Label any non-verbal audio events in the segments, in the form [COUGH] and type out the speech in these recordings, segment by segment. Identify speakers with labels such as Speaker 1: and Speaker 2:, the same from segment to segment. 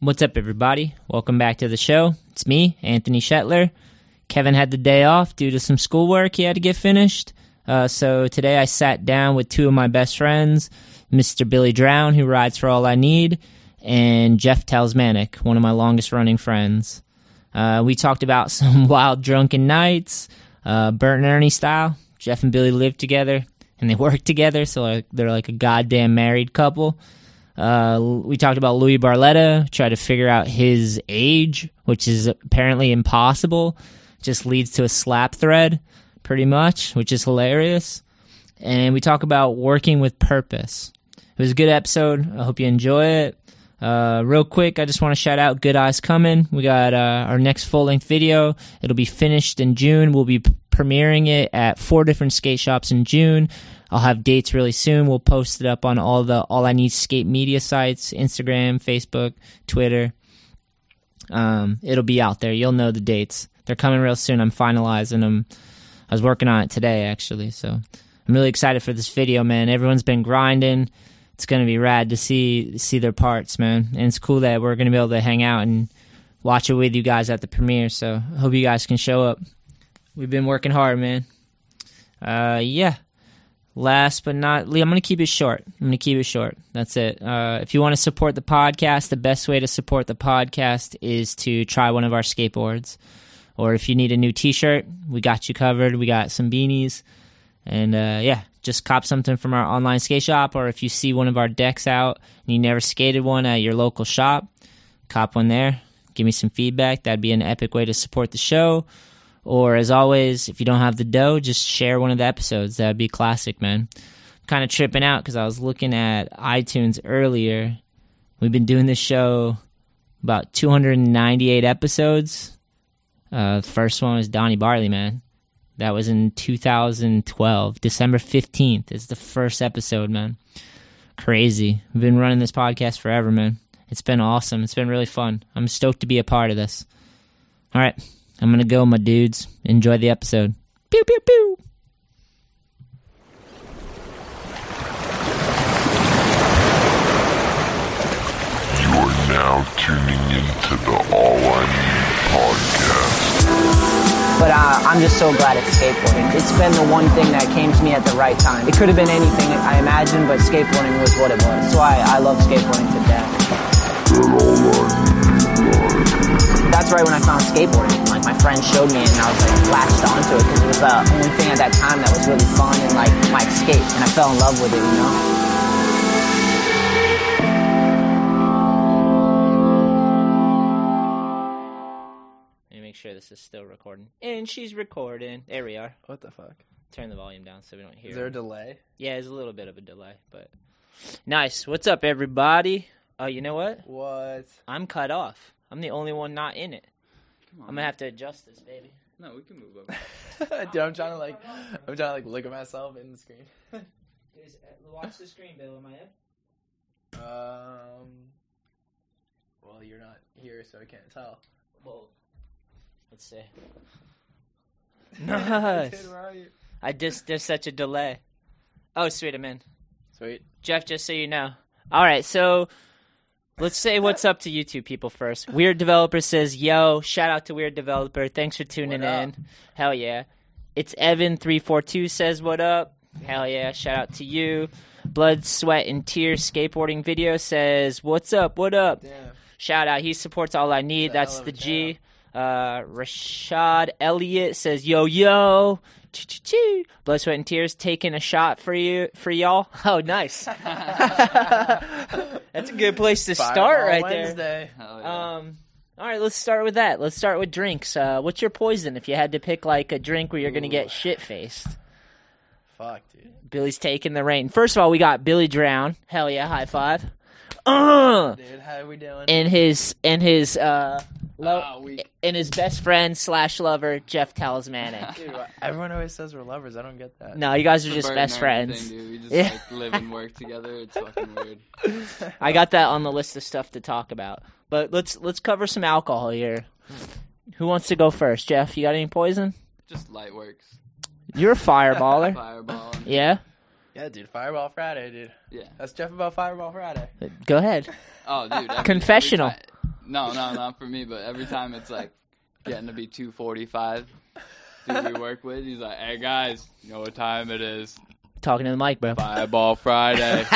Speaker 1: What's up, everybody? Welcome back to the show. It's me, Anthony Shetler. Kevin had the day off due to some schoolwork he had to get finished. Uh, so today I sat down with two of my best friends, Mr. Billy Drown, who rides for All I Need, and Jeff Talsmanic, one of my longest running friends. Uh, we talked about [LAUGHS] some wild drunken nights, uh, Bert and Ernie style. Jeff and Billy lived together and they [LAUGHS] worked together, so like, they're like a goddamn married couple. Uh, we talked about Louis Barletta, tried to figure out his age, which is apparently impossible. Just leads to a slap thread, pretty much, which is hilarious. And we talk about working with purpose. It was a good episode. I hope you enjoy it. Uh, real quick, I just want to shout out Good Eyes Coming. We got uh, our next full length video. It'll be finished in June. We'll be p- premiering it at four different skate shops in June. I'll have dates really soon. We'll post it up on all the All I Need Skate media sites Instagram, Facebook, Twitter. Um, it'll be out there. You'll know the dates. They're coming real soon. I'm finalizing them. I was working on it today, actually. So I'm really excited for this video, man. Everyone's been grinding. It's gonna be rad to see see their parts, man. And it's cool that we're gonna be able to hang out and watch it with you guys at the premiere. So I hope you guys can show up. We've been working hard, man. Uh, yeah. Last but not least, I'm gonna keep it short. I'm gonna keep it short. That's it. Uh, if you want to support the podcast, the best way to support the podcast is to try one of our skateboards. Or if you need a new T-shirt, we got you covered. We got some beanies, and uh, yeah, just cop something from our online skate shop. Or if you see one of our decks out and you never skated one at your local shop, cop one there. Give me some feedback. That'd be an epic way to support the show. Or as always, if you don't have the dough, just share one of the episodes. That'd be classic, man. Kind of tripping out because I was looking at iTunes earlier. We've been doing this show about 298 episodes. Uh, the first one was Donnie Barley, man. That was in 2012. December 15th is the first episode, man. Crazy. We've been running this podcast forever, man. It's been awesome. It's been really fun. I'm stoked to be a part of this. All right. I'm going to go, my dudes. Enjoy the episode. Pew, pew, pew.
Speaker 2: You are now tuning into the All I Need podcast.
Speaker 3: But uh, I'm just so glad it's skateboarding. It's been the one thing that came to me at the right time. It could have been anything I imagine, but skateboarding was what it was. That's why I love skateboarding to death. That's right when I found skateboarding. Like my friend showed me, and I was like latched onto it because it was the only thing at that time that was really fun and like my escape. And I fell in love with it, you know.
Speaker 1: Let me make sure this is still recording. And she's recording. There we are.
Speaker 4: What the fuck?
Speaker 1: Turn the volume down so we don't hear.
Speaker 4: Is there a delay?
Speaker 1: yeah, there's a little bit of a delay, but nice. What's up, everybody? Oh, you know what?
Speaker 4: What? [LAUGHS]
Speaker 1: I'm cut off. I'm the only one not in it.
Speaker 5: Come on,
Speaker 1: I'm gonna have to adjust this, baby.
Speaker 5: No, we can move
Speaker 1: [LAUGHS]
Speaker 5: over.
Speaker 4: Dude, I'm trying to like, I'm trying to like look at myself in the screen.
Speaker 1: uh, Watch the screen, Bill. Am I up?
Speaker 4: Um. Well, you're not here, so I can't
Speaker 1: [LAUGHS]
Speaker 4: tell.
Speaker 1: Well, let's see. Nice.
Speaker 4: Dude, where are you?
Speaker 1: I just there's such a delay. Oh, sweet, I'm in.
Speaker 4: Sweet.
Speaker 1: Jeff, just so you know. All right, so let's say what's up to you two people first. Weird Developer says, "Yo, shout out to Weird Developer. Thanks for tuning
Speaker 4: What up?
Speaker 1: in. Hell yeah." It's Evan three four two says, "What up?" Hell yeah! Shout out to you. Blood, sweat, and tears skateboarding video says, "What's up? What up?"
Speaker 4: Damn.
Speaker 1: Shout out. He supports all I need.
Speaker 4: The
Speaker 1: That's
Speaker 4: hell of
Speaker 1: the
Speaker 4: a
Speaker 1: G. Uh, Rashad Elliott says, "Yo yo, Choo-choo-choo. blood, sweat, and tears taking a shot for you for y'all." [LAUGHS] Oh, nice. [LAUGHS] That's a good place to start
Speaker 4: Fireball
Speaker 1: right
Speaker 4: Wednesday.
Speaker 5: Hell
Speaker 1: there.
Speaker 5: yeah.
Speaker 1: Um, all right, let's start with that. Let's start with drinks. Uh, what's your poison if you had to pick like a drink where you're gonna get shit faced?
Speaker 4: Fuck, dude.
Speaker 1: Billy's taking the reign. First of all, we got Billy Drown. Hell yeah, high five. Uh,
Speaker 4: Dude, how are we doing?
Speaker 1: and his and his uh lo-
Speaker 5: Ah, we-
Speaker 1: and his best friend slash lover Jeff [LAUGHS]
Speaker 4: [LAUGHS]
Speaker 1: Talismanic.
Speaker 4: Dude, why- everyone always says we're lovers. I don't get that.
Speaker 1: no, you guys are
Speaker 5: It's
Speaker 1: [LAUGHS]
Speaker 5: a
Speaker 1: just
Speaker 5: Bert
Speaker 1: best
Speaker 5: and Ernie
Speaker 1: friends.
Speaker 5: Thing, dude. We just
Speaker 1: Yeah.
Speaker 5: like live and work
Speaker 1: [LAUGHS]
Speaker 5: together. It's fucking weird.
Speaker 4: [LAUGHS]
Speaker 1: I got that on the list of stuff to talk about. But let's let's cover some alcohol here. Who wants to go first, Jeff? You got any poison?
Speaker 5: Just light works.
Speaker 1: You're a
Speaker 4: [LAUGHS]
Speaker 1: fireballer.
Speaker 5: Fireball. and-
Speaker 1: yeah,
Speaker 4: Yeah, dude. Fireball Friday, dude.
Speaker 5: Yeah. [LAUGHS]
Speaker 4: That's Jeff about Fireball Friday.
Speaker 1: go ahead.
Speaker 5: Oh, dude. every- every
Speaker 1: Confessional.
Speaker 5: ti- No, no, not for me. But every time it's like getting to be two forty five. Dude, we work with. He's like, "Hey guys, you know what time it is?
Speaker 1: Talking to the mic, [LAUGHS]
Speaker 4: [LAUGHS]
Speaker 1: bro. [LAUGHS]
Speaker 5: Fireball Friday.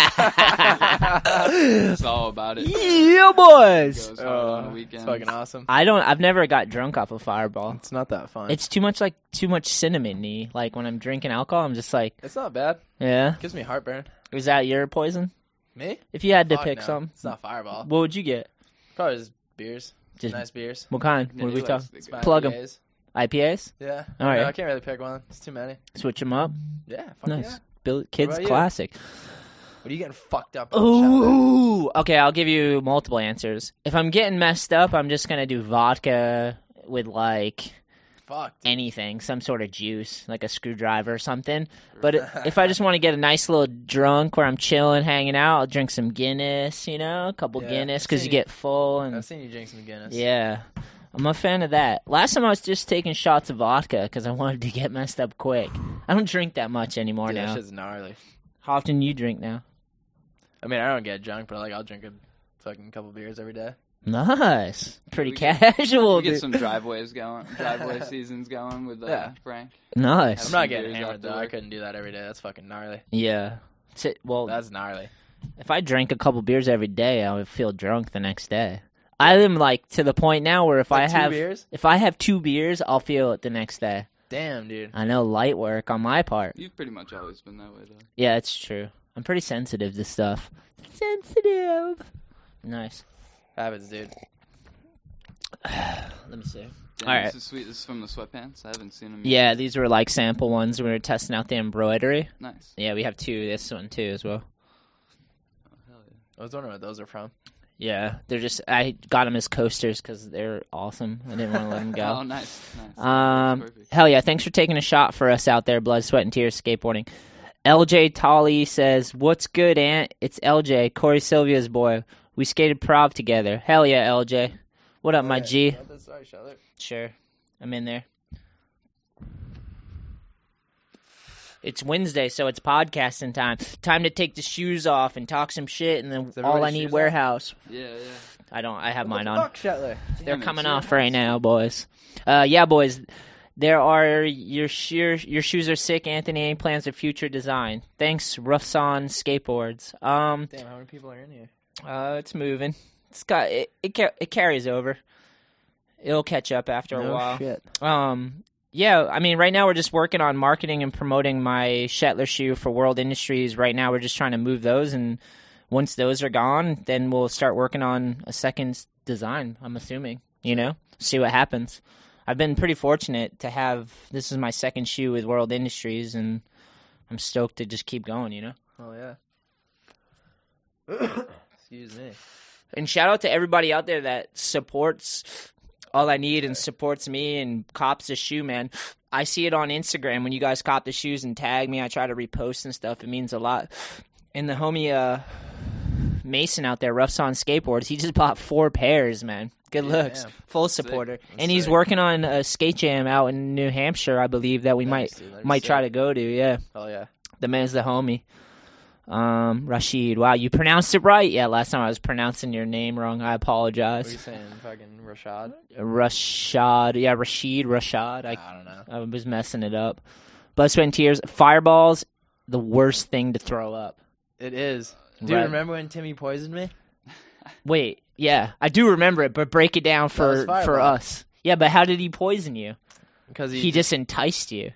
Speaker 5: it's all about it.
Speaker 1: yeah, boys.
Speaker 5: Goes hard on
Speaker 1: Uh,
Speaker 5: the
Speaker 4: Oh, it's
Speaker 5: weekends.
Speaker 4: fucking awesome.
Speaker 1: I don't. I've never got drunk off a fireball.
Speaker 4: It's not that fun. It's,
Speaker 1: It's too much like too much cinnamony. Like when I'm drinking alcohol, I'm just like,
Speaker 4: not bad.
Speaker 1: yeah.
Speaker 4: gives me heartburn.
Speaker 1: Was that your poison?
Speaker 4: Me?
Speaker 1: If you had to
Speaker 4: Fuck
Speaker 1: pick
Speaker 4: no.
Speaker 1: some,
Speaker 4: It's not Fireball.
Speaker 1: what would you get?
Speaker 4: Probably just beers.
Speaker 1: Just
Speaker 4: nice beers.
Speaker 1: what kind?
Speaker 5: Yeah,
Speaker 1: What are
Speaker 5: he
Speaker 1: we
Speaker 5: likes
Speaker 1: talking?
Speaker 5: the
Speaker 4: My
Speaker 5: good-
Speaker 1: Plug 'em.
Speaker 4: IPAs.
Speaker 1: IPAs.
Speaker 4: Yeah.
Speaker 1: All right.
Speaker 4: No, I can't really pick one. It's too many.
Speaker 1: Switch them up.
Speaker 4: Yeah. Fuck
Speaker 1: Nice.
Speaker 4: yeah.
Speaker 1: Bill, kids
Speaker 4: about you?
Speaker 1: classic.
Speaker 4: What are you getting fucked up? on, Sheldon?
Speaker 1: Ooh. Okay, I'll give you multiple answers. If I'm getting messed up, I'm just gonna do vodka with like
Speaker 4: Fuck. dude.
Speaker 1: anything, some sort of juice, like a screwdriver or something. But i- if
Speaker 4: [LAUGHS]
Speaker 1: I just want to get a nice little drunk where I'm chilling, hanging out, I'll drink some Guinness, you know, a couple
Speaker 4: Yeah,
Speaker 1: Guinness
Speaker 4: I've
Speaker 1: because you
Speaker 4: seen-
Speaker 1: get full and
Speaker 4: I've seen you drink some Guinness.
Speaker 1: yeah. I'm a fan of that. Last time I was just taking shots of vodka because I wanted to get messed up quick. I don't drink that much anymore
Speaker 4: Dude, that
Speaker 1: now.
Speaker 4: shit's gnarly.
Speaker 1: How often you drink now?
Speaker 4: I mean, I don't get drunk, but like I'll drink a fucking couple beers every day.
Speaker 1: Nice, pretty
Speaker 5: We get-
Speaker 1: casual.
Speaker 5: We get
Speaker 1: dude.
Speaker 5: some driveways going,
Speaker 1: [LAUGHS]
Speaker 5: driveway seasons going with uh,
Speaker 4: Yeah.
Speaker 5: Frank.
Speaker 1: nice.
Speaker 4: I'm
Speaker 5: Some
Speaker 4: not getting
Speaker 5: beers
Speaker 4: hammered
Speaker 5: after
Speaker 4: though. I
Speaker 5: work.
Speaker 4: couldn't do that every day. That's fucking gnarly.
Speaker 1: Yeah. Sit- well,
Speaker 4: That's gnarly.
Speaker 1: if I drank a couple beers every day, I would feel drunk the next day. I am like to the point now where if
Speaker 4: Like
Speaker 1: I
Speaker 4: two
Speaker 1: have
Speaker 4: beers?
Speaker 1: if I have two beers, I'll feel it the next day.
Speaker 4: Damn, dude.
Speaker 1: I know light work on my part.
Speaker 5: You've pretty much always been that way, though.
Speaker 1: Yeah, it's true. I'm pretty sensitive to stuff. Sensitive. Nice.
Speaker 4: Habits, dude.
Speaker 1: Let me see.
Speaker 5: Damn,
Speaker 1: Alright.
Speaker 5: This is sweet. This is from the sweatpants. I haven't seen them.
Speaker 1: Yeah, these were like sample ones. We were testing out the embroidery.
Speaker 5: Nice.
Speaker 1: Yeah, we have two. This one too as well.
Speaker 5: Hell yeah.
Speaker 4: I was wondering what those are from.
Speaker 1: Yeah, they're just. I got them as coasters because they're awesome. I didn't want to let them go. [LAUGHS]
Speaker 5: Oh, [LAUGHS] nice. Nice.
Speaker 1: Um,
Speaker 5: perfect.
Speaker 1: hell yeah! Thanks for taking a shot for us out there, blood, sweat, and tears skateboarding. LJ Tolly says, "What's good, Aunt? It's LJ, Corey Sylvia's boy. We skated prov together. Hell yeah, LJ. What up, my G?
Speaker 4: Sorry, Sheldon.
Speaker 1: Sure, I'm in there. It's Wednesday, so it's podcasting time. Time to take the shoes off and talk some shit, and then all I
Speaker 4: everybody's shoes
Speaker 1: need
Speaker 4: off?
Speaker 1: warehouse.
Speaker 5: Yeah, yeah.
Speaker 1: I don't. I have mine on.
Speaker 4: Fuck, Shetler.
Speaker 1: They're
Speaker 5: Damn,
Speaker 1: coming
Speaker 5: it's your
Speaker 1: off right now, boys. Uh, yeah, boys. There are your sheer, your shoes are sick. Anthony, any plans for future design? Thanks, Ruffson Skateboards. Um,
Speaker 4: Damn, how many people are in here?
Speaker 1: uh, it's moving. It's got it. It, ca- it carries over. It'll catch up after a while.
Speaker 4: shit.
Speaker 1: Um, yeah, I mean, right now we're just working on marketing and promoting my Shetler shoe for World Industries. Right now, we're just trying to move those, and once those are gone, then we'll start working on a second s- design. I'm assuming, you know, see what happens. I've been pretty fortunate to have this is my second shoe with World Industries, and I'm stoked to just keep going, you know.
Speaker 4: Oh yeah. [COUGHS] Excuse me.
Speaker 1: and shout out to everybody out there that supports all I need and supports me and cops the shoe, man. I see it on Instagram when you guys cop the shoes and tag me. I try to repost and stuff. It means a lot. And the homie uh, Mason out there, Roughs on Skateboards, he just bought four pairs, man. Good
Speaker 4: Yeah,
Speaker 1: looks,
Speaker 4: damn.
Speaker 1: full supporter,
Speaker 4: That's
Speaker 1: and he's
Speaker 4: sick.
Speaker 1: working on a skate jam out in New Hampshire, I believe that we
Speaker 4: Nice,
Speaker 1: might
Speaker 4: dude. That'd be
Speaker 1: might try to
Speaker 4: sick.
Speaker 1: go to. Yeah,
Speaker 4: Oh yeah.
Speaker 1: the man's the homie. Um, Rashid. Wow, you pronounced it right. Yeah, last time I was pronouncing your name wrong. I
Speaker 4: What are you
Speaker 1: apologize.
Speaker 4: saying? Fucking
Speaker 1: [LAUGHS]
Speaker 4: Rashad?
Speaker 1: Rashad. Yeah, Rashid. Rashad. I,
Speaker 4: I don't know.
Speaker 1: I was messing it up. Blood, sweat, and tears. Fireballs. The worst thing to throw up.
Speaker 4: It is. Dude,
Speaker 1: Right.
Speaker 4: remember when Timmy poisoned me?
Speaker 1: Wait. Yeah, I do remember it, but break it down
Speaker 4: was
Speaker 1: for for
Speaker 4: Fireball.
Speaker 1: us. Yeah, but how did he poison you?
Speaker 4: Because
Speaker 1: He just enticed you.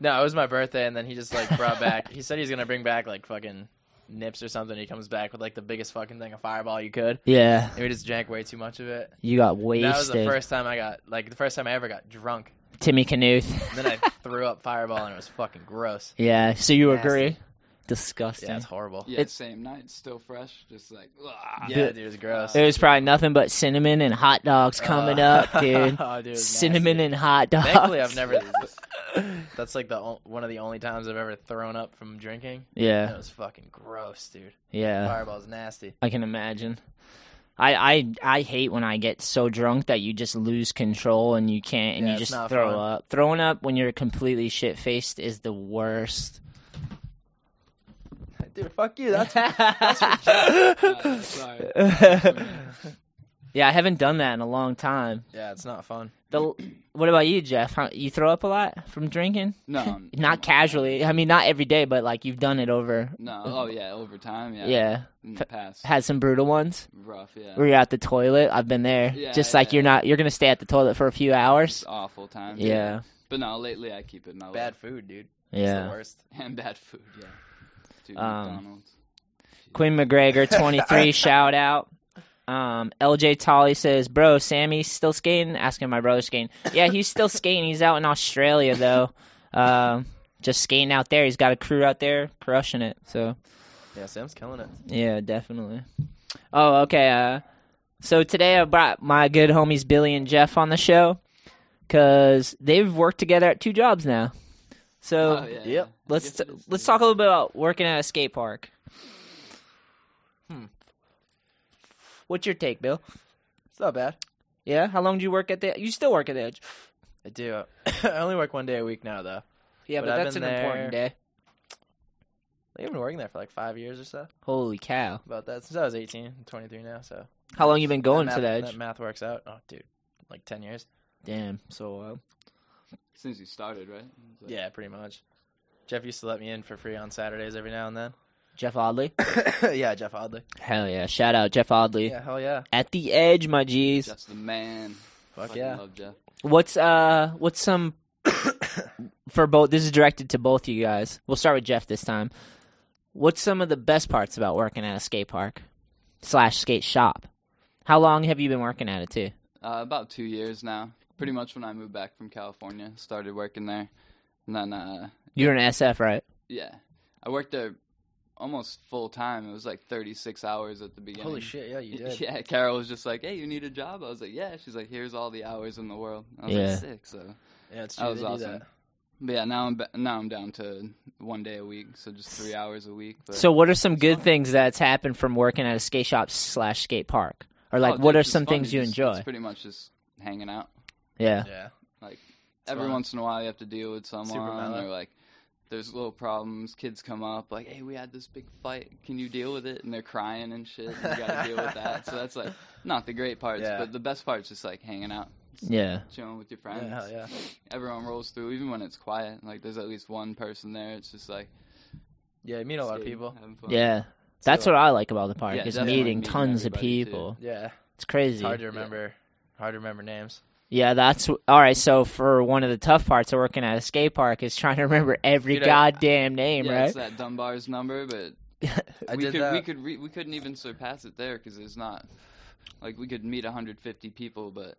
Speaker 4: No, it was my birthday, and then he just like
Speaker 1: [LAUGHS]
Speaker 4: brought back. He said he's gonna bring back like fucking nips or something. He comes back with like the biggest fucking thing of Fireball you could,
Speaker 1: Yeah,
Speaker 4: and we just drank way too much of it.
Speaker 1: you got
Speaker 4: That was the
Speaker 1: wasted.
Speaker 4: first time I got like the first time I ever got drunk.
Speaker 1: Timmy Knuth.
Speaker 4: [LAUGHS] And then
Speaker 1: [LAUGHS]
Speaker 4: I threw up Fireball, and it was fucking gross.
Speaker 1: yeah. So you
Speaker 4: Nasty.
Speaker 1: agree? Disgusting.
Speaker 4: Yeah, it's horrible.
Speaker 5: Yeah,
Speaker 1: It's-
Speaker 5: same night, still fresh. Just like, ugh.
Speaker 4: Yeah, dude, it was gross.
Speaker 1: It was probably nothing but cinnamon and hot dogs coming
Speaker 4: Uh, [LAUGHS]
Speaker 1: up, dude.
Speaker 4: oh, dude, it was
Speaker 1: cinnamon
Speaker 4: nasty.
Speaker 1: and hot dogs. [LAUGHS]
Speaker 4: Thankfully, I've never. that's like the o- one of the only times I've ever thrown up from drinking. That
Speaker 1: Yeah,
Speaker 4: was fucking gross, dude.
Speaker 1: yeah.
Speaker 4: Fireball's nasty. [LAUGHS]
Speaker 1: I can imagine. I, I I hate when I get so drunk that you just lose control and you can't and you
Speaker 4: Yeah, it's
Speaker 1: just
Speaker 4: not
Speaker 1: throw
Speaker 4: fun.
Speaker 1: up. Throwing up when you're completely shit faced is the worst. [LAUGHS]
Speaker 4: Dude, fuck you. That's
Speaker 5: Uh, sorry.
Speaker 1: Yeah, I haven't done that in a long time.
Speaker 4: Yeah, it's not fun.
Speaker 1: The what about you, Jeff? How, you throw up a lot from drinking?
Speaker 5: No, I'm-
Speaker 1: [LAUGHS] Not casually. I mean, not every day, but like you've done it over.
Speaker 5: no. Oh yeah, over time. Yeah,
Speaker 1: Yeah,
Speaker 5: In the past,
Speaker 1: had some brutal ones
Speaker 5: rough. Yeah,
Speaker 1: where you're at the toilet. I've been there.
Speaker 5: Yeah,
Speaker 1: Just like
Speaker 5: yeah.
Speaker 1: you're not. You're gonna stay at the toilet for a few hours.
Speaker 5: It's awful time.
Speaker 1: Yeah,
Speaker 5: but no, lately I keep it mellow.
Speaker 4: Bad food, dude. It's the
Speaker 1: yeah.
Speaker 4: worst.
Speaker 5: [LAUGHS] and bad food. Yeah, dude,
Speaker 1: Um,
Speaker 5: McDonald's.
Speaker 1: Quinn
Speaker 5: [LAUGHS]
Speaker 1: McGregor, 23, shout out. Um, LJ Tolly says, "Bro, Sammy's still skating." Asking my brother skating. Yeah, he's
Speaker 5: [LAUGHS]
Speaker 1: still skating. He's out in Australia though. Um, just skating out there. He's got a crew out there crushing it. So.
Speaker 4: Yeah, Sam's killing it.
Speaker 1: Yeah, definitely. Oh, okay. Uh, so today I brought my good homies Billy and Jeff on the show because they've worked together at two jobs now. So
Speaker 5: Oh, yeah.
Speaker 4: yep,
Speaker 5: I
Speaker 1: let's
Speaker 5: guess it is.
Speaker 1: let's talk a little bit about working at a skate park. Hmm. What's your take, Bill?
Speaker 4: It's not bad.
Speaker 1: Yeah, how long do you work at the? You still work at the Edge?
Speaker 4: I do. [LAUGHS] I only work one day a week now, though.
Speaker 1: Yeah,
Speaker 4: But
Speaker 1: but,
Speaker 4: I've
Speaker 1: that's an
Speaker 4: been
Speaker 1: important
Speaker 4: there.
Speaker 1: day.
Speaker 4: Like, I've been working there for like five years or so.
Speaker 1: Holy cow!
Speaker 4: About that since I was 18, I'm 23 now. So
Speaker 1: How long you been going
Speaker 4: that
Speaker 1: to the
Speaker 4: math,
Speaker 1: Edge?
Speaker 4: That math works out. Oh, dude, like 10 years.
Speaker 1: Damn, so uh,
Speaker 5: Since you started, right? It's like-
Speaker 4: Yeah, pretty much. Jeff used to let me in for free on Saturdays every now
Speaker 1: [LAUGHS]
Speaker 4: and then.
Speaker 1: Jeff Oddly.
Speaker 4: yeah, Jeff Oddly.
Speaker 1: Hell yeah! Shout out Jeff Oddly
Speaker 4: Yeah, hell yeah.
Speaker 1: at the Edge, my G's.
Speaker 5: Jeff's the man.
Speaker 4: Fuck
Speaker 5: Fucking
Speaker 4: yeah.
Speaker 5: Love Jeff.
Speaker 1: What's uh what's some [COUGHS] for both this is directed to both you guys. We'll start with Jeff this time. What's some of the best parts about working at a skate park slash skate shop? How long have you been working at it too?
Speaker 5: Uh, about two years now. Pretty much when I moved back from California, started working there, and then uh,
Speaker 1: You're in SF, right?
Speaker 5: yeah, I worked there almost full time. It was like 36 hours at the beginning.
Speaker 4: Holy shit, yeah,
Speaker 5: [LAUGHS]
Speaker 4: you did.
Speaker 5: Yeah, Carol was just like, "Hey, you need a job?" I was like, "Yeah." She's like, "Here's all the hours in the world." I was
Speaker 1: Yeah.
Speaker 5: like, "Sick." So,
Speaker 4: Yeah, it's
Speaker 5: That
Speaker 4: true.
Speaker 5: was
Speaker 4: they do
Speaker 5: awesome.
Speaker 4: that.
Speaker 5: but yeah, now I'm ba- now I'm down to one day a week, so just three hours a week. But
Speaker 1: So what are some good things that's happened from working at a skate shop slash skate park? Or like
Speaker 5: Oh,
Speaker 1: what
Speaker 5: dude,
Speaker 1: are
Speaker 5: it's
Speaker 1: some
Speaker 5: fun.
Speaker 1: things you
Speaker 5: It's-
Speaker 1: enjoy?
Speaker 5: It's pretty much just hanging out.
Speaker 1: yeah.
Speaker 4: Yeah.
Speaker 5: Like every
Speaker 4: fun.
Speaker 5: once in a while, you have to deal with someone
Speaker 4: mellow.
Speaker 5: or like there's little problems. Kids come up like, "Hey, we had this big fight. Can you deal with it?" And they're crying and shit. And you got to deal with that. So that's like not the great parts,
Speaker 4: Yeah.
Speaker 5: but the best part's just like hanging out,
Speaker 1: Yeah.
Speaker 5: chilling with your friends.
Speaker 4: Yeah, hell yeah.
Speaker 5: Everyone rolls through, even when it's quiet. Like there's at least one person there. It's just like
Speaker 4: [LAUGHS] Yeah, you meet a lot of
Speaker 5: skating,
Speaker 4: people.
Speaker 5: having fun.
Speaker 1: Yeah. That's
Speaker 4: So-
Speaker 1: what I like about the park
Speaker 5: Yeah,
Speaker 1: is
Speaker 5: definitely
Speaker 1: meeting
Speaker 5: meeting
Speaker 1: tons of
Speaker 5: everybody, too.
Speaker 1: people.
Speaker 4: Yeah.
Speaker 1: It's crazy.
Speaker 4: It's hard to remember. Hard to remember names.
Speaker 1: Yeah, that's all right. So for one of the tough parts of working at a skate park is trying to remember every
Speaker 4: Dude, I- uh,
Speaker 1: goddamn name,
Speaker 5: Yeah,
Speaker 1: right?
Speaker 5: it's that Dunbar's number, but
Speaker 4: I
Speaker 5: we
Speaker 4: did
Speaker 5: could
Speaker 4: that.
Speaker 5: we could re- we couldn't even surpass it there because there's not like we could meet 150 people, but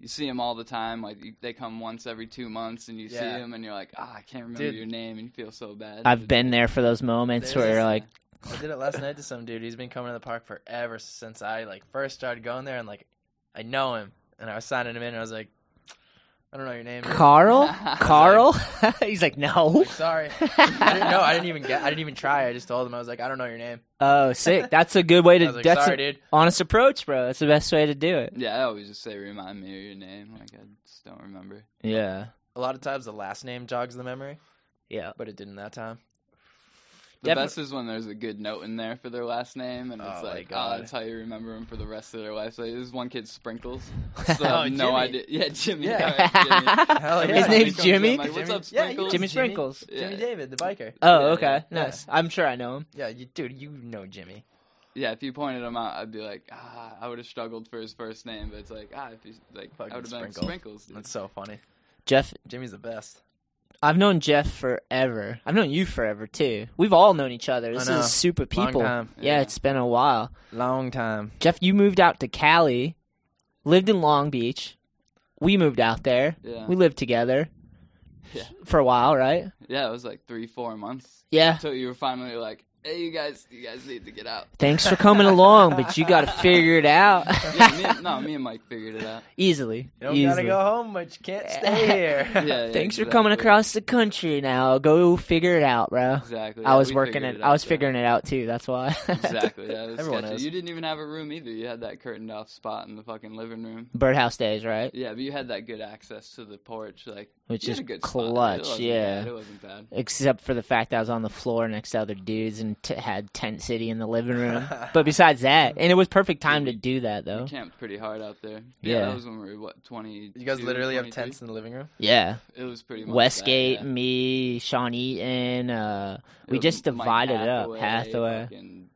Speaker 5: you see them all the time. Like you, they come once every two months, and you see
Speaker 4: Yeah.
Speaker 5: them, and you're like, ah, I can't remember
Speaker 4: Dude.
Speaker 5: your name, and you feel so bad. [LAUGHS]
Speaker 1: I've been there for those moments
Speaker 4: There's-
Speaker 1: where like,
Speaker 4: I did it last night to some dude. He's been coming to the park forever since I like first started going there, and like I know him, and I was signing him in, and I was like, I don't know your name. dude." [LAUGHS]
Speaker 1: Carl, Carl. [LAUGHS] He's like, no. [LAUGHS]
Speaker 4: Like, sorry, I didn't know. I didn't even get. I didn't even try. I just told him. I was like, I don't know your name.
Speaker 1: Oh, sick. That's a good way
Speaker 4: I
Speaker 1: to.
Speaker 4: was like,
Speaker 1: that's
Speaker 4: sorry,
Speaker 1: an
Speaker 4: dude.
Speaker 1: honest approach, bro. That's the best way to do it.
Speaker 5: Yeah, I always just say, remind me of your name. Like I just don't remember.
Speaker 1: Yeah.
Speaker 4: A lot of times the last name jogs the memory,
Speaker 1: Yeah.
Speaker 4: but it didn't
Speaker 1: [LAUGHS]
Speaker 4: that time.
Speaker 5: The
Speaker 1: Defi-
Speaker 5: best is when there's a good note in there for their last name, and it's
Speaker 4: Oh my
Speaker 5: like, ah,
Speaker 4: God.
Speaker 5: that's how you remember them for the rest of their life. So this one kid
Speaker 1: [LAUGHS]
Speaker 5: sprinkles. So
Speaker 4: Oh,
Speaker 5: I have no
Speaker 4: Jimmy.
Speaker 5: idea. Yeah, Jimmy.
Speaker 4: Yeah.
Speaker 5: All right, [LAUGHS] Jimmy.
Speaker 4: Hell yeah.
Speaker 5: Every
Speaker 1: His
Speaker 5: time he
Speaker 1: name's
Speaker 5: comes in, I'm
Speaker 1: Jimmy?
Speaker 5: like, What's
Speaker 4: Jimmy-
Speaker 5: up,
Speaker 4: yeah, he
Speaker 5: Sprinkles?
Speaker 4: is.
Speaker 1: Jimmy
Speaker 4: Jimmy-
Speaker 1: Sprinkles.
Speaker 4: Jimmy
Speaker 5: Yeah.
Speaker 4: David, the biker.
Speaker 1: Oh,
Speaker 4: Yeah,
Speaker 1: okay.
Speaker 4: yeah.
Speaker 1: Nice. I'm sure I know him.
Speaker 4: Yeah, you, dude, you know Jimmy.
Speaker 5: Yeah, if you pointed him out, I'd be like, ah, I would have struggled for his first name, but it's like, ah, if you like,
Speaker 4: Fucking
Speaker 5: I would have been
Speaker 4: Sprinkle.
Speaker 5: sprinkles. dude.
Speaker 4: That's so funny.
Speaker 1: Jeff,
Speaker 4: Jimmy's the best.
Speaker 1: I've known Jeff forever. I've known you forever too. We've all known each other. This
Speaker 4: know.
Speaker 1: is super
Speaker 4: Long
Speaker 1: people.
Speaker 4: time.
Speaker 1: yeah,
Speaker 5: Yeah.
Speaker 1: it's been a while.
Speaker 4: Long time.
Speaker 1: Jeff, you moved out to Cali, lived in Long Beach. We moved out there.
Speaker 5: Yeah.
Speaker 1: We lived together
Speaker 5: [LAUGHS] Yeah.
Speaker 1: for a while, right?
Speaker 5: Yeah, it was like three, four months
Speaker 1: Yeah.
Speaker 5: until you were finally like, hey, you guys, you guys need to get out.
Speaker 1: [LAUGHS] Thanks for coming along, but you
Speaker 5: [LAUGHS]
Speaker 1: got to figure it out
Speaker 5: Yeah, me and, no, me and Mike figured it out.
Speaker 1: [LAUGHS] easily.
Speaker 4: You don't
Speaker 1: easily.
Speaker 4: gotta go home, but you
Speaker 1: [LAUGHS]
Speaker 4: can't stay here.
Speaker 5: Yeah, yeah,
Speaker 1: Thanks for
Speaker 5: exactly.
Speaker 1: coming across the country. Now go figure it out, bro.
Speaker 5: Exactly.
Speaker 1: I
Speaker 5: yeah,
Speaker 1: was
Speaker 5: we
Speaker 1: working
Speaker 5: figured
Speaker 1: it. I was
Speaker 5: out, yeah.
Speaker 1: figuring it out too. That's why. [LAUGHS]
Speaker 5: Exactly. Yeah, it was
Speaker 4: Everyone
Speaker 5: sketchy.
Speaker 4: is.
Speaker 5: You didn't even have a room either. You had that curtained off spot in the fucking living room.
Speaker 1: Birdhouse days, right?
Speaker 5: Yeah, but you had that good access to the porch. Like
Speaker 1: which
Speaker 5: You
Speaker 1: is
Speaker 5: had a good spot. It
Speaker 1: clutch.
Speaker 5: wasn't
Speaker 1: Yeah.
Speaker 5: bad. It wasn't bad.
Speaker 1: Except for the fact that I was on the floor next to other dudes and t- had tent city in the living room.
Speaker 5: [LAUGHS]
Speaker 1: but besides that, and it was perfect time to do that
Speaker 5: We
Speaker 1: though.
Speaker 5: camped pretty hard out there.
Speaker 1: Yeah.
Speaker 5: that was when we were what twenty.
Speaker 4: You guys literally have tents in the living room.
Speaker 1: Yeah,
Speaker 5: It was pretty much
Speaker 1: Westgate,
Speaker 5: That, yeah.
Speaker 1: me, Sean Eaton. Uh,
Speaker 5: It
Speaker 1: we
Speaker 5: was
Speaker 1: just
Speaker 5: Mike
Speaker 1: divided up.
Speaker 5: Hathaway,
Speaker 1: Hathaway.
Speaker 5: fucking,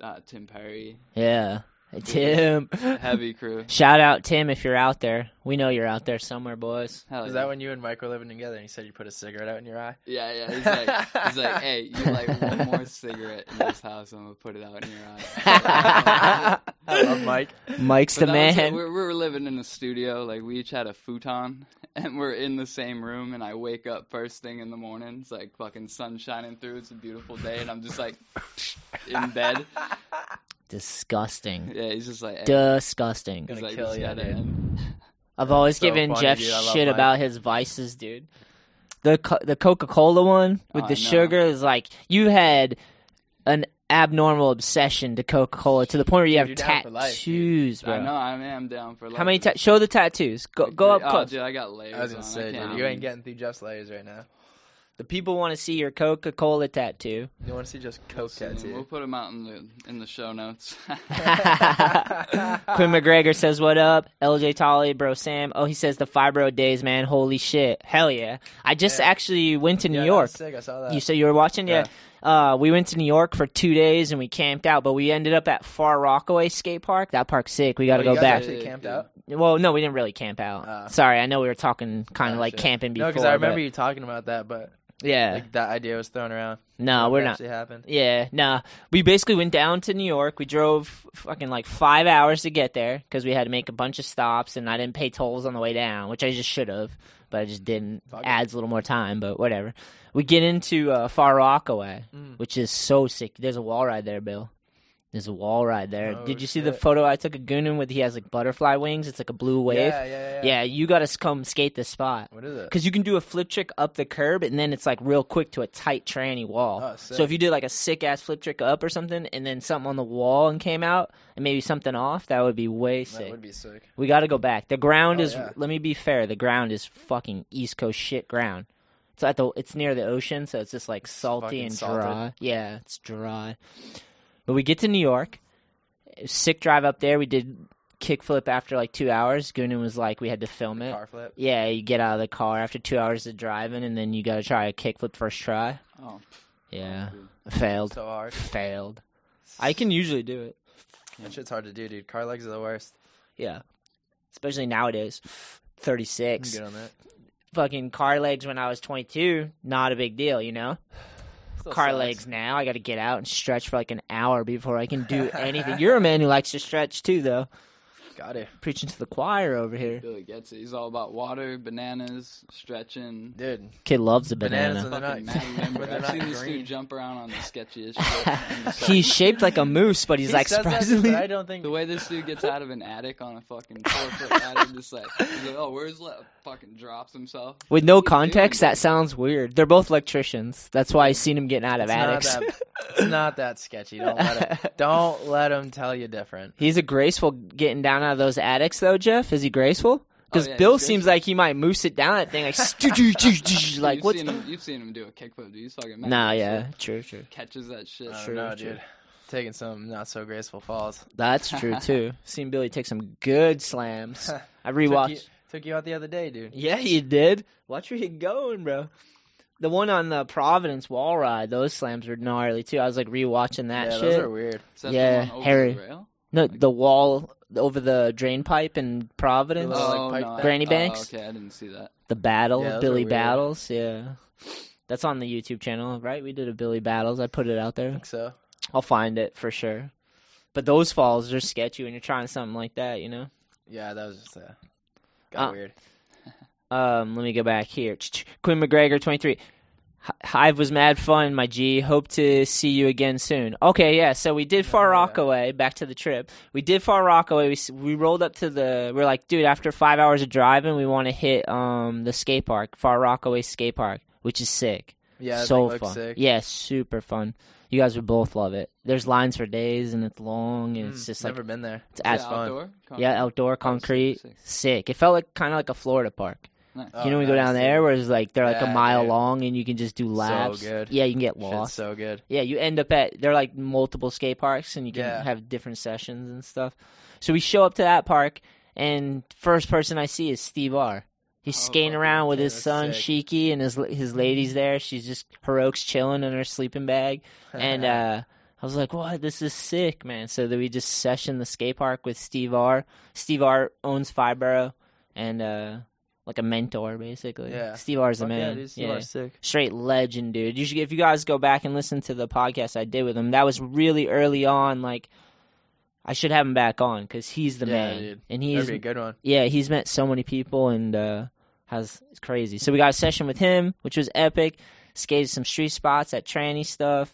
Speaker 5: uh, Tim Perry,
Speaker 1: Yeah, Tim. [LAUGHS]
Speaker 5: heavy crew.
Speaker 1: Shout out Tim if you're out there. We know you're out there somewhere, boys.
Speaker 5: Hell
Speaker 4: Is
Speaker 5: yeah.
Speaker 4: that when you and Mike were living together and you said you put a cigarette out in your
Speaker 1: [LAUGHS]
Speaker 4: eye?
Speaker 5: Yeah, yeah. He's like,
Speaker 4: [LAUGHS]
Speaker 5: he's like, hey, you like one more cigarette in this house, I'm gonna put it out in your eye.
Speaker 4: [LAUGHS]
Speaker 1: [LAUGHS]
Speaker 4: I love Mike.
Speaker 1: Mike's the
Speaker 5: But that was it.
Speaker 1: man.
Speaker 5: We we were living in a studio. Like we each had a futon, [LAUGHS] and we're in the same room. And I wake up first thing in the morning. It's like fucking sun shining through. It's a beautiful day, and I'm just like [LAUGHS] in bed.
Speaker 1: Disgusting.
Speaker 5: Yeah, he's just like, hey.
Speaker 1: Disgusting.
Speaker 5: he's
Speaker 4: Gonna
Speaker 5: like,
Speaker 4: kill
Speaker 5: this
Speaker 4: ya,
Speaker 5: gotta
Speaker 4: dude.
Speaker 5: end.
Speaker 1: I've always
Speaker 4: So
Speaker 1: given
Speaker 4: funny,
Speaker 1: Jeff
Speaker 4: dude. I love
Speaker 1: shit
Speaker 4: mine.
Speaker 1: about his vices, dude. The co- the Coca Cola one with the
Speaker 5: Oh, I know.
Speaker 1: sugar is like you had an abnormal obsession to Coca Cola to the point where you
Speaker 4: Dude,
Speaker 1: have
Speaker 4: you're down for life,
Speaker 1: tattoos,
Speaker 5: I know.
Speaker 1: bro.
Speaker 5: I am down for. Life.
Speaker 1: How many ta- show the tattoos? Go go up
Speaker 5: oh,
Speaker 1: close.
Speaker 5: Dude, I got layers.
Speaker 4: I was gonna
Speaker 5: on.
Speaker 4: say,
Speaker 5: can't
Speaker 4: dude, you ain't
Speaker 5: even-
Speaker 4: getting through Jeff's layers right now.
Speaker 1: The people want to see your Coca Cola
Speaker 4: [LAUGHS]
Speaker 1: tattoo. [LAUGHS]
Speaker 4: You want to see just coke
Speaker 5: Soon. We'll
Speaker 4: tattoo?
Speaker 5: put them out in the in the show notes. [LAUGHS]
Speaker 1: Quinn McGregor says what up. LJ Tolly, bro Sam. Oh, he says the fibro days, man. Holy shit, hell yeah! I just
Speaker 4: Yeah.
Speaker 1: actually went to New
Speaker 4: Yeah, uh, that
Speaker 1: York.
Speaker 4: was Sick. I saw that.
Speaker 1: You said you were watching? Yeah. Uh, we went to New York for two days and we camped out, but we ended up at Far Rockaway Skate Park. That park's sick. We got
Speaker 4: Oh,
Speaker 1: to go
Speaker 4: you guys
Speaker 1: back.
Speaker 4: Actually camped out.
Speaker 1: Well, no, we didn't really camp out.
Speaker 4: Ah.
Speaker 1: Sorry, I know we were talking kind of
Speaker 4: Oh,
Speaker 1: like
Speaker 4: shit.
Speaker 1: camping before.
Speaker 4: No, because I remember
Speaker 1: but-
Speaker 4: you talking about that, but
Speaker 1: Yeah.
Speaker 4: like that idea was thrown around.
Speaker 1: no, we're
Speaker 4: It
Speaker 1: not.
Speaker 4: Actually happened.
Speaker 1: Yeah, nah. We basically went down to New York. We drove fucking like five hours to get there because we had to make a bunch of stops, and I didn't pay tolls on the way down, which I just should have, but I just didn't.
Speaker 4: Fuck it.
Speaker 1: Adds a little more time, but whatever. We get into uh, Far Rockaway,
Speaker 4: Mm.
Speaker 1: which is so sick. There's a wall ride there, Bill. There's a wall ride there.
Speaker 4: Oh,
Speaker 1: Did you see the
Speaker 4: shit.
Speaker 1: photo I took of Gunan with? He has like butterfly wings. It's like a blue wave.
Speaker 4: Yeah, yeah, yeah.
Speaker 1: yeah you got to come skate this spot
Speaker 4: What is it?
Speaker 1: because you can do a flip trick up the curb and then it's like real quick to a tight tranny wall.
Speaker 4: Oh, sick.
Speaker 1: so if you did like a sick ass flip trick up or something and then something on the wall and came out and maybe something off, that would be way
Speaker 4: That
Speaker 1: sick.
Speaker 4: would be sick.
Speaker 1: We got to go back. The ground
Speaker 4: Oh,
Speaker 1: is.
Speaker 4: yeah.
Speaker 1: Let me be fair. The ground is fucking East Coast shit ground. It's at the. It's near the ocean, so it's just like salty
Speaker 4: fucking
Speaker 1: and
Speaker 4: salted.
Speaker 1: dry. Yeah, it's dry. But we get to New York. Sick drive up there. We did kickflip after like two hours. Goonan was like, we had to film it.
Speaker 4: Car flip.
Speaker 1: Yeah, you get out of the car after two hours of driving, and then you gotta try a kickflip first try.
Speaker 5: oh,
Speaker 1: Yeah,
Speaker 5: dude.
Speaker 1: failed,
Speaker 4: So hard.
Speaker 1: failed. I can usually do it.
Speaker 4: That shit's hard to do, dude. Car legs are the worst.
Speaker 1: Yeah, especially nowadays. Thirty
Speaker 4: You can
Speaker 1: six,
Speaker 4: get on that.
Speaker 1: fucking car legs. When I was twenty two, not a big deal, you know.
Speaker 4: Still
Speaker 1: car
Speaker 4: sucks.
Speaker 1: legs now. I got to get out and stretch for like an hour before I can do
Speaker 4: [LAUGHS]
Speaker 1: anything. You're a man who likes to stretch too, though.
Speaker 4: Got it,
Speaker 1: Preaching to the choir over here.
Speaker 5: Billy gets it. He's all about water, bananas, stretching.
Speaker 4: dude.
Speaker 1: Kid loves a
Speaker 4: Bananas
Speaker 1: banana.
Speaker 4: When they're
Speaker 5: fucking
Speaker 4: not-
Speaker 5: Matt Limber.
Speaker 4: when they're
Speaker 5: [LAUGHS] I've
Speaker 4: not
Speaker 5: seen this
Speaker 4: green.
Speaker 5: dude jump around on
Speaker 4: [LAUGHS]
Speaker 5: the sketchiest shit. and just,
Speaker 1: He's
Speaker 5: like,
Speaker 1: shaped like a moose, but he's
Speaker 4: He
Speaker 1: like
Speaker 4: says that, but
Speaker 1: surprisingly.
Speaker 4: I don't think
Speaker 5: the way this dude gets out of an attic on a fucking four
Speaker 4: [LAUGHS]
Speaker 5: foot ladder, just like, he's like, oh, where's left? Fucking drops himself.
Speaker 1: With no
Speaker 5: What are you doing,
Speaker 1: context,
Speaker 5: dude?
Speaker 1: that sounds weird. They're both electricians. That's why I seen him getting out of
Speaker 4: it's
Speaker 1: [LAUGHS]
Speaker 4: not,
Speaker 1: attics.
Speaker 4: that, it's not that sketchy. Don't
Speaker 1: [LAUGHS]
Speaker 4: let him. Don't let him tell you different.
Speaker 1: He's a graceful getting down out of those attics, though. Jeff, is he graceful? Because
Speaker 5: Oh, yeah,
Speaker 1: Bill
Speaker 5: he's
Speaker 1: seems like he might moose it down that thing, like [LAUGHS]
Speaker 5: [LAUGHS] Dude,
Speaker 1: like
Speaker 5: you've
Speaker 1: what's
Speaker 5: Seen him, you've seen him do a kickflip, dude. He's fucking Matt
Speaker 1: Nah,
Speaker 5: Limber.
Speaker 1: yeah, true, true.
Speaker 5: Catches that shit.
Speaker 4: I
Speaker 1: True,
Speaker 4: don't know,
Speaker 1: true.
Speaker 4: dude. Taking some not so graceful falls.
Speaker 1: That's true too. Seen Billy take some good slams. I rewatched.
Speaker 4: Took you, took you out the other day, dude.
Speaker 1: Yeah, you did. Watch where you're going, bro. The one on the Providence wall ride, those slams were gnarly too. I was like rewatching that
Speaker 4: yeah,
Speaker 1: shit.
Speaker 4: those are weird.
Speaker 5: Is that the
Speaker 1: Yeah,
Speaker 5: one over the
Speaker 1: Harry.
Speaker 5: rail?
Speaker 1: No, the wall over the drain pipe in
Speaker 4: The
Speaker 1: Providence.
Speaker 4: little, like,
Speaker 5: Oh,
Speaker 4: pipe
Speaker 5: no.
Speaker 4: back.
Speaker 1: Granny
Speaker 5: Oh,
Speaker 1: Banks?
Speaker 5: okay, I didn't see that.
Speaker 1: The battle,
Speaker 4: Yeah, those are
Speaker 1: Billy
Speaker 4: weird.
Speaker 1: Battles. Yeah, that's on the YouTube channel, right? We did a Billy Battles. I put it out
Speaker 4: I
Speaker 1: there.
Speaker 4: think so.
Speaker 1: I'll find it for sure. But those falls are sketchy when you're trying something like that, you know.
Speaker 4: Yeah, that was just uh, got
Speaker 1: Uh,
Speaker 4: weird.
Speaker 1: Um, let me go back here. Ch-ch- Quinn McGregor, twenty three. Hive was mad fun, my G. Hope to see you again soon. Okay, yeah. So we did Far
Speaker 4: Yeah.
Speaker 1: Rockaway. Back to the trip. We did Far Rockaway. We s- we rolled up to the. We're like, dude. After five hours of driving, we want to hit um the skate park, Far Rockaway skate park, which is sick.
Speaker 4: Yeah, that
Speaker 1: so
Speaker 4: thing looks
Speaker 1: fun.
Speaker 4: sick.
Speaker 1: Yeah, super fun. You guys would both love it. There's lines for days, and it's long, and it's
Speaker 4: Mm,
Speaker 1: just like
Speaker 4: never been there.
Speaker 1: it's
Speaker 5: Is
Speaker 1: as
Speaker 5: it
Speaker 1: fun.
Speaker 5: outdoor? Con-
Speaker 1: Yeah, outdoor
Speaker 5: Oh, sick,
Speaker 1: concrete,
Speaker 5: sick.
Speaker 1: sick. It felt like kind of like a Florida park.
Speaker 5: Nice.
Speaker 4: Oh,
Speaker 1: you know, when we go
Speaker 4: that
Speaker 1: down
Speaker 4: was
Speaker 1: there,
Speaker 4: the-
Speaker 1: where it's like they're like a
Speaker 4: Yeah,
Speaker 1: mile
Speaker 4: dude.
Speaker 1: long, and you can just do laps.
Speaker 4: good.
Speaker 1: Yeah, you can get
Speaker 4: Shit's
Speaker 1: lost.
Speaker 4: so good. [LAUGHS]
Speaker 1: Yeah, you end up at they're like multiple skate parks, and you can
Speaker 4: Yeah.
Speaker 1: have different sessions and stuff. So we show up to that park, and first person I see is Steve R. He's
Speaker 5: Oh,
Speaker 1: skating
Speaker 5: fucking
Speaker 1: around with
Speaker 4: dude,
Speaker 1: his
Speaker 4: that's
Speaker 1: son
Speaker 4: sick.
Speaker 1: Shiki, and his his lady's there. She's just Hiroke's chilling in her sleeping bag,
Speaker 4: [LAUGHS]
Speaker 1: and uh, I was like, "What? This is sick, man!" So then we just session the skate park with Steve R. Steve R. owns Fibro, and uh, like a mentor, basically.
Speaker 4: Yeah.
Speaker 1: Steve R's the
Speaker 4: Fuck
Speaker 1: man.
Speaker 4: Yeah, dude, Steve R's sick.
Speaker 1: Straight legend, dude. You should, if you guys go back and listen to the podcast I did with him, that was really early on. Like, I should have him back on because he's the
Speaker 4: Yeah,
Speaker 1: man,
Speaker 4: dude.
Speaker 1: and
Speaker 4: That'd
Speaker 1: he's
Speaker 4: be a good one.
Speaker 1: yeah, he's met so many people and uh, has it's crazy. So we got a session with him, which was epic. Skated some street spots at tranny stuff,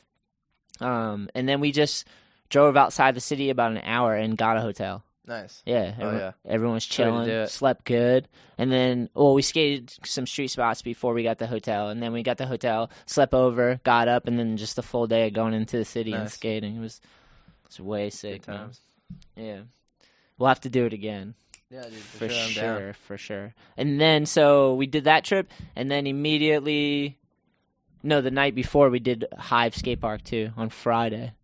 Speaker 1: um, and then we just drove outside the city about an hour and got a hotel.
Speaker 4: Nice.
Speaker 1: Yeah,
Speaker 4: Oh, yeah.
Speaker 1: everyone's
Speaker 4: Way to do
Speaker 1: chilling,
Speaker 4: it.
Speaker 1: slept good, and then well, we skated some street spots before we got the hotel, and then we got the hotel, slept over, got up, and then just the full day of going into the city and
Speaker 4: Nice.
Speaker 1: skating. It was it's way sick.
Speaker 4: Good
Speaker 1: man.
Speaker 4: times.
Speaker 1: Yeah, we'll have to do it again
Speaker 4: Yeah, dude. For,
Speaker 1: for
Speaker 4: sure. I'm down.
Speaker 1: sure, for sure. And then so we did that trip, and then immediately, no, the night before we did Hive Skate Park too on Friday.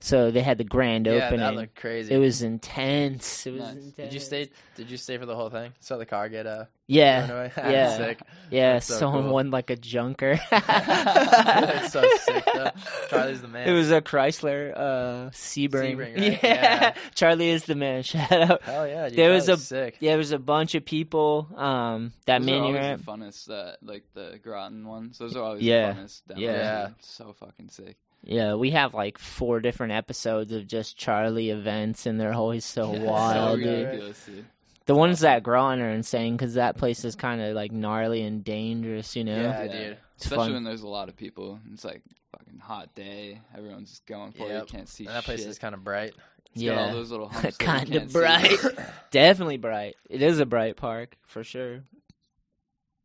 Speaker 1: So they had the grand
Speaker 4: Yeah,
Speaker 1: opening.
Speaker 4: that looked crazy.
Speaker 1: it was intense. It was
Speaker 5: Nice. Did you
Speaker 1: intense.
Speaker 4: Did you stay? Did you stay for the whole thing? Saw the car get uh. thrown
Speaker 1: Yeah,
Speaker 4: away? [LAUGHS]
Speaker 1: yeah. [LAUGHS]
Speaker 4: sick.
Speaker 1: yeah.
Speaker 4: That's so
Speaker 1: someone
Speaker 4: cool.
Speaker 1: won like a junker.
Speaker 4: [LAUGHS] That's so sick, though. Charlie's the man.
Speaker 1: It was a Chrysler uh, Sebring.
Speaker 4: Sebring, right?
Speaker 1: [LAUGHS] Yeah.
Speaker 4: Yeah.
Speaker 1: Charlie is the man. [LAUGHS] Shout out.
Speaker 4: Hell yeah, dude.
Speaker 1: There
Speaker 4: that
Speaker 1: was a-
Speaker 4: sick.
Speaker 1: Yeah, there was a bunch of people. Um, that
Speaker 5: Those are
Speaker 1: mini
Speaker 5: always
Speaker 1: ramp.
Speaker 5: the funnest, uh, like the Groton ones. Those are always
Speaker 1: Yeah.
Speaker 5: the funnest. demos,
Speaker 1: Yeah.
Speaker 5: dude. so fucking sick.
Speaker 1: Yeah, we have like four different episodes of just Charlie events, and they're always so
Speaker 4: Yeah,
Speaker 1: wild,
Speaker 5: so
Speaker 4: yeah,
Speaker 1: dude.
Speaker 4: yeah.
Speaker 5: ridiculous, dude.
Speaker 1: The ones that Gron are insane because that place is kind of like gnarly and dangerous, you know?
Speaker 4: Yeah,
Speaker 5: Yeah.
Speaker 4: dude.
Speaker 1: It's
Speaker 5: Especially
Speaker 1: fun.
Speaker 5: when there's a lot of people. It's like fucking hot day. Everyone's just going for it. You
Speaker 4: Yep.
Speaker 5: can't see
Speaker 4: And that place
Speaker 5: shit.
Speaker 4: is kind
Speaker 1: [COUGHS]
Speaker 4: of bright.
Speaker 5: It's got all
Speaker 1: Yeah.
Speaker 5: those little humps that you
Speaker 1: [LAUGHS] Kinda
Speaker 5: can't see. [LAUGHS] Oh,
Speaker 1: bright. Definitely bright. It is a bright park for sure.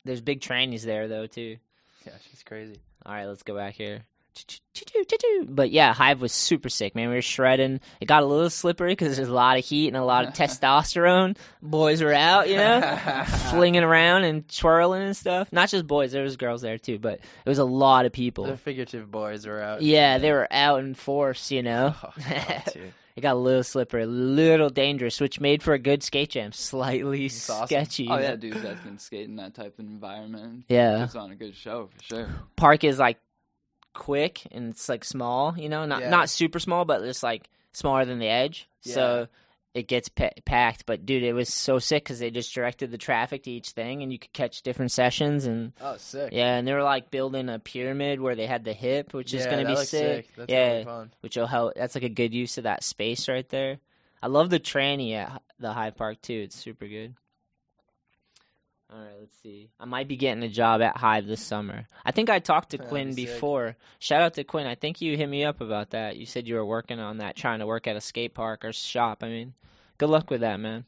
Speaker 1: There's big trannies there though too.
Speaker 4: Yeah, she's crazy.
Speaker 1: All right, let's go back here. Choo-choo, choo-choo. But yeah, Hive was super sick, man. We were shredding. It got a little slippery because there's a lot of heat and a
Speaker 5: [LAUGHS]
Speaker 1: lot of testosterone. Boys were out, you
Speaker 4: [LAUGHS]
Speaker 1: know, flinging around and twirling and stuff. Not just boys, there was girls there too, but it was a lot of
Speaker 4: The
Speaker 1: people.
Speaker 4: figurative boys are out.
Speaker 1: Yeah, they were out in force, you know. [LAUGHS]
Speaker 4: Oh, God, dude.
Speaker 1: it got a little slippery, a little dangerous, which made for a good skate jam. [LAUGHS] Slightly
Speaker 4: It's awesome.
Speaker 1: sketchy.
Speaker 5: Oh
Speaker 1: you
Speaker 5: yeah,
Speaker 1: know?
Speaker 5: dudes that can skate in that type of environment.
Speaker 1: Yeah.
Speaker 5: Puts on a good show for sure.
Speaker 1: park is like quick and it's like small, you know, not
Speaker 4: Yeah.
Speaker 1: not super small, but just like smaller than the edge. So it gets pa- packed. But dude, it was so sick because they just directed the traffic to each thing, and you could catch different sessions. And
Speaker 4: Oh, sick.
Speaker 1: yeah, and they were like building a pyramid where they had the hip, which is
Speaker 4: Yeah,
Speaker 1: gonna
Speaker 4: that
Speaker 1: be
Speaker 4: looks
Speaker 1: sick.
Speaker 4: That's
Speaker 1: yeah,
Speaker 4: really fun.
Speaker 1: which will help. That's like a good use of that space right there. I love the tranny at Hy- the Hyde Park too. It's super good. All right, let's see. I might be getting a job at Hive this summer. I think I talked to
Speaker 4: That'd
Speaker 1: Quinn
Speaker 4: be sick.
Speaker 1: before. Shout out to Quinn. I think you hit me up about that. You said you were working on that, trying to work at a skate park or shop. I mean, good luck with that, man.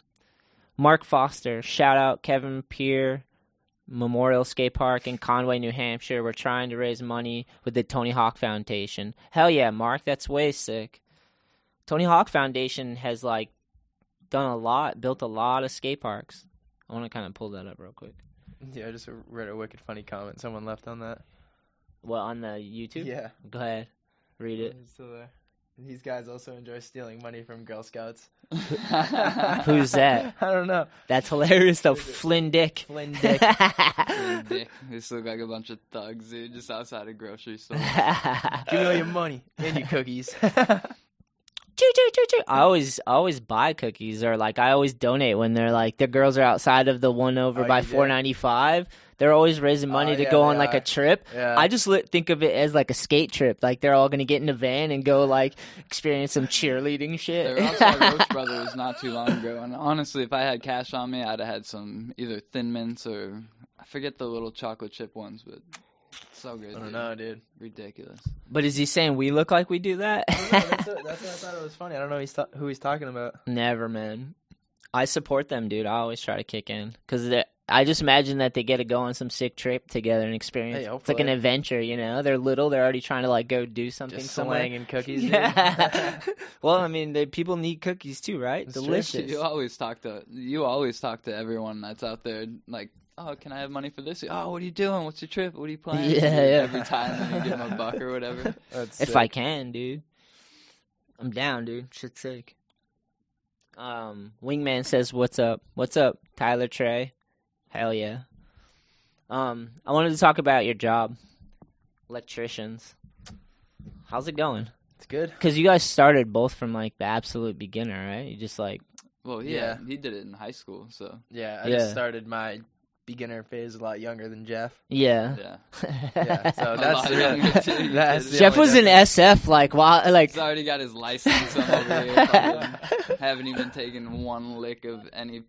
Speaker 1: Mark Foster, shout out Kevin Pier Memorial Skate Park in Conway, New Hampshire. We're trying to raise money with the Tony Hawk Foundation. Hell yeah, Mark, that's way sick. Tony Hawk Foundation has like done a lot, built a lot of skate parks. I want to kind of pull that up real quick.
Speaker 4: Yeah, I just read a wicked funny comment someone left on that.
Speaker 1: Well, on the YouTube.
Speaker 4: Yeah.
Speaker 1: Go ahead, read it.
Speaker 4: He's still there. And these guys also enjoy stealing money from Girl Scouts.
Speaker 1: [LAUGHS]
Speaker 5: [LAUGHS]
Speaker 1: Who's that?
Speaker 4: [LAUGHS] I don't know.
Speaker 1: That's hilarious though.
Speaker 4: Read it.
Speaker 1: Flynn Dick.
Speaker 4: Flynn
Speaker 1: [LAUGHS]
Speaker 4: Dick.
Speaker 5: Fucking dick. They just look like a bunch of thugs, dude, just outside a
Speaker 1: [LAUGHS]
Speaker 5: grocery store.
Speaker 4: Give me all your money and your cookies.
Speaker 1: Choo, choo, choo, choo. I always I always buy cookies or like I always donate when they're like the girls are outside of the one over
Speaker 4: Oh,
Speaker 1: by
Speaker 4: you do?
Speaker 1: four ninety five. They're always raising money
Speaker 4: Oh,
Speaker 1: to
Speaker 4: yeah,
Speaker 1: go on
Speaker 4: they
Speaker 1: like a
Speaker 4: are.
Speaker 1: trip.
Speaker 4: yeah.
Speaker 1: I just li- think of it as like a skate trip. Like they're all gonna get in a van and go like experience some cheerleading shit.
Speaker 5: They were
Speaker 1: [LAUGHS]
Speaker 5: also at Roach Brothers not too long ago, and honestly, if I had cash on me, I'd have had some either Thin Mints or I forget the little chocolate chip ones, but so good.
Speaker 4: I don't
Speaker 5: dude.
Speaker 4: know, dude.
Speaker 5: Ridiculous.
Speaker 1: but is he saying we look like we do that?
Speaker 4: that's, what, that's what I thought it was funny. I don't know he's ta- who he's talking about.
Speaker 1: Never, man. I support them, dude. I always try to kick in because I just imagine that they get to go on some sick trip together and experience.
Speaker 4: Hey,
Speaker 1: it's like an
Speaker 4: hopefully.
Speaker 1: adventure, you know. They're little; they're already trying to like go do something
Speaker 4: Just
Speaker 1: somewhere.
Speaker 4: slanging
Speaker 1: [LAUGHS]
Speaker 4: cookies. dude.
Speaker 1: Yeah.
Speaker 4: [LAUGHS]
Speaker 1: well, I mean, they, people need cookies too, right?
Speaker 4: That's true.
Speaker 1: Delicious.
Speaker 5: You always talk to you always talk to everyone that's out there. Like, oh, can I have money for this? Oh, what are you doing? What's your trip? What are you planning?
Speaker 1: Yeah, yeah.
Speaker 5: Every time then you give them a buck
Speaker 4: [LAUGHS]
Speaker 5: or [LAUGHS] whatever.
Speaker 4: That's
Speaker 1: If
Speaker 4: sick.
Speaker 1: I can, dude. I'm down, dude. Shit's sick. Um, Wingman says, "What's up? What's up, Tyler Trey? Hell yeah." Um, I wanted to talk about your job, electricians. How's it going?
Speaker 4: it's good.
Speaker 1: Because you guys started both from like the absolute beginner, right? You just like,
Speaker 5: Well,
Speaker 4: Yeah.
Speaker 5: yeah, he did it in high school, so
Speaker 4: Yeah, I
Speaker 1: Yeah.
Speaker 4: just started my beginner phase a lot younger than Jeff.
Speaker 1: yeah.
Speaker 5: yeah.
Speaker 1: [LAUGHS]
Speaker 4: Yeah, so
Speaker 5: A
Speaker 4: that's
Speaker 5: lot
Speaker 4: the,
Speaker 5: younger
Speaker 4: [LAUGHS]
Speaker 5: too.
Speaker 4: that's the
Speaker 1: Jeff
Speaker 4: only
Speaker 1: was in
Speaker 4: difference.
Speaker 1: SF, like wow, like
Speaker 5: He's already got his license. I'm over here.
Speaker 4: [LAUGHS]
Speaker 5: fucking Haven't even taken one lick of any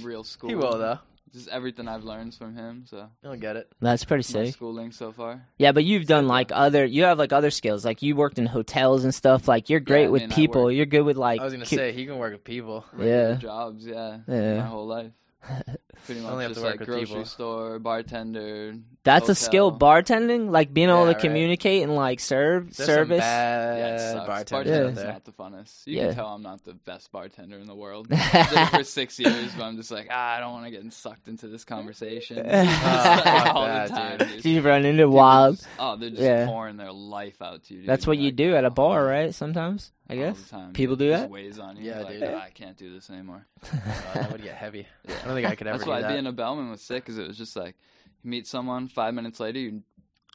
Speaker 5: real school.
Speaker 4: He will though.
Speaker 5: Just everything I've learned from him. So
Speaker 4: He'll get it.
Speaker 1: that's pretty
Speaker 5: my
Speaker 1: sick.
Speaker 5: schooling so far.
Speaker 1: Yeah, but you've done like other, you have like other skills. Like you worked in hotels and stuff. Like you're great
Speaker 5: I
Speaker 1: with
Speaker 5: mean, I
Speaker 1: people.
Speaker 5: work-
Speaker 1: You're good with like.
Speaker 4: I was gonna
Speaker 1: cu-
Speaker 4: say he can work with people.
Speaker 5: regular
Speaker 1: Yeah.
Speaker 5: jobs. Yeah,
Speaker 1: Yeah.
Speaker 5: my whole life. Pretty much
Speaker 4: Only have to
Speaker 5: just
Speaker 4: work
Speaker 5: like
Speaker 4: with
Speaker 5: grocery
Speaker 4: people.
Speaker 5: store, bartender.
Speaker 1: that's a
Speaker 5: hotel.
Speaker 1: skill. Bartending, like being able
Speaker 4: Yeah,
Speaker 1: to
Speaker 4: right.
Speaker 1: communicate and like serve
Speaker 4: There's some
Speaker 1: service. [LAUGHS]
Speaker 4: bad
Speaker 5: Yeah,
Speaker 1: Uh,
Speaker 5: it sucks.
Speaker 4: bartenders
Speaker 5: Bartending's
Speaker 4: out there.
Speaker 5: not the funnest. You
Speaker 1: Yeah.
Speaker 5: can tell I'm not the best bartender in
Speaker 1: [LAUGHS]
Speaker 5: the world. I did it for six years, but I'm just like, ah, I don't want to get sucked into
Speaker 1: [LAUGHS]
Speaker 5: this conversation [LAUGHS]
Speaker 1: Oh,
Speaker 4: fuck
Speaker 5: all
Speaker 4: that,
Speaker 5: the time.
Speaker 4: dude.
Speaker 5: dude.
Speaker 1: you run into
Speaker 5: People
Speaker 1: wild.
Speaker 5: just- oh, they're just
Speaker 1: Yeah.
Speaker 5: pouring their life out to you. Dude.
Speaker 1: That's what
Speaker 5: You're
Speaker 1: you
Speaker 5: like,
Speaker 1: do at a
Speaker 5: oh,
Speaker 1: bar, right? Sometimes, I
Speaker 5: all
Speaker 1: guess.
Speaker 5: the time,
Speaker 1: People do
Speaker 5: dude. It just
Speaker 1: that?
Speaker 5: weighs on you.
Speaker 4: Yeah,
Speaker 5: You're like,
Speaker 4: dude.
Speaker 5: "Ah, I can't do this anymore.
Speaker 4: Uh,
Speaker 1: [LAUGHS]
Speaker 4: that would get [LAUGHS] heavy. I don't think I could ever
Speaker 5: That's
Speaker 4: do
Speaker 5: why
Speaker 4: that.
Speaker 5: being a bellman was sick, because it was just like you meet someone, five minutes later, you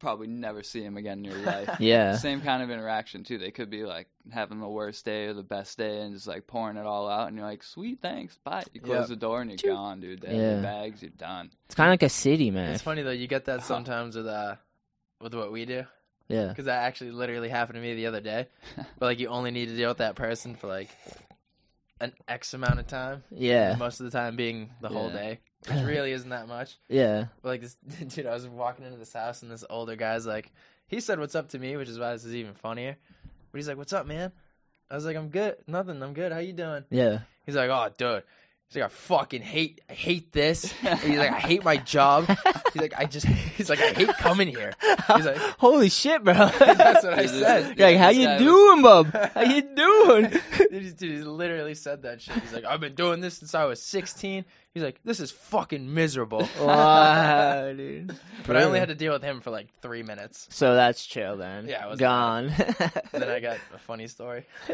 Speaker 5: probably never see him again in your
Speaker 1: [LAUGHS]
Speaker 5: life.
Speaker 1: yeah.
Speaker 5: Same kind of interaction too. They could be like having the worst day or the best day, and just like pouring it all out, and you're like, "Sweet, thanks, bye." You close
Speaker 4: Yep.
Speaker 5: the door and you're gone, dude. They have
Speaker 1: Yeah.
Speaker 5: your bags, you're done.
Speaker 1: It's kind of like a city, man.
Speaker 4: It's funny though. You get [LAUGHS] that sometimes with uh, with what we do,
Speaker 1: Yeah.
Speaker 4: because that actually literally happened to me the other [LAUGHS] day. But like, you only need to deal with that person for like an X amount of time.
Speaker 1: Yeah.
Speaker 4: Most of the time being the whole
Speaker 5: Yeah.
Speaker 4: day, which [LAUGHS] really isn't that much.
Speaker 1: Yeah.
Speaker 4: But like this [LAUGHS] dude, I was walking into this house and this older guy's like, he said what's up to me, which is why this is even funnier. But he's like, what's up, man? I was like, I'm good, nothing, I'm good. How you doing?
Speaker 1: Yeah.
Speaker 4: He's like, oh, dude. He's like, I fucking hate, I hate this. And he's like, I hate my job. He's like, I just, he's like, I hate coming here. He's
Speaker 1: [LAUGHS]
Speaker 4: like,
Speaker 1: Holy shit, bro.
Speaker 4: [LAUGHS] that's what I
Speaker 1: [LAUGHS]
Speaker 5: Dude, this-
Speaker 4: said.
Speaker 1: You're like, how
Speaker 5: this
Speaker 1: you
Speaker 5: guy was-
Speaker 1: doing, bub? How
Speaker 4: [LAUGHS]
Speaker 1: you doing?
Speaker 4: Dude, he- dude, he literally said that shit. He's like, I've been doing this since I was 16. He's like, this is fucking miserable.
Speaker 1: wow, dude.
Speaker 4: But I only had to deal with him for like three minutes.
Speaker 1: So that's chill then.
Speaker 4: Yeah, it was
Speaker 1: gone.
Speaker 4: Then I got a funny story.
Speaker 1: [LAUGHS]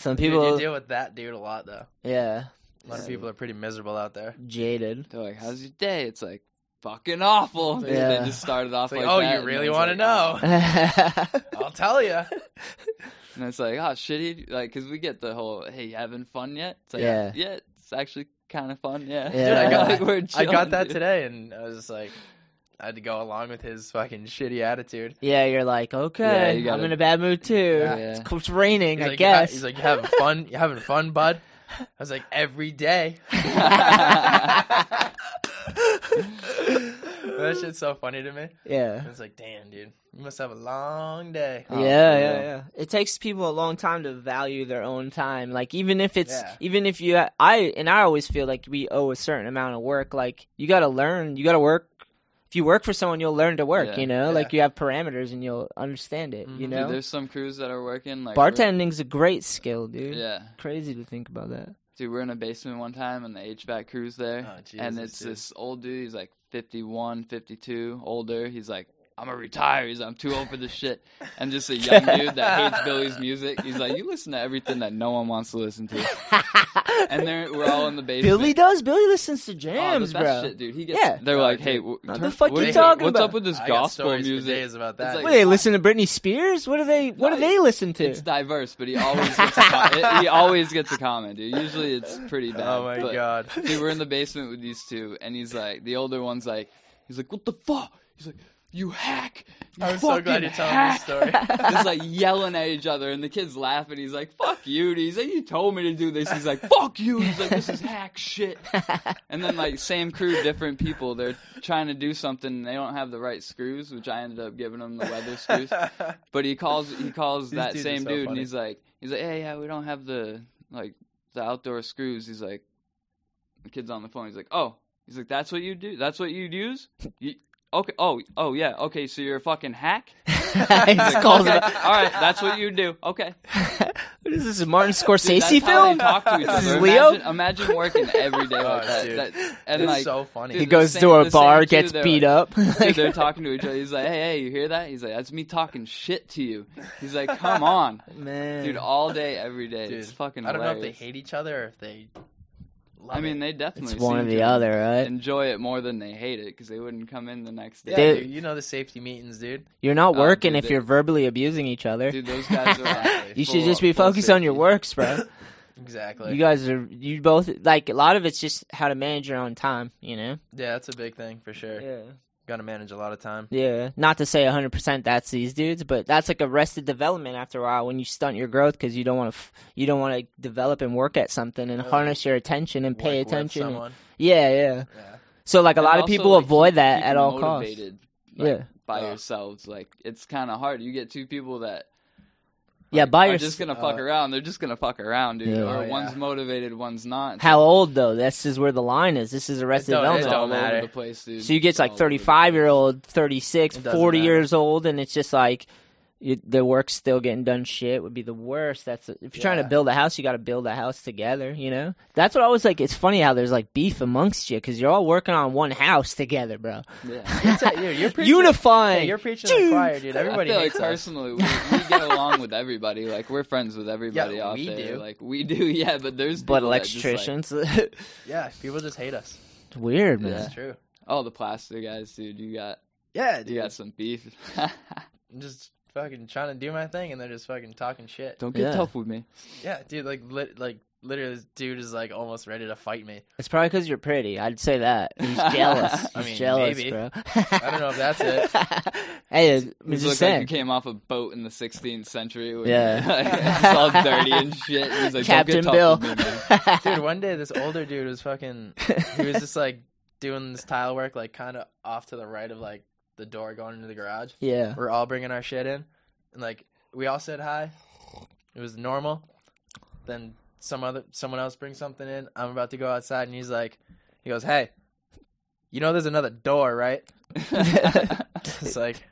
Speaker 1: Some
Speaker 4: Dude,
Speaker 1: people,
Speaker 4: [LAUGHS] you deal with that dude a lot, though.
Speaker 1: yeah,
Speaker 4: A lot of people are pretty miserable out there. [LAUGHS]
Speaker 1: jaded.
Speaker 5: They're like, "How's your day?" It's like fucking awful.
Speaker 1: Yeah.
Speaker 5: They just started off
Speaker 4: It's like,
Speaker 5: like,
Speaker 4: oh,
Speaker 5: that,
Speaker 4: you
Speaker 5: and
Speaker 4: really
Speaker 5: then
Speaker 4: want
Speaker 5: it's
Speaker 4: to
Speaker 5: like,
Speaker 4: know?
Speaker 1: yeah,
Speaker 4: I'll tell you.
Speaker 5: And it's like, oh, shitty. Like, because we get the whole, hey, you having fun yet? It's like,
Speaker 1: Yeah.
Speaker 5: yeah. it's actually kind of fun. Yeah.
Speaker 1: Dude, I got-
Speaker 5: [LAUGHS] Like, we're
Speaker 4: I got
Speaker 5: chilling,
Speaker 4: that
Speaker 5: dude.
Speaker 4: today, and I was just like, I had to go along with his fucking shitty attitude.
Speaker 1: you're like,
Speaker 5: Yeah,
Speaker 1: okay,
Speaker 5: you gotta-
Speaker 1: I'm in a bad mood too.
Speaker 5: Yeah.
Speaker 1: It's, it's raining,
Speaker 4: He's
Speaker 1: I
Speaker 4: like, "You ha-
Speaker 1: guess. [LAUGHS]
Speaker 4: he's like, you having fun? You having fun, bud? I was like, every day. [LAUGHS] that shit's so funny to me.
Speaker 1: yeah.
Speaker 4: It's like, damn, dude, you must have a long day.
Speaker 5: Oh,
Speaker 1: yeah,
Speaker 5: for
Speaker 1: yeah,
Speaker 5: real.
Speaker 1: yeah. It takes people a long time to value their own time. Like even if it's
Speaker 4: Yeah.
Speaker 1: even if you I and I always feel like we owe a certain amount of work. Like you got to learn, you got to work. If you work for someone, you'll learn to work,
Speaker 5: Yeah,
Speaker 1: you know?
Speaker 4: yeah.
Speaker 1: Like you have parameters and you'll understand it, you
Speaker 4: Mhm.
Speaker 5: [LAUGHS] Dude,
Speaker 1: know?
Speaker 5: there's some crews that are working like we're-
Speaker 1: Bartending's a great skill, dude.
Speaker 5: Yeah,
Speaker 1: Crazy to think about that.
Speaker 5: dude, we're in a basement one time, and the HVAC crew's there,
Speaker 4: Oh,
Speaker 5: and
Speaker 4: Jesus,
Speaker 5: it's
Speaker 4: dude.
Speaker 5: this old dude. He's like 51, 52, older. He's like, I'm a retiree. I'm too old
Speaker 4: [LAUGHS]
Speaker 5: for this shit. And just a young dude that hates Billy's music. He's like, you listen to everything that no one wants to listen to. [LAUGHS] And they're, we're all in the basement.
Speaker 1: Billy does. Billy listens to
Speaker 5: Oh, the
Speaker 1: jams,
Speaker 5: best
Speaker 1: bro.
Speaker 5: shit, dude. He gets,
Speaker 1: Yeah.
Speaker 5: They're
Speaker 4: Oh,
Speaker 5: like,
Speaker 4: dude.
Speaker 5: hey, w-
Speaker 1: What the
Speaker 5: turn-
Speaker 1: fuck
Speaker 5: what
Speaker 1: you
Speaker 5: is-
Speaker 1: talking
Speaker 5: What's
Speaker 1: about?
Speaker 5: up with this
Speaker 4: I got
Speaker 5: gospel
Speaker 4: stories for
Speaker 5: music?
Speaker 4: days about that.
Speaker 5: like-
Speaker 1: What, they listen to Britney Spears? What do they what do
Speaker 5: No,
Speaker 1: they listen to?
Speaker 5: It's diverse, but he always gets
Speaker 4: [LAUGHS]
Speaker 5: a com- it- he always gets a comment, dude. Usually it's pretty bad.
Speaker 4: Oh my
Speaker 5: but-
Speaker 4: god.
Speaker 5: [LAUGHS] Dude, we're in the basement with these two, and he's like, the older one's like, he's like, what the fuck? He's like, you hack.
Speaker 4: [LAUGHS]
Speaker 5: You
Speaker 4: I'm so glad
Speaker 5: fucking
Speaker 4: you're telling this
Speaker 5: hack."
Speaker 4: story.
Speaker 5: [LAUGHS] Just like yelling at each other, and the kid's laughing. He's like, "Fuck you!" dude. He's like, "You told me to do this." He's like, "Fuck you!" He's like, "This is hack shit." And then like same crew, different people. They're trying to do something, and they don't have the right screws, which I ended up giving them the weather screws. But he calls
Speaker 4: [LAUGHS]
Speaker 5: he calls
Speaker 4: These
Speaker 5: that
Speaker 4: dudes are
Speaker 5: same
Speaker 4: so
Speaker 5: dude, and
Speaker 4: funny.
Speaker 5: he's like, he's like, "Hey, yeah, we don't have the like the outdoor screws." He's like, The kid's on the phone. He's like, "Oh." He's like, "That's what you do? That's what
Speaker 4: [LAUGHS]
Speaker 5: you'd use?" You, okay. Oh, oh yeah. Okay, so you're a
Speaker 4: [LAUGHS]
Speaker 5: fucking hack.
Speaker 1: [LAUGHS] he just calls
Speaker 5: Okay,
Speaker 1: it.
Speaker 5: all right, that's what you do.
Speaker 4: [LAUGHS]
Speaker 5: Okay.
Speaker 1: What is this? A Martin
Speaker 5: [LAUGHS] Dude,
Speaker 1: Scorsese
Speaker 5: that's how
Speaker 1: film?
Speaker 5: They talk to
Speaker 4: [LAUGHS]
Speaker 5: each
Speaker 1: This is
Speaker 5: other.
Speaker 1: Leo?
Speaker 5: Imagine, imagine working every day like
Speaker 4: Oh,
Speaker 5: that.
Speaker 4: dude.
Speaker 5: That- and
Speaker 4: It's
Speaker 5: like,
Speaker 4: so funny.
Speaker 1: he
Speaker 5: dude,
Speaker 1: goes
Speaker 5: the
Speaker 1: to
Speaker 5: same-
Speaker 1: a
Speaker 5: the
Speaker 1: bar,
Speaker 5: same too,
Speaker 1: gets
Speaker 5: they're
Speaker 1: beat
Speaker 5: like-
Speaker 1: up.
Speaker 5: [LAUGHS] Dude, they're talking to each other. He's like, "Hey, hey, you hear that?" He's like, "That's me talking shit to you." He's like,
Speaker 4: [LAUGHS]
Speaker 5: "Come on,
Speaker 4: Man,
Speaker 5: dude, all day, every day.
Speaker 4: Dude,
Speaker 5: it's fucking."
Speaker 4: I don't know if they
Speaker 5: hilarious.
Speaker 4: hate each other or if they. Love
Speaker 5: I mean,
Speaker 4: it.
Speaker 5: they definitely
Speaker 1: it's one or
Speaker 5: seem
Speaker 1: the
Speaker 5: to
Speaker 1: other, right?
Speaker 5: Enjoy it more than they hate it because they wouldn't come in the next day.
Speaker 4: yeah,
Speaker 1: they-
Speaker 4: dude, you know the safety meetings, dude.
Speaker 1: You're not
Speaker 5: Oh,
Speaker 1: working
Speaker 5: dude,
Speaker 1: if
Speaker 5: they-
Speaker 1: you're verbally abusing each other.
Speaker 5: Dude, those guys are
Speaker 1: [LAUGHS]
Speaker 5: like
Speaker 1: you should
Speaker 5: full-
Speaker 1: just be
Speaker 5: full
Speaker 1: focused on your
Speaker 5: safety.
Speaker 1: works,
Speaker 5: [LAUGHS]
Speaker 1: bro.
Speaker 4: Exactly.
Speaker 1: you guys are you both like a lot of it's just how to manage your own time, you know?
Speaker 4: yeah, that's a big thing for sure.
Speaker 1: Yeah.
Speaker 4: Got to manage a lot of time.
Speaker 1: Yeah, not to say 100% that's these dudes, but that's like arrested development after a while when you stunt your growth because you don't want to f- you don't want to develop and work at something and
Speaker 4: Yeah.
Speaker 1: harness your attention and pay
Speaker 4: Work with
Speaker 1: attention. and-
Speaker 4: someone.
Speaker 1: yeah, yeah.
Speaker 4: Yeah.
Speaker 1: So like a
Speaker 5: And
Speaker 1: lot of
Speaker 5: also,
Speaker 1: people
Speaker 5: like,
Speaker 1: avoid
Speaker 5: keep-
Speaker 1: that
Speaker 5: keep
Speaker 1: at all costs.
Speaker 5: motivated, like,
Speaker 1: Yeah.
Speaker 5: by
Speaker 4: Yeah.
Speaker 5: yourselves. Like it's kind of hard. You get two people that
Speaker 1: Yeah, by
Speaker 5: are
Speaker 1: your
Speaker 5: just gonna fuck
Speaker 4: uh,
Speaker 5: around. They're just gonna fuck around, dude.
Speaker 1: Yeah.
Speaker 5: Or
Speaker 4: Oh, yeah.
Speaker 5: one's motivated, one's not.
Speaker 1: how old though? This is where the line is. This is arrested
Speaker 4: It don't- it
Speaker 5: It's
Speaker 1: development.
Speaker 5: all
Speaker 4: don't matter.
Speaker 5: over the place, dude.
Speaker 1: So you get
Speaker 5: It's all
Speaker 1: like
Speaker 5: over the
Speaker 1: 35 year
Speaker 5: place.
Speaker 1: old, 36,
Speaker 4: It doesn't
Speaker 1: 40
Speaker 4: matter.
Speaker 1: years old, and it's just like you, the work's still getting done. Shit would be the worst. That's if you're trying to
Speaker 4: Yeah.
Speaker 1: build a house, you got to build a house together. You know, that's what I was like. It's funny how there's like beef amongst you because you're all working on one house together, bro. [LAUGHS]
Speaker 5: Yeah.
Speaker 4: yeah, you're preaching-
Speaker 1: Unifying.
Speaker 4: Yeah, you're preaching to the choir, dude. [LAUGHS] Everybody
Speaker 5: I feel like
Speaker 4: hates us.
Speaker 5: personally, we, we get along with everybody. Like we're
Speaker 4: [LAUGHS]
Speaker 5: friends with everybody out
Speaker 4: we
Speaker 5: there.
Speaker 4: do.
Speaker 5: Like we do, [LAUGHS] yeah. But there's
Speaker 1: But
Speaker 5: people that just, like-
Speaker 1: electricians, [LAUGHS]
Speaker 4: Yeah, people just hate us.
Speaker 1: It's weird,
Speaker 5: Yeah.
Speaker 1: man.
Speaker 4: That's true.
Speaker 5: oh, the plaster guys, dude. You got
Speaker 4: Yeah,
Speaker 5: you
Speaker 4: dude.
Speaker 5: got some beef. [LAUGHS]
Speaker 4: I'm just fucking trying to do my thing, and they're just fucking talking shit.
Speaker 5: Don't get
Speaker 1: Yeah.
Speaker 5: tough with me.
Speaker 4: Yeah, dude. Like, lit, like literally, this dude is like almost ready to fight me.
Speaker 1: It's probably because you're pretty. I'd say
Speaker 4: [LAUGHS]
Speaker 1: that. He's jealous. He's
Speaker 4: I mean,
Speaker 1: jealous,
Speaker 4: maybe.
Speaker 1: bro. [LAUGHS]
Speaker 4: I don't know if that's it.
Speaker 1: hey, I'm
Speaker 5: He's
Speaker 1: just
Speaker 5: looked
Speaker 1: saying.
Speaker 5: like he came off a boat in the 16th century. [LAUGHS] With,
Speaker 1: Yeah.
Speaker 5: it's all dirty and shit. He's like,
Speaker 1: Captain
Speaker 5: Don't get
Speaker 1: Bill.
Speaker 5: tough with me, man.
Speaker 1: [LAUGHS]
Speaker 4: Dude, one day this older dude was fucking. He was just like doing this tile work, like kind of off to the right of like the door going into the garage. [LAUGHS]
Speaker 1: yeah.
Speaker 4: We're all bringing our shit in, and like we all said hi. It was normal. Then some other someone else brings something in. I'm about to go outside, and he's like, he goes, "Hey, you know there's another door, right?"
Speaker 1: [LAUGHS]
Speaker 5: [LAUGHS]
Speaker 4: it's like,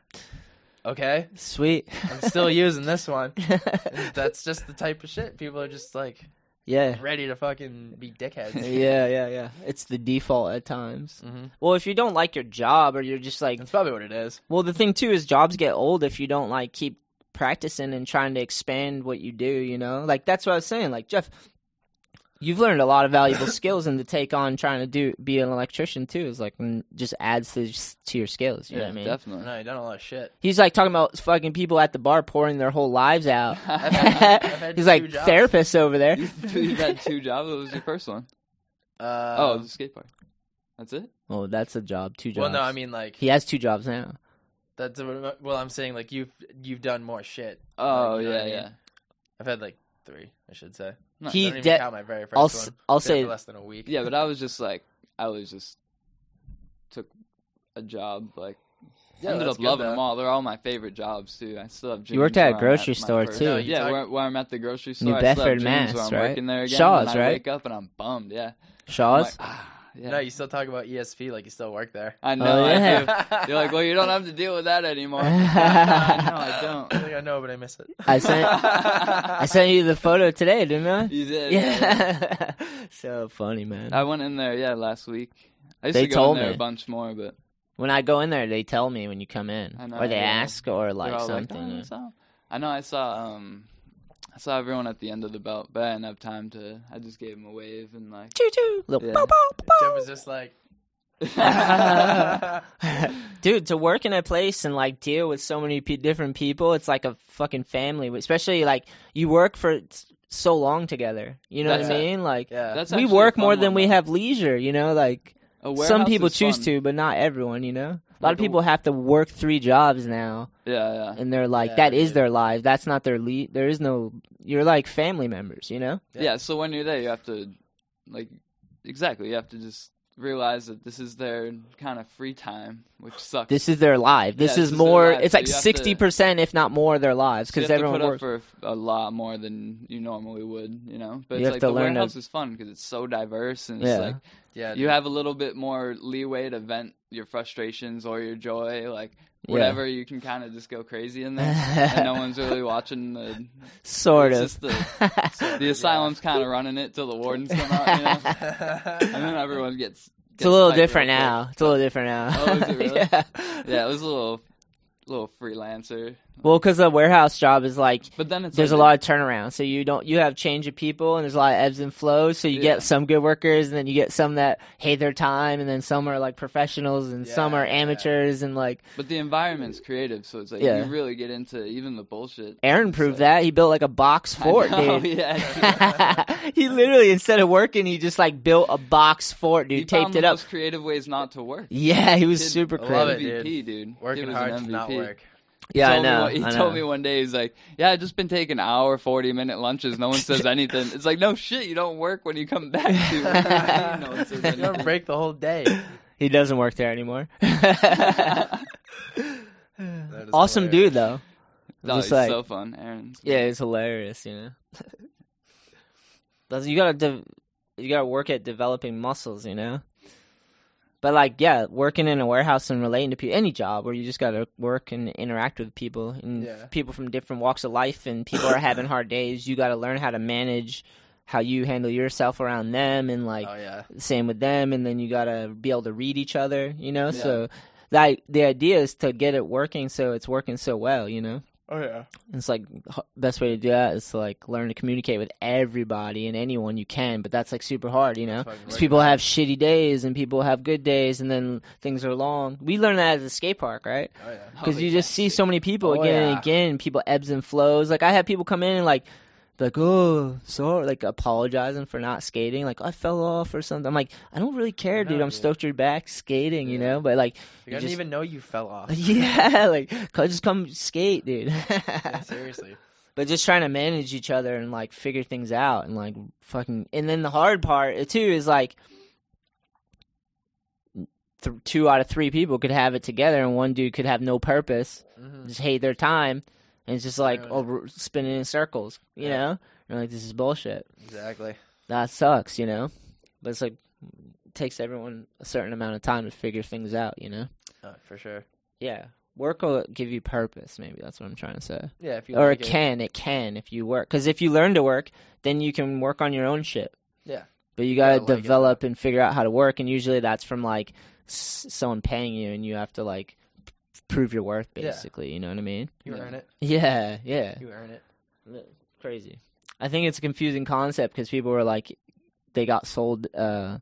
Speaker 4: okay,
Speaker 1: Sweet. [LAUGHS]
Speaker 4: I'm still using this one. And that's just the type of shit people are just like [LAUGHS]
Speaker 1: yeah.
Speaker 4: ready to fucking be dickheads.
Speaker 1: yeah, yeah, yeah. It's the default at times.
Speaker 4: Mhm.
Speaker 1: Well, if you don't like your job, or you're just like,
Speaker 4: That's probably what it is.
Speaker 1: well, the thing too is jobs get old if you don't like keep practicing and trying to expand what you do. You know, like that's what I was saying. Like Jeff, you've learned a lot of
Speaker 4: [LAUGHS]
Speaker 1: valuable skills, and to take on trying to do be an electrician too is like mm, just adds to to your skills.
Speaker 5: [LAUGHS]
Speaker 1: You know what I mean? [LAUGHS]
Speaker 5: definitely.
Speaker 4: No, you done a lot of shit.
Speaker 1: He's like talking about fucking people at the bar pouring their whole lives out.
Speaker 4: [LAUGHS] I've had- I've
Speaker 1: [LAUGHS]
Speaker 4: had
Speaker 1: He's like
Speaker 4: two jobs.
Speaker 1: therapists over there.
Speaker 5: you you got two jobs. What was your first one?
Speaker 4: Uh,
Speaker 5: oh, it was a skate park. That's it.
Speaker 1: Oh, that's a job. Two jobs.
Speaker 4: well, no, I mean like
Speaker 1: he has two jobs now.
Speaker 4: that's what- well, I'm saying like you've you've done more shit.
Speaker 5: Oh
Speaker 4: Like, you know
Speaker 5: yeah,
Speaker 4: what I mean?
Speaker 5: yeah.
Speaker 4: I've had like three, I should say.
Speaker 5: Nice.
Speaker 1: He
Speaker 4: I don't even
Speaker 1: de-
Speaker 4: count my very 1st
Speaker 1: I'll
Speaker 4: one.
Speaker 1: s- I'll
Speaker 4: Did it
Speaker 1: say-
Speaker 4: for less than a week.
Speaker 5: Yeah, but I was just like, I was just took a job. Like,
Speaker 4: Yeah,
Speaker 5: ended
Speaker 4: that's
Speaker 5: up
Speaker 4: good,
Speaker 5: loving
Speaker 4: though.
Speaker 5: them all. They're all my favorite jobs too. I still have. Dreams
Speaker 1: You worked at a
Speaker 5: where I'm
Speaker 1: grocery
Speaker 5: my
Speaker 1: store,
Speaker 5: first-
Speaker 1: too.
Speaker 4: No, you
Speaker 5: yeah,
Speaker 4: talk-
Speaker 5: where, where I'm at the grocery store.
Speaker 1: New
Speaker 5: I still have
Speaker 1: Bedford,
Speaker 5: dreams
Speaker 1: Mass,
Speaker 5: where I'm
Speaker 1: right?
Speaker 5: Working there again.
Speaker 1: Shaw's,
Speaker 5: and I
Speaker 1: right?
Speaker 5: wake up and I'm bummed. Yeah. I'm
Speaker 1: Shaw's.
Speaker 4: [LAUGHS]
Speaker 5: like, ah, yeah.
Speaker 4: No, you still talk about ESP like you still
Speaker 1: [LAUGHS]
Speaker 4: work there.
Speaker 5: I know.
Speaker 1: Oh,
Speaker 5: I
Speaker 1: yeah.
Speaker 4: [LAUGHS]
Speaker 5: do. You're
Speaker 1: [LAUGHS]
Speaker 5: like, well, you don't have to deal with that anymore. no, I don't.
Speaker 4: I think I know, but
Speaker 1: [LAUGHS]
Speaker 4: I miss it.
Speaker 1: I
Speaker 5: [LAUGHS]
Speaker 1: sent I sent you the photo today, didn't I?
Speaker 5: You did.
Speaker 1: Yeah. [LAUGHS] so funny, man.
Speaker 5: I went in there, yeah, last week. I used
Speaker 1: They
Speaker 5: to go
Speaker 1: told
Speaker 5: in there
Speaker 1: me.
Speaker 5: a bunch more, but
Speaker 1: when I go in there, they tell me when you come in,
Speaker 5: I know,
Speaker 1: or they
Speaker 5: yeah.
Speaker 1: ask, or
Speaker 5: they're
Speaker 1: like
Speaker 5: all
Speaker 1: something.
Speaker 5: Like, "Oh, what's up?" I know. I saw. Um, I saw everyone at the end of the belt, but I didn't have time to. I just gave him a wave
Speaker 1: [LAUGHS]
Speaker 5: and like. [LAUGHS]
Speaker 1: Choo choo, little
Speaker 5: Yeah.
Speaker 1: bow, bow, bow.
Speaker 4: Jeff was
Speaker 1: [LAUGHS]
Speaker 4: just like,
Speaker 1: dude. To work in a place and like deal with so many pe different people, it's like a fucking family. Especially like you work for s- so long together. You know what I
Speaker 5: That's it.
Speaker 1: mean? Like
Speaker 4: [LAUGHS] yeah.
Speaker 5: That's
Speaker 1: we
Speaker 5: actually a
Speaker 1: work
Speaker 5: fun
Speaker 1: more
Speaker 5: one,
Speaker 1: than we
Speaker 5: though.
Speaker 1: have leisure. You know, like
Speaker 5: A
Speaker 1: some
Speaker 5: warehouse
Speaker 1: people
Speaker 5: is
Speaker 1: choose
Speaker 5: fun.
Speaker 1: to, but not everyone. You know, a lot
Speaker 5: Like
Speaker 1: of
Speaker 5: the-
Speaker 1: people have to work three jobs now.
Speaker 5: Yeah, yeah,
Speaker 1: and they're like
Speaker 4: Yeah,
Speaker 1: that is
Speaker 4: dude.
Speaker 1: their life that's not their lead there is no you're like family members you know
Speaker 5: yeah. So when you're there, you have to, like, exactly. You have to just realize that this is their kind of free time,
Speaker 1: [SIGHS]
Speaker 5: which sucks.
Speaker 1: This is their live. This
Speaker 5: Yeah,
Speaker 1: is
Speaker 5: this is their
Speaker 1: more.
Speaker 5: live,
Speaker 1: It's
Speaker 5: so
Speaker 1: like
Speaker 5: you have to-
Speaker 1: sixty percent, if not more, of their lives
Speaker 5: So you
Speaker 1: because
Speaker 5: have to
Speaker 1: everyone
Speaker 5: put
Speaker 1: works.
Speaker 5: up for a lot more than you normally would, you know. But
Speaker 1: You
Speaker 5: it's
Speaker 1: have
Speaker 5: like
Speaker 1: to
Speaker 5: the
Speaker 1: learn to-
Speaker 5: warehouse is fun because it's so diverse and it's
Speaker 1: Yeah.
Speaker 5: like
Speaker 4: Yeah,
Speaker 5: you
Speaker 4: [LAUGHS]
Speaker 5: have a little bit more leeway to vent your frustrations or your joy, like whatever. You can kind of just go crazy in there,
Speaker 1: [LAUGHS]
Speaker 5: and no one's really watching the.
Speaker 1: sort
Speaker 5: it's
Speaker 1: of. [LAUGHS]
Speaker 5: just the, the asylum's kind of running it till the wardens come out,
Speaker 1: [LAUGHS]
Speaker 5: you know, and then everyone gets.
Speaker 1: it's a little
Speaker 5: gets hyped
Speaker 1: different
Speaker 5: real quick.
Speaker 1: now. It's a little different now.
Speaker 5: Oh,
Speaker 1: [LAUGHS]
Speaker 5: is it really?
Speaker 1: yeah.
Speaker 5: Yeah, it was a little, little freelancer,
Speaker 1: Well, because the warehouse job is like
Speaker 5: but then it's
Speaker 1: there's a
Speaker 5: like-
Speaker 1: lot of turnaround, so you don't you have change of people and there's a lot of ebbs and flows. So you
Speaker 5: Yeah.
Speaker 1: get some good workers, and then you get some that hate their time, and then some are like professionals, and some
Speaker 4: Yeah,
Speaker 1: are
Speaker 4: yeah.
Speaker 1: amateurs, and like
Speaker 5: But the environment's creative, so it's like
Speaker 1: Yeah.
Speaker 5: you really get into even the bullshit.
Speaker 1: Aaron proved that he built like a box
Speaker 5: [LAUGHS] I
Speaker 1: fort,
Speaker 5: know,
Speaker 1: dude. [LAUGHS]
Speaker 5: Yeah,
Speaker 1: he literally instead of working, he just like built a box fort, dude.
Speaker 5: he
Speaker 1: taped
Speaker 5: found the
Speaker 1: it up.
Speaker 5: most creative ways not to work.
Speaker 1: Yeah, he was
Speaker 5: Kid,
Speaker 1: super
Speaker 5: I
Speaker 4: love
Speaker 1: creative.
Speaker 4: it, dude.
Speaker 5: MVP, dude. He
Speaker 4: Working
Speaker 5: was
Speaker 4: hard
Speaker 5: an
Speaker 4: to not
Speaker 5: MVP.
Speaker 4: work.
Speaker 1: Yeah, I
Speaker 5: Told me
Speaker 1: know.
Speaker 5: one- he
Speaker 1: I
Speaker 5: told
Speaker 1: know.
Speaker 5: me one day he's like, "Yeah, I just been taking hour forty minute lunches. No one says anything. It's like, no shit, you don't work when you come back. Dude. [LAUGHS] [LAUGHS] no
Speaker 4: [LAUGHS]
Speaker 5: one
Speaker 4: You
Speaker 5: says
Speaker 4: don't
Speaker 5: [LAUGHS]
Speaker 1: [LAUGHS]
Speaker 5: anything.
Speaker 4: break the whole day.
Speaker 1: He doesn't work there anymore.
Speaker 4: That is
Speaker 1: awesome
Speaker 4: hilarious.
Speaker 1: dude though.
Speaker 5: No,
Speaker 1: Just
Speaker 5: he's
Speaker 1: like-
Speaker 5: so fun, Aaron.
Speaker 1: Yeah, it's hilarious, you know. [LAUGHS] That's- you gotta de- you gotta work at developing muscles, you know. But like, yeah, working in a warehouse and relating to people, any job where you just gotta work and interact with people and
Speaker 4: Yeah.
Speaker 1: people from different walks of life, and people are having hard days. You gotta learn how to manage how you handle yourself around them, and like,
Speaker 4: Oh yeah.
Speaker 1: same with them and then you gotta be able to read each other you know
Speaker 5: Yeah.
Speaker 1: so like the idea is to get it working so it's working so well you know
Speaker 4: Oh yeah.
Speaker 1: it's like h- best way to do that is to like learn to communicate with everybody and anyone you can but that's like super hard you know
Speaker 4: fucking
Speaker 1: 'Cause
Speaker 4: right,
Speaker 1: people have shitty days and people have good days and then things are long we learned that at the skate park right
Speaker 4: Oh yeah.
Speaker 1: because you just see so many people
Speaker 4: Oh,
Speaker 1: again and
Speaker 4: yeah.
Speaker 1: again. People ebbs and flows. Like I had people come in and like, like oh sorry, like apologizing for not skating. Like I fell off or something. I'm like I don't really care, dude.
Speaker 4: know,
Speaker 1: I'm
Speaker 4: dude.
Speaker 1: stoked you're back skating, you know. But like, [LAUGHS]
Speaker 4: Like, I
Speaker 1: just-
Speaker 4: didn't even know you fell off.
Speaker 1: [LAUGHS] yeah, like c- just come skate, dude. [LAUGHS]
Speaker 4: Yeah, seriously.
Speaker 1: but just trying to manage each other and like figure things out and like fucking. And then the hard part uh, too is like. Th- two out of three people could have it together, and one dude could have no purpose
Speaker 4: hmm
Speaker 1: just hate their time and it's just like
Speaker 4: Yeah.
Speaker 1: over spinning in circles you
Speaker 4: Yeah.
Speaker 1: know and like this is bullshit
Speaker 4: Exactly.
Speaker 1: that sucks you know but it's like it takes everyone a certain amount of time to figure things out you know
Speaker 4: Oh, for sure.
Speaker 1: yeah work will give you purpose maybe that's what i'm trying to say
Speaker 4: Yeah. If you
Speaker 1: or
Speaker 4: like
Speaker 1: it can it can if you work because if you learn to work then you can work on your own shit
Speaker 4: Yeah.
Speaker 1: but you
Speaker 4: gotta
Speaker 1: gotta
Speaker 4: like it, though.
Speaker 1: develop and figure out how to work and usually that's from like s- someone paying you and you have to like prove your worth
Speaker 4: Yeah.
Speaker 1: basically you know what i mean
Speaker 4: you
Speaker 5: Yeah.
Speaker 4: earn it.
Speaker 1: yeah yeah
Speaker 4: You earn it.
Speaker 1: crazy. I think it's a confusing concept because people were like, they got sold uh,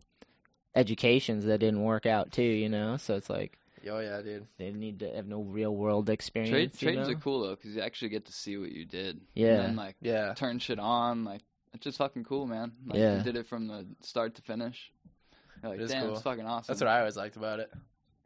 Speaker 1: educations that didn't work out too, you know. So it's like
Speaker 4: Oh yeah, dude.
Speaker 1: they need to have no real world
Speaker 5: Trade,
Speaker 1: experience. you
Speaker 5: trades
Speaker 1: know?
Speaker 5: are cool though because you actually get to see what you did.
Speaker 1: Yeah.
Speaker 5: and then, like
Speaker 4: Yeah.
Speaker 5: turn shit on. Like it's just fucking cool, man. Like,
Speaker 1: Yeah.
Speaker 5: you did it from the start to finish. You're like,
Speaker 4: It is
Speaker 5: damn,
Speaker 4: cool.
Speaker 5: it's fucking awesome.
Speaker 4: That's what I always liked about it.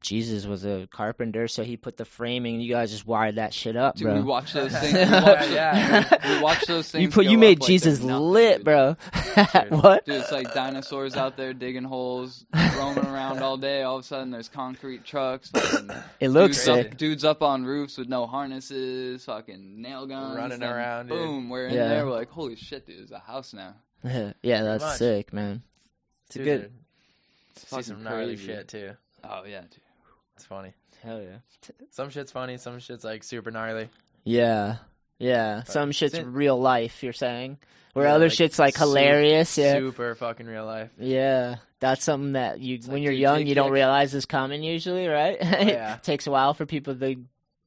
Speaker 1: Jesus was a carpenter, so he put the framing. You guys just wired that shit up,
Speaker 5: Dude,
Speaker 1: bro. [LAUGHS]
Speaker 5: we
Speaker 4: [LAUGHS]
Speaker 5: watch those things. We
Speaker 1: Yeah,
Speaker 5: watch,
Speaker 4: yeah.
Speaker 5: [LAUGHS] we watch those things.
Speaker 1: you put
Speaker 5: go
Speaker 1: you
Speaker 5: up
Speaker 1: made
Speaker 5: like
Speaker 1: Jesus
Speaker 5: they're nothing,
Speaker 1: lit,
Speaker 5: dude.
Speaker 1: bro. [LAUGHS]
Speaker 4: Dude.
Speaker 1: what?
Speaker 5: Dude, it's like dinosaurs out there digging
Speaker 1: [LAUGHS]
Speaker 5: holes, roaming around all day. All of a sudden, there's concrete trucks. Fucking
Speaker 1: It looks
Speaker 5: dudes
Speaker 1: sick. [LAUGHS]
Speaker 5: Up, dudes up on roofs with no harnesses, fucking nail guns,
Speaker 4: Running
Speaker 5: then
Speaker 4: around, dude.
Speaker 5: Boom, we're in
Speaker 1: Yeah.
Speaker 5: there. We're like, holy shit, dude, there's a house now.
Speaker 1: yeah, that's
Speaker 4: much.
Speaker 1: sick, man. It's a
Speaker 4: Dude,
Speaker 1: good.
Speaker 5: It's
Speaker 4: See some
Speaker 5: fucking
Speaker 4: gnarly
Speaker 5: crazy.
Speaker 4: shit too.
Speaker 5: Oh yeah, dude.
Speaker 4: It's funny.
Speaker 1: Hell yeah.
Speaker 4: Some shit's funny. Some shit's like super gnarly.
Speaker 1: Yeah. Yeah. Some shit's
Speaker 4: it-
Speaker 1: real life, you're saying. Where
Speaker 4: Yeah,
Speaker 1: other
Speaker 4: like,
Speaker 1: shit's like
Speaker 4: su-
Speaker 1: hilarious. yeah.
Speaker 4: Super fucking real life.
Speaker 1: Yeah. That's something that you when
Speaker 5: like,
Speaker 1: you're
Speaker 5: dude,
Speaker 1: young
Speaker 5: take Oh,
Speaker 1: you
Speaker 5: the
Speaker 1: don't
Speaker 5: ex-
Speaker 1: realize is coming usually, right?
Speaker 4: yeah.
Speaker 1: [LAUGHS] it takes a while for people to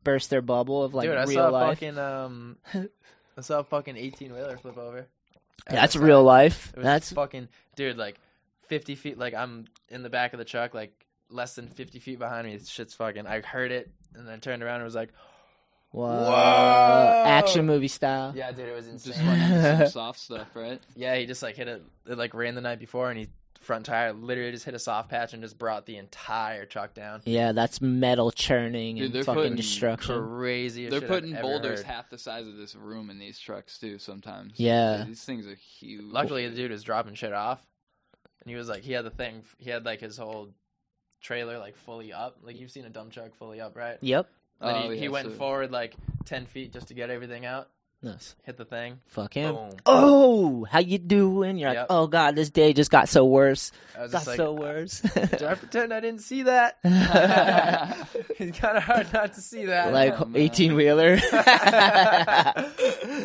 Speaker 1: burst their bubble of like
Speaker 4: Dude, I
Speaker 1: real
Speaker 4: saw a
Speaker 1: life. [LAUGHS]
Speaker 4: fucking um, I saw a fucking eighteen wheeler flip over.
Speaker 1: Yeah, That's real life.
Speaker 4: It was
Speaker 1: That's
Speaker 4: fucking dude, like fifty feet. Like I'm in the back of the truck, like less than fifty feet behind me. Shit's fucking. I heard it, and I turned around and was like,
Speaker 1: wow.
Speaker 4: Whoa!
Speaker 1: Action movie style.
Speaker 4: "Yeah, dude, it was insane."
Speaker 1: [LAUGHS]
Speaker 4: [LAUGHS]
Speaker 5: Just fucking some soft stuff, right?
Speaker 4: yeah, he just like hit a. It like ran the night before, and he front tire literally just hit a soft patch and just brought the entire truck down.
Speaker 1: Yeah, that's metal churning
Speaker 5: Dude,
Speaker 1: and
Speaker 5: they're
Speaker 1: fucking
Speaker 5: putting
Speaker 1: destruction.
Speaker 4: Crazy.
Speaker 5: They're putting boulders half the size of this room in these trucks too. Sometimes.
Speaker 1: Yeah.
Speaker 5: These things are huge.
Speaker 4: Luckily, the dude was dropping shit off, and He was like, he had the thing, he had like his whole trailer like fully up. Like you've seen a dump truck fully up, right?
Speaker 1: Yep.
Speaker 4: And then
Speaker 5: Oh,
Speaker 4: he, he
Speaker 5: yeah,
Speaker 4: went
Speaker 5: so-
Speaker 4: forward like ten feet just to get everything out.
Speaker 1: Nice.
Speaker 4: Hit the thing.
Speaker 1: Fuck him.
Speaker 4: Boom.
Speaker 1: Oh, how you doing? You're like,
Speaker 4: Yep.
Speaker 1: oh god, this day just got so worse.
Speaker 4: I was
Speaker 1: Got
Speaker 4: just like, uh,
Speaker 1: so
Speaker 4: [LAUGHS]
Speaker 1: worse. [LAUGHS]
Speaker 4: did I pretend I didn't see
Speaker 5: [LAUGHS]
Speaker 4: that? [LAUGHS] it's kind of hard not to see that.
Speaker 1: like
Speaker 5: man.
Speaker 1: eighteen [LAUGHS]
Speaker 4: [LAUGHS]
Speaker 1: wheeler.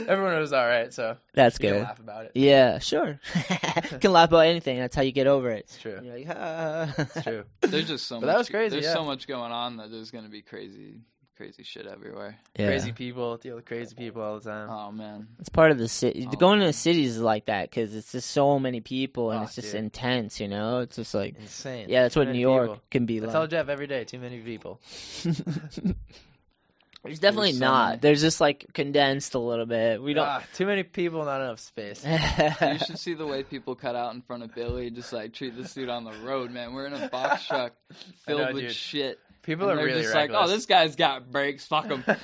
Speaker 4: Everyone was all right, so
Speaker 1: That's
Speaker 4: you can
Speaker 1: good.
Speaker 4: laugh about it.
Speaker 1: Yeah, sure. [LAUGHS] Can laugh about anything. That's how you get over it.
Speaker 4: It's true.
Speaker 1: You're like, ah.
Speaker 4: It's true.
Speaker 5: There's just so
Speaker 4: But
Speaker 5: much.
Speaker 4: that was crazy,
Speaker 5: There's
Speaker 4: yeah.
Speaker 5: so much going on that there's gonna be crazy, crazy shit everywhere.
Speaker 1: [LAUGHS] Yeah.
Speaker 4: Crazy people deal with crazy people all the time.
Speaker 5: Oh man,
Speaker 1: It's part of the city.
Speaker 5: Oh,
Speaker 1: Going to the cities is like that because it's just so many people and
Speaker 4: Oh,
Speaker 1: it's just
Speaker 4: dude.
Speaker 1: intense. You know, it's just like
Speaker 4: Insane.
Speaker 1: yeah, that's
Speaker 4: Too
Speaker 1: what
Speaker 4: many
Speaker 1: New York
Speaker 4: people.
Speaker 1: can be
Speaker 4: I
Speaker 1: like.
Speaker 4: tell Jeff every day, too many people.
Speaker 1: There's definitely
Speaker 5: so
Speaker 1: not.
Speaker 5: many.
Speaker 1: There's just like condensed a little bit. We don't.
Speaker 4: Ah, too many people, not
Speaker 1: [LAUGHS]
Speaker 4: enough space. Ah,
Speaker 5: you should see the way people cut out in front of Billy. Just like treat this dude on the road, man. We're in a
Speaker 4: [LAUGHS]
Speaker 5: box truck filled
Speaker 4: know,
Speaker 5: with
Speaker 4: dude.
Speaker 5: shit.
Speaker 4: People
Speaker 5: and
Speaker 4: are
Speaker 5: they're
Speaker 4: really
Speaker 5: just
Speaker 4: reckless.
Speaker 5: like, oh, this guy's got brakes.
Speaker 4: [LAUGHS]
Speaker 5: Fuck him, [LAUGHS] dude,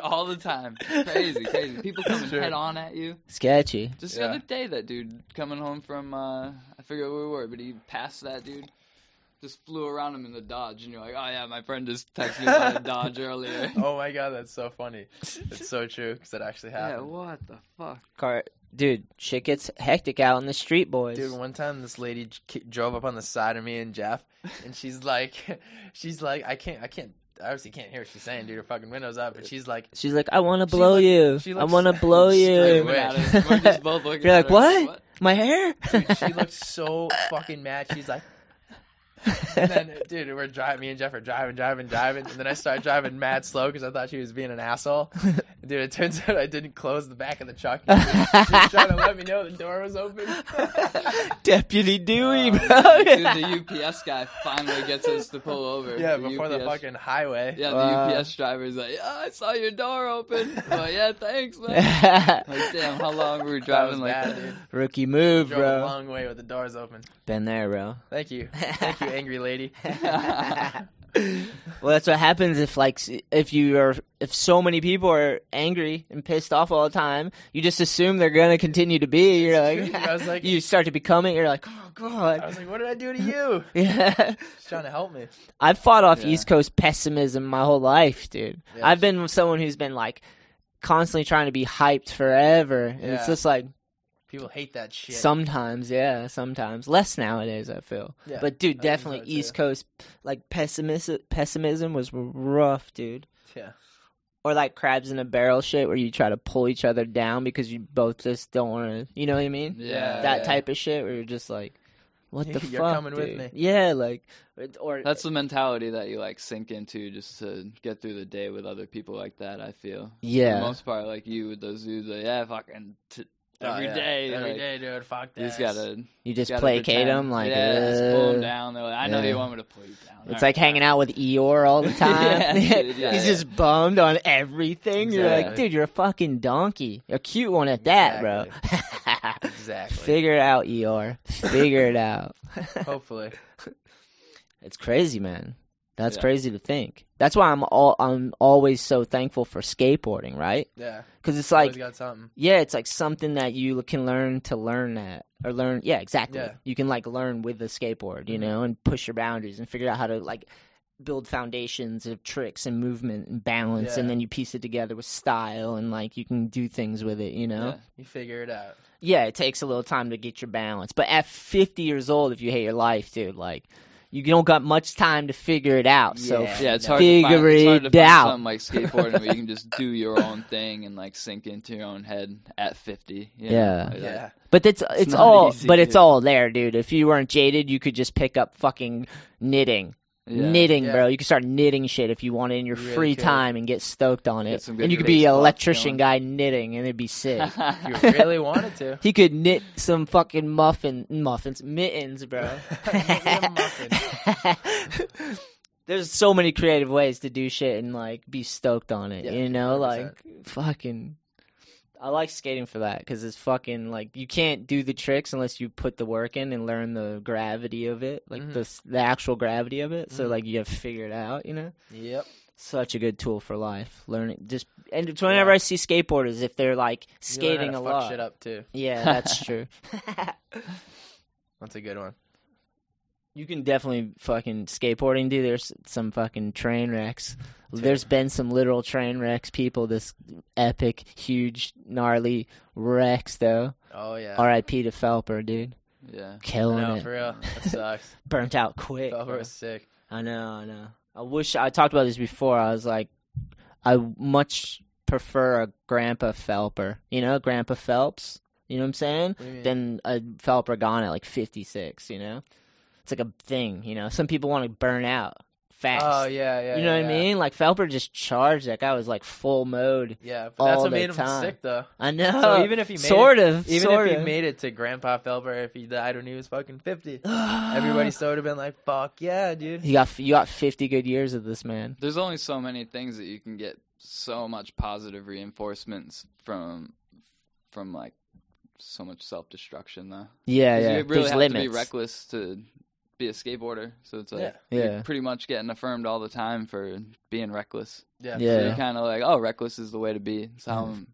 Speaker 5: all the time. Crazy, crazy. People coming
Speaker 4: Sure.
Speaker 5: head on at you.
Speaker 1: Sketchy.
Speaker 5: Just
Speaker 4: Yeah.
Speaker 5: the other day, that dude coming home from uh, I forget where we were, but he passed that dude. Just flew around him in the Dodge, and you're like, "Oh yeah, my friend just texted me about
Speaker 4: [LAUGHS]
Speaker 5: a Dodge earlier."
Speaker 4: oh my god, that's so funny. It's so true because it actually
Speaker 5: yeah,
Speaker 4: happened.
Speaker 5: what the fuck?
Speaker 1: Car. Dude, shit gets hectic out in the street, boys.
Speaker 4: Dude, one time this lady j- ki- drove up on the side of me and Jeff, and she's like, [LAUGHS] she's like, I can't, I can't, I obviously can't hear what she's saying, dude. Her fucking window's up, and she's like,
Speaker 1: She's like, I want to
Speaker 4: She
Speaker 1: blow
Speaker 4: look-
Speaker 1: you.
Speaker 4: she
Speaker 1: I
Speaker 4: looks- [LAUGHS]
Speaker 1: want to blow you.
Speaker 4: Screaming
Speaker 5: Coming
Speaker 1: [LAUGHS]
Speaker 5: at us. We're just both looking.
Speaker 1: You're
Speaker 5: at
Speaker 1: like,
Speaker 5: her
Speaker 1: what? My hair?
Speaker 4: dude,
Speaker 1: [LAUGHS]
Speaker 4: she [LAUGHS] looked so fucking mad. She's like, and then, dude, we're driving. Me and Jeff are driving, driving, driving, and then I start driving mad slow because I thought she was being
Speaker 1: [LAUGHS]
Speaker 4: an asshole. Dude, it turns out I didn't close the back of the truck. She was trying to let me know the door was
Speaker 1: [LAUGHS]
Speaker 4: open.
Speaker 1: Deputy Dewey,
Speaker 4: [LAUGHS]
Speaker 5: Uh, Dude,
Speaker 1: bro.
Speaker 5: the UPS guy finally gets us to pull over.
Speaker 4: Yeah, before the
Speaker 5: UPS
Speaker 4: fucking highway.
Speaker 5: Yeah, the
Speaker 1: Wow.
Speaker 5: UPS driver's like, "Yeah, I saw your door open."
Speaker 1: [LAUGHS]
Speaker 5: Well, yeah, thanks, man. Like, damn, how long were
Speaker 4: That
Speaker 5: we
Speaker 4: was
Speaker 5: driving like
Speaker 1: [LAUGHS]
Speaker 4: bad,
Speaker 5: that?
Speaker 4: dude.
Speaker 1: Rookie move,
Speaker 4: Drove a
Speaker 1: bro.
Speaker 4: long way with the doors open.
Speaker 1: Been there,
Speaker 4: [LAUGHS]
Speaker 1: bro.
Speaker 4: Thank you, thank you,
Speaker 1: [LAUGHS]
Speaker 4: angry lady.
Speaker 1: Well, that's what happens if like s- if you are if so many people are angry and pissed off all the time, you just assume they're gonna continue to be. You're like,
Speaker 4: I was like-
Speaker 1: [LAUGHS] you start to become it. You're like, oh
Speaker 4: I
Speaker 1: god.
Speaker 4: was like, what did I do to you?
Speaker 1: [LAUGHS] Yeah,
Speaker 4: She's trying to help me.
Speaker 1: I've fought off
Speaker 5: Yeah.
Speaker 1: East Coast pessimism my whole life, dude.
Speaker 4: Yeah.
Speaker 1: I've been someone who's been like constantly trying to be hyped forever, and it's
Speaker 4: Yeah.
Speaker 1: just like
Speaker 4: People hate that shit.
Speaker 1: Sometimes, yeah, sometimes less nowadays. I feel,
Speaker 4: Yeah,
Speaker 1: but dude,
Speaker 4: I think
Speaker 1: definitely
Speaker 4: so, too.
Speaker 1: East Coast like pessimism. Pessimism was rough, dude.
Speaker 4: yeah.
Speaker 1: Or like crabs in a barrel shit, where you try to pull each other down because you both just don't want to. You know what I mean?
Speaker 5: Yeah,
Speaker 1: that
Speaker 4: yeah.
Speaker 1: type of shit where you're just like, what
Speaker 5: [LAUGHS]
Speaker 1: the
Speaker 4: You're
Speaker 1: fuck,
Speaker 4: coming with
Speaker 1: dude?
Speaker 4: me.
Speaker 1: Yeah, like it- or
Speaker 5: That's the mentality that you like sink into just to get through the day with other people like that. I feel. For
Speaker 1: yeah,
Speaker 5: the most part, like you with those dudes, like yeah, fucking t-
Speaker 1: Oh,
Speaker 5: every
Speaker 4: yeah.
Speaker 5: day,
Speaker 4: every
Speaker 5: like,
Speaker 4: day, dude. Fuck
Speaker 5: You
Speaker 4: this.
Speaker 5: just gotta,
Speaker 1: you just
Speaker 5: gotta
Speaker 1: placate
Speaker 5: pretend.
Speaker 1: them, like
Speaker 5: yeah, just pull
Speaker 1: uh,
Speaker 5: them down. They're like, I know
Speaker 1: yeah.
Speaker 5: you want me to pull you down.
Speaker 1: It's like hanging out with Eeyore all
Speaker 5: [LAUGHS]
Speaker 1: the time. [LAUGHS]
Speaker 5: Yeah, dude, yeah,
Speaker 1: He's
Speaker 5: yeah.
Speaker 1: just bummed on everything. You're like,
Speaker 4: Exactly.
Speaker 1: dude, you're a fucking donkey. A cute one at that, bro. [LAUGHS]
Speaker 4: Exactly.
Speaker 1: Figure it out, Eeyore. Figure it out.
Speaker 4: Hopefully.
Speaker 1: It's crazy, man. That's
Speaker 5: Yeah.
Speaker 1: crazy to think. That's why I'm all I'm always so thankful for skateboarding, right?
Speaker 4: Yeah.
Speaker 1: Because it's
Speaker 4: Always
Speaker 1: [LAUGHS] like,
Speaker 4: got something.
Speaker 1: yeah, it's like something that you can learn to learn at or learn. Yeah, exactly.
Speaker 4: Yeah. Mm-hmm.
Speaker 1: You can like learn with the skateboard, you know, and push your boundaries and figure out how to like build foundations of tricks and movement and balance, and
Speaker 4: Yeah.
Speaker 1: then you piece it together with style and like you can do things with it, you know.
Speaker 4: You figure it out.
Speaker 1: Yeah, it takes a little time to get your balance, but at 50 years old, if you hate your life, dude, like you don't got much time to figure it out. So
Speaker 4: Yeah.
Speaker 5: Yeah, it's hard to find,
Speaker 1: Figure
Speaker 5: it's hard to
Speaker 1: it
Speaker 5: find
Speaker 1: out.
Speaker 5: something like skateboarding where you can just do
Speaker 1: [LAUGHS]
Speaker 5: your own thing and like sink into your own head at fifty. you know,
Speaker 1: Yeah.
Speaker 5: like that.
Speaker 4: Yeah.
Speaker 1: But it's it's,
Speaker 5: not
Speaker 1: all
Speaker 5: easy,
Speaker 1: but it's
Speaker 5: dude.
Speaker 1: all there, dude. If you weren't jaded, you could just pick up fucking knitting.
Speaker 5: Yeah. [LAUGHS]
Speaker 1: Knitting,
Speaker 4: Yeah.
Speaker 1: bro. You could start knitting shit if you want it in your
Speaker 4: You really
Speaker 1: free
Speaker 4: could.
Speaker 1: time and get stoked on
Speaker 5: Get
Speaker 1: it.
Speaker 5: some good
Speaker 1: And you could be an
Speaker 5: baseball
Speaker 1: electrician
Speaker 5: feeling.
Speaker 1: guy knitting and it'd be
Speaker 5: [LAUGHS]
Speaker 1: sick.
Speaker 4: You [LAUGHS] really wanted to.
Speaker 1: he could knit some fucking muffin muffins mittens,
Speaker 4: [LAUGHS]
Speaker 1: bro.
Speaker 4: Maybe a muffin.
Speaker 1: [LAUGHS] There's so many creative ways to do shit and like be stoked on it.
Speaker 4: Yeah,
Speaker 1: you know,
Speaker 4: 100%.
Speaker 1: like fucking I like skating for that cuz it's fucking like you can't do the tricks unless you put the work in and learn the gravity of it, like
Speaker 4: Mhm.
Speaker 1: the s the actual gravity of it. So
Speaker 4: Mhm.
Speaker 1: like you have to figure it out, you know?
Speaker 4: Yep.
Speaker 1: such a good tool for life. Learning just and it's whenever
Speaker 4: Yeah.
Speaker 1: I see skateboarders, if they're like
Speaker 4: You learn how
Speaker 1: skating
Speaker 4: to
Speaker 1: a
Speaker 4: fuck [LAUGHS]
Speaker 1: lot,
Speaker 4: shit up too.
Speaker 1: yeah, that's true.
Speaker 4: That's a good one.
Speaker 1: You can definitely fucking skateboarding, dude. There's some fucking train wrecks. There's been some literal train wrecks. People, this epic, huge, gnarly wrecks, though.
Speaker 4: Oh yeah.
Speaker 1: R.I.P. to Felper, dude.
Speaker 5: Yeah.
Speaker 1: Killing
Speaker 4: No,
Speaker 1: it.
Speaker 4: for real.
Speaker 1: [LAUGHS]
Speaker 4: That sucks.
Speaker 1: Burnt out quick.
Speaker 4: Felper
Speaker 1: bro.
Speaker 4: was sick.
Speaker 1: I know, I know. I wish I talked about this before. I was like, I much prefer a Grandpa Felper. You know, Grandpa Phelps. You know what I'm saying?
Speaker 4: What do you mean?
Speaker 1: Than a Felper gone at like 56. You know, it's like a thing. You know, some people want to burn out fast.
Speaker 4: Oh yeah, yeah.
Speaker 1: you know
Speaker 4: yeah,
Speaker 1: what I
Speaker 4: yeah.
Speaker 1: mean? Like Felper just charged. That guy was like full mode.
Speaker 4: Yeah, but that's
Speaker 1: all
Speaker 4: what
Speaker 1: the
Speaker 4: made him
Speaker 1: time.
Speaker 4: sick
Speaker 1: [LAUGHS]
Speaker 4: though.
Speaker 1: I know.
Speaker 4: So even if he made
Speaker 1: sort
Speaker 4: it,
Speaker 1: of,
Speaker 4: even
Speaker 1: sort
Speaker 4: if he
Speaker 1: [SIGHS] of.
Speaker 4: made it to Grandpa Felber, if he died when he was
Speaker 1: [LAUGHS]
Speaker 4: fucking fifty, everybody still would have been like, "Fuck yeah, dude."
Speaker 1: you got you got 50 good years of this man.
Speaker 5: There's only so many things that you can get so much positive reinforcements from from like so much self destruction though.
Speaker 1: Yeah,
Speaker 5: 'Cause
Speaker 1: yeah.
Speaker 5: You really
Speaker 1: There's
Speaker 5: have
Speaker 1: limits.
Speaker 5: to be reckless to be a skateboarder. So it's like
Speaker 1: Yeah.
Speaker 5: you're pretty much getting affirmed all the time for being reckless.
Speaker 4: Yeah,
Speaker 1: Yeah.
Speaker 5: So you're kind of like, oh, reckless is the way to be. It's how, I'm,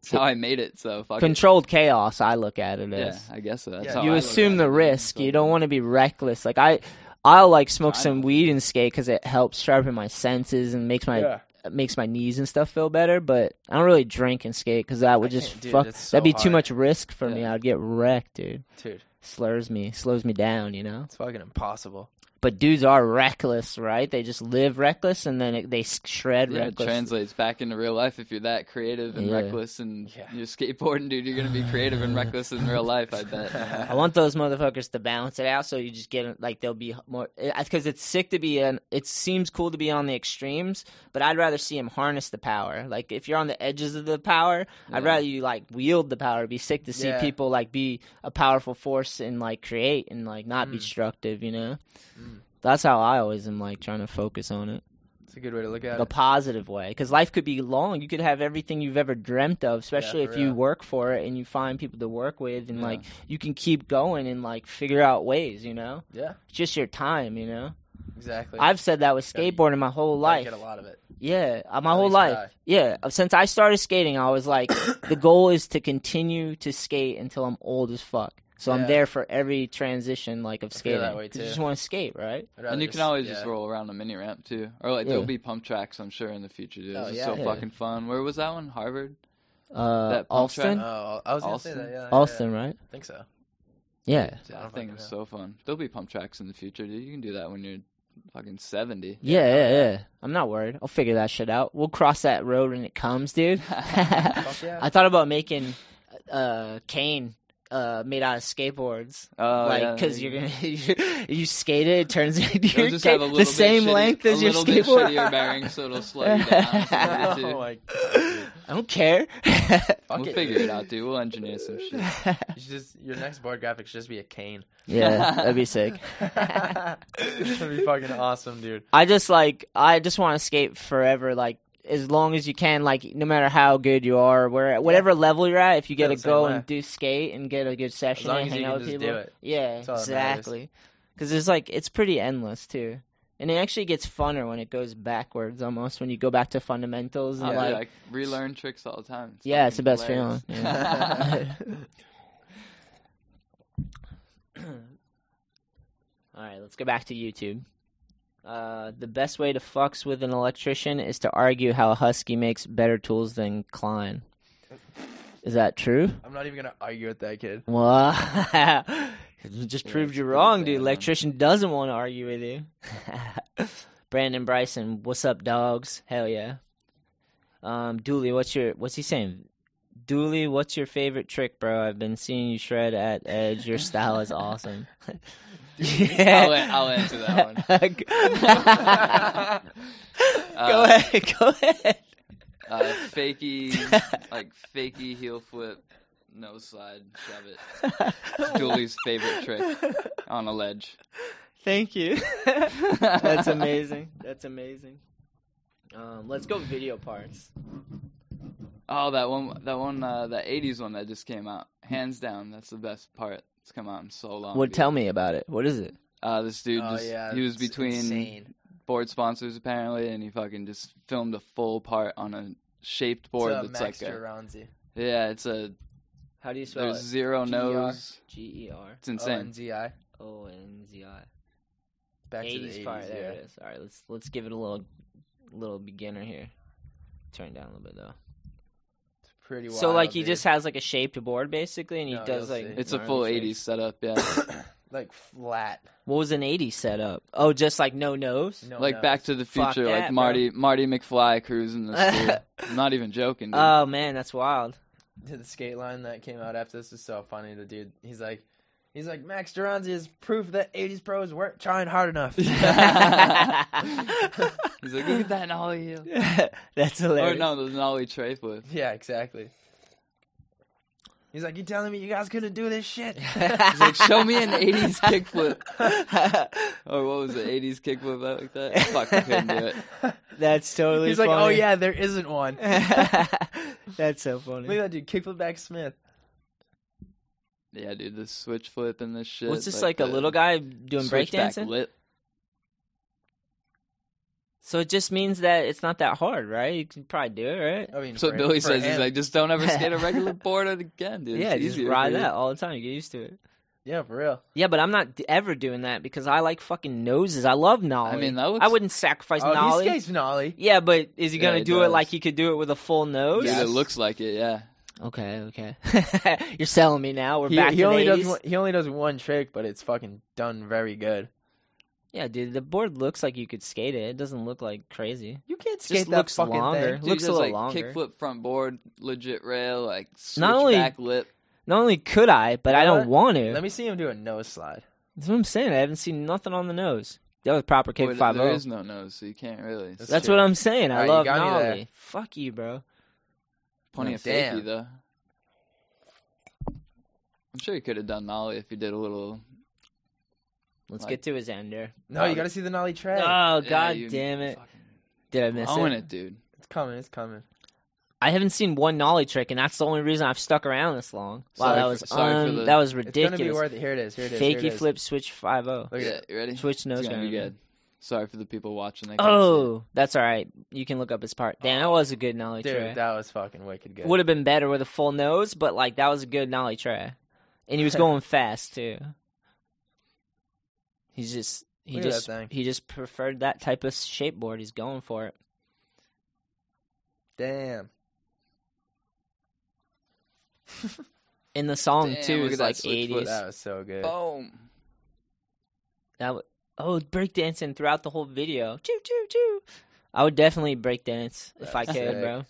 Speaker 5: it's how I made it. So fuck it.
Speaker 1: Controlled chaos. I look at it as.
Speaker 5: Yeah, I guess so. That's
Speaker 4: Yeah.
Speaker 5: how
Speaker 4: Oh,
Speaker 1: you
Speaker 5: I look
Speaker 1: assume
Speaker 5: at
Speaker 1: the
Speaker 5: it.
Speaker 1: risk. You
Speaker 5: So-
Speaker 1: don't want to be reckless. Like I, I'll like smoke
Speaker 5: I
Speaker 1: some
Speaker 5: know.
Speaker 1: weed and skate because it helps sharpen my senses and makes my
Speaker 4: Yeah.
Speaker 1: makes my knees and stuff feel better. But I don't really drink and skate because that would
Speaker 4: I
Speaker 1: just
Speaker 4: can't, dude,
Speaker 1: fuck.
Speaker 4: it's so
Speaker 1: that'd be too
Speaker 4: hard.
Speaker 1: much risk for me.
Speaker 5: Yeah.
Speaker 1: I'd get wrecked, dude.
Speaker 4: dude,
Speaker 1: Slurs me, slows me down, you know.
Speaker 4: it's fucking impossible.
Speaker 1: But dudes are reckless, right? They just live reckless and then it, they s- shred
Speaker 5: Yeah, it
Speaker 1: reckless.
Speaker 5: translates back into real life if you're that creative and
Speaker 1: Yeah.
Speaker 5: reckless and
Speaker 4: Yeah.
Speaker 5: you're skateboarding, dude. You're gonna be creative and reckless
Speaker 1: [LAUGHS]
Speaker 5: in real life. I bet.
Speaker 1: I want those motherfuckers to balance it out, so you just get like they'll be more because it's sick to be an. It seems cool to be on the extremes, but I'd rather see him harness the power. Like if you're on the edges of the power, I'd
Speaker 5: Yeah.
Speaker 1: rather you like wield the power. It'd be sick to see
Speaker 4: Yeah.
Speaker 1: people like be a powerful force and like create and like not be destructive. You know, that's how I always am like trying to focus on it
Speaker 4: It's a good way to look at
Speaker 1: like a
Speaker 4: it.
Speaker 1: positive way because life could be long you could have everything you've ever dreamt of especially
Speaker 4: for
Speaker 1: if you
Speaker 4: real.
Speaker 1: work for it and you find people to work with and
Speaker 5: Yeah.
Speaker 1: like you can keep going and like figure out ways you know
Speaker 4: Yeah,
Speaker 1: it's just your time you know
Speaker 4: exactly.
Speaker 1: i've said that with
Speaker 4: gotta-
Speaker 1: skateboarding my whole
Speaker 4: Gotta
Speaker 1: life
Speaker 4: get a lot of it.
Speaker 1: yeah, uh, my
Speaker 4: At
Speaker 1: whole
Speaker 4: least
Speaker 1: life.
Speaker 4: try.
Speaker 1: Yeah, uh, since I started skating, I was
Speaker 4: [COUGHS]
Speaker 1: like, the goal is to continue to skate until I'm old as fuck. So
Speaker 4: Yeah.
Speaker 1: I'm there for every transition, like of skating.
Speaker 4: feel that way,
Speaker 1: 'Cause You
Speaker 4: too.
Speaker 1: just want to skate, right?
Speaker 4: I'd rather
Speaker 5: And you can always
Speaker 4: yeah.
Speaker 5: just roll around a mini ramp too, or like
Speaker 1: Yeah.
Speaker 5: there'll be pump tracks. I'm sure in the future, dude.
Speaker 4: Oh,
Speaker 5: It's just
Speaker 4: yeah.
Speaker 5: so
Speaker 1: Yeah.
Speaker 5: fucking fun. Where was that one? Harvard.
Speaker 1: Uh,
Speaker 5: That pump track-
Speaker 1: Alston,
Speaker 4: Oh, I was gonna say
Speaker 5: Austin?
Speaker 4: that. Yeah, yeah,
Speaker 1: Austin, right?
Speaker 4: yeah. I
Speaker 1: [LAUGHS]
Speaker 4: think so.
Speaker 1: Yeah,
Speaker 4: Yeah, I
Speaker 5: I
Speaker 4: don't
Speaker 5: think
Speaker 4: fucking
Speaker 5: it's so fun. There'll be pump tracks in the future, dude. You can do that when you're fucking seventy.
Speaker 1: Yeah, yeah, yeah. I'm not worried. I'll figure that shit out. We'll cross that road when it comes, dude.
Speaker 5: [LAUGHS]
Speaker 1: [LAUGHS]
Speaker 4: yeah.
Speaker 1: I thought about making uh cane uh made out of skateboards.
Speaker 5: Oh,
Speaker 1: like
Speaker 5: yeah,
Speaker 1: cuz
Speaker 5: there
Speaker 1: you're gonna [LAUGHS] you, skate it, it turns [LAUGHS] into
Speaker 5: They'll
Speaker 1: your
Speaker 5: just
Speaker 1: cane,
Speaker 5: have a little
Speaker 1: the
Speaker 5: bit
Speaker 1: same
Speaker 5: shitty-
Speaker 1: length as
Speaker 5: a
Speaker 1: your
Speaker 5: little bit shittier
Speaker 1: skateboard.
Speaker 5: bearing, so it'll slow you
Speaker 4: [LAUGHS]
Speaker 5: down. It's easier to-
Speaker 4: Oh my god.
Speaker 1: [LAUGHS] I don't
Speaker 5: [LAUGHS]
Speaker 1: care. [LAUGHS]
Speaker 4: Fuck
Speaker 5: we'll
Speaker 4: it,
Speaker 5: figure
Speaker 4: dude.
Speaker 5: it out, dude. We'll engineer some shit.
Speaker 4: You should just your next board graphic should just be
Speaker 1: [LAUGHS]
Speaker 4: a cane. [LAUGHS]
Speaker 1: yeah, that'd be sick.
Speaker 4: That'd be fucking awesome, dude.
Speaker 1: I just like I just want to skate forever, like as long as you can, like no matter how good you are, where whatever level you're at, if you get
Speaker 4: Feel
Speaker 1: to
Speaker 4: the same
Speaker 1: go
Speaker 4: way.
Speaker 1: and do skate and get a good session
Speaker 4: long
Speaker 1: and
Speaker 4: as
Speaker 1: hang
Speaker 4: you
Speaker 1: out
Speaker 4: can
Speaker 1: with
Speaker 4: just
Speaker 1: people,
Speaker 4: do it.
Speaker 1: yeah,
Speaker 4: That's all that matters.
Speaker 1: exactly. Because it's like it's pretty endless too, and it actually gets funner when it goes backwards almost when you go back to fundamentals and
Speaker 5: Oh,
Speaker 1: like
Speaker 5: dude, I relearn tricks all the time.
Speaker 1: yeah, it's the best
Speaker 5: fucking
Speaker 1: feeling.
Speaker 5: hilarious.
Speaker 1: Yeah. [LAUGHS] All right, let's go back to YouTube. Uh, the best way to fucks with an electrician is to argue how Husky makes better tools than Klein. Is that true?
Speaker 4: I'm not even gonna argue with that kid.
Speaker 1: [LAUGHS] Wow. It just proved
Speaker 5: it's
Speaker 1: you
Speaker 5: pretty
Speaker 1: wrong,
Speaker 5: bad,
Speaker 1: dude.
Speaker 5: huh?
Speaker 1: Electrician doesn't want to argue with you. [LAUGHS] Brandon Bryson, what's up, dogs? Hell yeah. Um, Dooley, what's your what's he saying? Dooley, what's your favorite trick, bro? I've been seeing you shred at edge. Your style is
Speaker 5: [LAUGHS]
Speaker 1: awesome. [LAUGHS] yeah.
Speaker 5: I'll, I'll answer that one.
Speaker 1: go
Speaker 5: [LAUGHS] Uh,
Speaker 1: ahead, [LAUGHS] go [LAUGHS] ahead.
Speaker 5: [LAUGHS] Uh, fakey,
Speaker 1: [LAUGHS]
Speaker 5: like fakey heel flip, no slide, shove it. It's Dooley's favorite trick on a ledge.
Speaker 1: [LAUGHS] Thank you. [LAUGHS]
Speaker 4: [LAUGHS]
Speaker 5: [LAUGHS]
Speaker 1: That's amazing. That's amazing. Um, let's go video parts.
Speaker 5: Oh, that one, that one, uh, that '80s one that just came out. Hands down, that's the best part. It's come out in so long.
Speaker 1: Well,
Speaker 5: dude.
Speaker 1: tell me about it. What is it?
Speaker 5: Uh, this dude
Speaker 4: oh
Speaker 5: just
Speaker 4: yeah,
Speaker 5: he was
Speaker 4: it's
Speaker 5: between
Speaker 4: insane.
Speaker 5: board sponsors apparently, and he fucking just filmed a full part on a shaped board
Speaker 4: It's a
Speaker 5: that's
Speaker 4: Max
Speaker 5: like a,
Speaker 4: Geronzi.
Speaker 5: yeah, it's a
Speaker 1: How do you spell
Speaker 5: There's zero
Speaker 1: G-E-R.
Speaker 5: nose.
Speaker 1: it? G E R
Speaker 4: Oh,
Speaker 5: It's insane.
Speaker 4: O-N-Z-I.
Speaker 1: O N Z I.
Speaker 4: Back to the
Speaker 1: Eighties
Speaker 4: 80s.
Speaker 1: part. There
Speaker 4: yeah.
Speaker 1: it is. All right, let's let's give it a little little beginner here. Turn it down a little bit though.
Speaker 4: It's pretty wild.
Speaker 1: so like he
Speaker 4: dude.
Speaker 1: just has like a shaped board basically, and he
Speaker 4: No,
Speaker 1: does
Speaker 4: you'll
Speaker 1: like
Speaker 4: see.
Speaker 5: It's a
Speaker 1: gnarly
Speaker 5: full
Speaker 1: shapes.
Speaker 5: 80s setup, yeah.
Speaker 4: [COUGHS] like flat.
Speaker 1: What was an 80s setup? Oh, just like no nose.
Speaker 4: No
Speaker 5: like
Speaker 4: nose.
Speaker 5: Back to the
Speaker 1: Fuck
Speaker 5: Future,
Speaker 1: that,
Speaker 5: like
Speaker 1: bro.
Speaker 5: Marty Marty McFly cruising the school. I'm not even joking. Dude.
Speaker 1: Oh man, that's
Speaker 4: [LAUGHS]
Speaker 1: wild. [LAUGHS]
Speaker 4: to the skate line that came out after this is so funny. The dude, he's like, he's like, Max Duranzi is proof that '80s pros weren't trying hard
Speaker 1: [LAUGHS]
Speaker 4: enough.
Speaker 5: He's like, look at that nollie
Speaker 1: [LAUGHS]
Speaker 5: heel.
Speaker 1: that's
Speaker 5: Or
Speaker 1: hilarious.
Speaker 5: no, the nollie tray flip.
Speaker 4: [LAUGHS] yeah, exactly. He's like, you telling me you guys couldn't do
Speaker 1: [LAUGHS]
Speaker 4: this shit? [LAUGHS]
Speaker 5: He's like, show me an '80s kickflip. Or what was it? '80s kickflip that like that. Fuck, I couldn't do it.
Speaker 1: that's totally.
Speaker 4: he's like, oh
Speaker 1: funny.
Speaker 4: yeah, there isn't
Speaker 1: [LAUGHS]
Speaker 4: one.
Speaker 1: that's so
Speaker 4: Look
Speaker 1: funny.
Speaker 4: at that dude, kickflip back Smith.
Speaker 5: Yeah, dude, the switch flip and this shit.
Speaker 1: What's this like, a
Speaker 5: the
Speaker 1: little guy doing
Speaker 5: switchback
Speaker 1: breakdancing?
Speaker 5: lip.
Speaker 1: So it just means that it's not that hard, right? You can probably do it, right?
Speaker 4: I mean,
Speaker 5: So
Speaker 4: for-
Speaker 5: Billy
Speaker 4: for
Speaker 5: says he's
Speaker 4: him-
Speaker 5: like, just
Speaker 1: [LAUGHS]
Speaker 5: don't ever skate a regular board again, dude.
Speaker 1: yeah,
Speaker 5: it's
Speaker 1: just
Speaker 5: easier,
Speaker 1: ride
Speaker 5: dude.
Speaker 1: that all the time. You get used to it.
Speaker 4: yeah, for real.
Speaker 1: Yeah, but I'm not d- ever doing that because I like fucking noses. I love nollie.
Speaker 5: I mean, that looks-
Speaker 1: I wouldn't sacrifice
Speaker 4: Oh,
Speaker 1: nollie.
Speaker 4: he skates nollie.
Speaker 1: Yeah, but is he
Speaker 5: Yeah,
Speaker 1: gonna
Speaker 5: he
Speaker 1: do it
Speaker 5: does.
Speaker 1: like he could do it with a full nose?
Speaker 5: Dude,
Speaker 4: Yes.
Speaker 5: it looks like it. Yeah.
Speaker 1: Okay, okay. [LAUGHS] You're selling me now. We're
Speaker 4: He,
Speaker 1: back
Speaker 4: he
Speaker 1: to
Speaker 4: only
Speaker 1: the 80s.
Speaker 4: does one, he only does one trick, but it's fucking done very good.
Speaker 1: Yeah, dude, the board looks like you could skate it. It doesn't look like crazy.
Speaker 4: You can't skate
Speaker 1: Just
Speaker 4: that
Speaker 1: looks
Speaker 4: fucking
Speaker 1: longer.
Speaker 4: thing.
Speaker 5: Dude,
Speaker 1: looks a
Speaker 5: does,
Speaker 1: little
Speaker 5: like
Speaker 1: longer.
Speaker 5: kickflip front board, legit rail, like switch
Speaker 1: Not only-
Speaker 5: back lip.
Speaker 1: Not only could I, but I
Speaker 4: You know
Speaker 1: don't want to.
Speaker 4: Let me see him do a nose slide.
Speaker 1: That's what I'm saying. I haven't seen nothing on the nose. That was proper
Speaker 5: Wait,
Speaker 1: kick
Speaker 5: there
Speaker 1: five oh. zero.
Speaker 5: is no nose, so you can't really.
Speaker 4: That's-
Speaker 1: That's
Speaker 4: true.
Speaker 1: what I'm saying. I
Speaker 4: Alright, you
Speaker 1: love
Speaker 4: got me
Speaker 1: nollie.
Speaker 4: there.
Speaker 1: Fuck you, bro.
Speaker 5: plenty
Speaker 4: Oh,
Speaker 5: of fakey
Speaker 4: damn.
Speaker 5: though. I'm sure he could have done nollie if he did a little.
Speaker 1: Let's
Speaker 5: Like-
Speaker 1: get to his ender.
Speaker 4: No, you got to see the nollie tray.
Speaker 1: Oh
Speaker 5: Yeah,
Speaker 1: god
Speaker 5: you
Speaker 1: damn it!
Speaker 5: fucking
Speaker 1: Did I miss
Speaker 5: Own
Speaker 1: it?
Speaker 5: it, dude.
Speaker 4: It's coming. It's coming.
Speaker 1: I haven't seen one nollie trick, and that's the only reason I've stuck around this long. Wow,
Speaker 5: Sorry
Speaker 1: that
Speaker 5: for-
Speaker 1: was
Speaker 5: sorry for
Speaker 1: un-
Speaker 5: the-
Speaker 1: that was
Speaker 4: It's gonna be
Speaker 1: ridiculous.
Speaker 4: worth it. Here it is. Here it is. here it
Speaker 1: Fakey
Speaker 4: is.
Speaker 1: flip switch five zero.
Speaker 4: Look at
Speaker 5: yeah,
Speaker 4: it.
Speaker 5: you ready?
Speaker 1: Switch nose
Speaker 5: It's gonna be
Speaker 1: grinder.
Speaker 5: good. Sorry for the people watching. They can't
Speaker 1: Oh, that's all right. You can look up his part. Damn, that was a good nollie
Speaker 4: Dude,
Speaker 1: tray.
Speaker 4: that was fucking wicked good.
Speaker 1: Would have been better with a full nose, but like that was a good nollie tray, and he was going fast too. He's just he
Speaker 4: Look at that
Speaker 1: just
Speaker 4: thing.
Speaker 1: he just preferred that type of shape board. He's going for it.
Speaker 4: Damn.
Speaker 1: In the song
Speaker 5: Damn,
Speaker 1: too, is
Speaker 5: look at that
Speaker 1: like
Speaker 5: switch
Speaker 1: eighties.
Speaker 5: foot.
Speaker 1: That
Speaker 4: That was so good.
Speaker 5: see it. Boom.
Speaker 1: w- oh, breakdancing throughout the whole video. Choo choo choo. I would definitely breakdance if I
Speaker 4: That's
Speaker 1: could,
Speaker 4: sick.
Speaker 1: bro.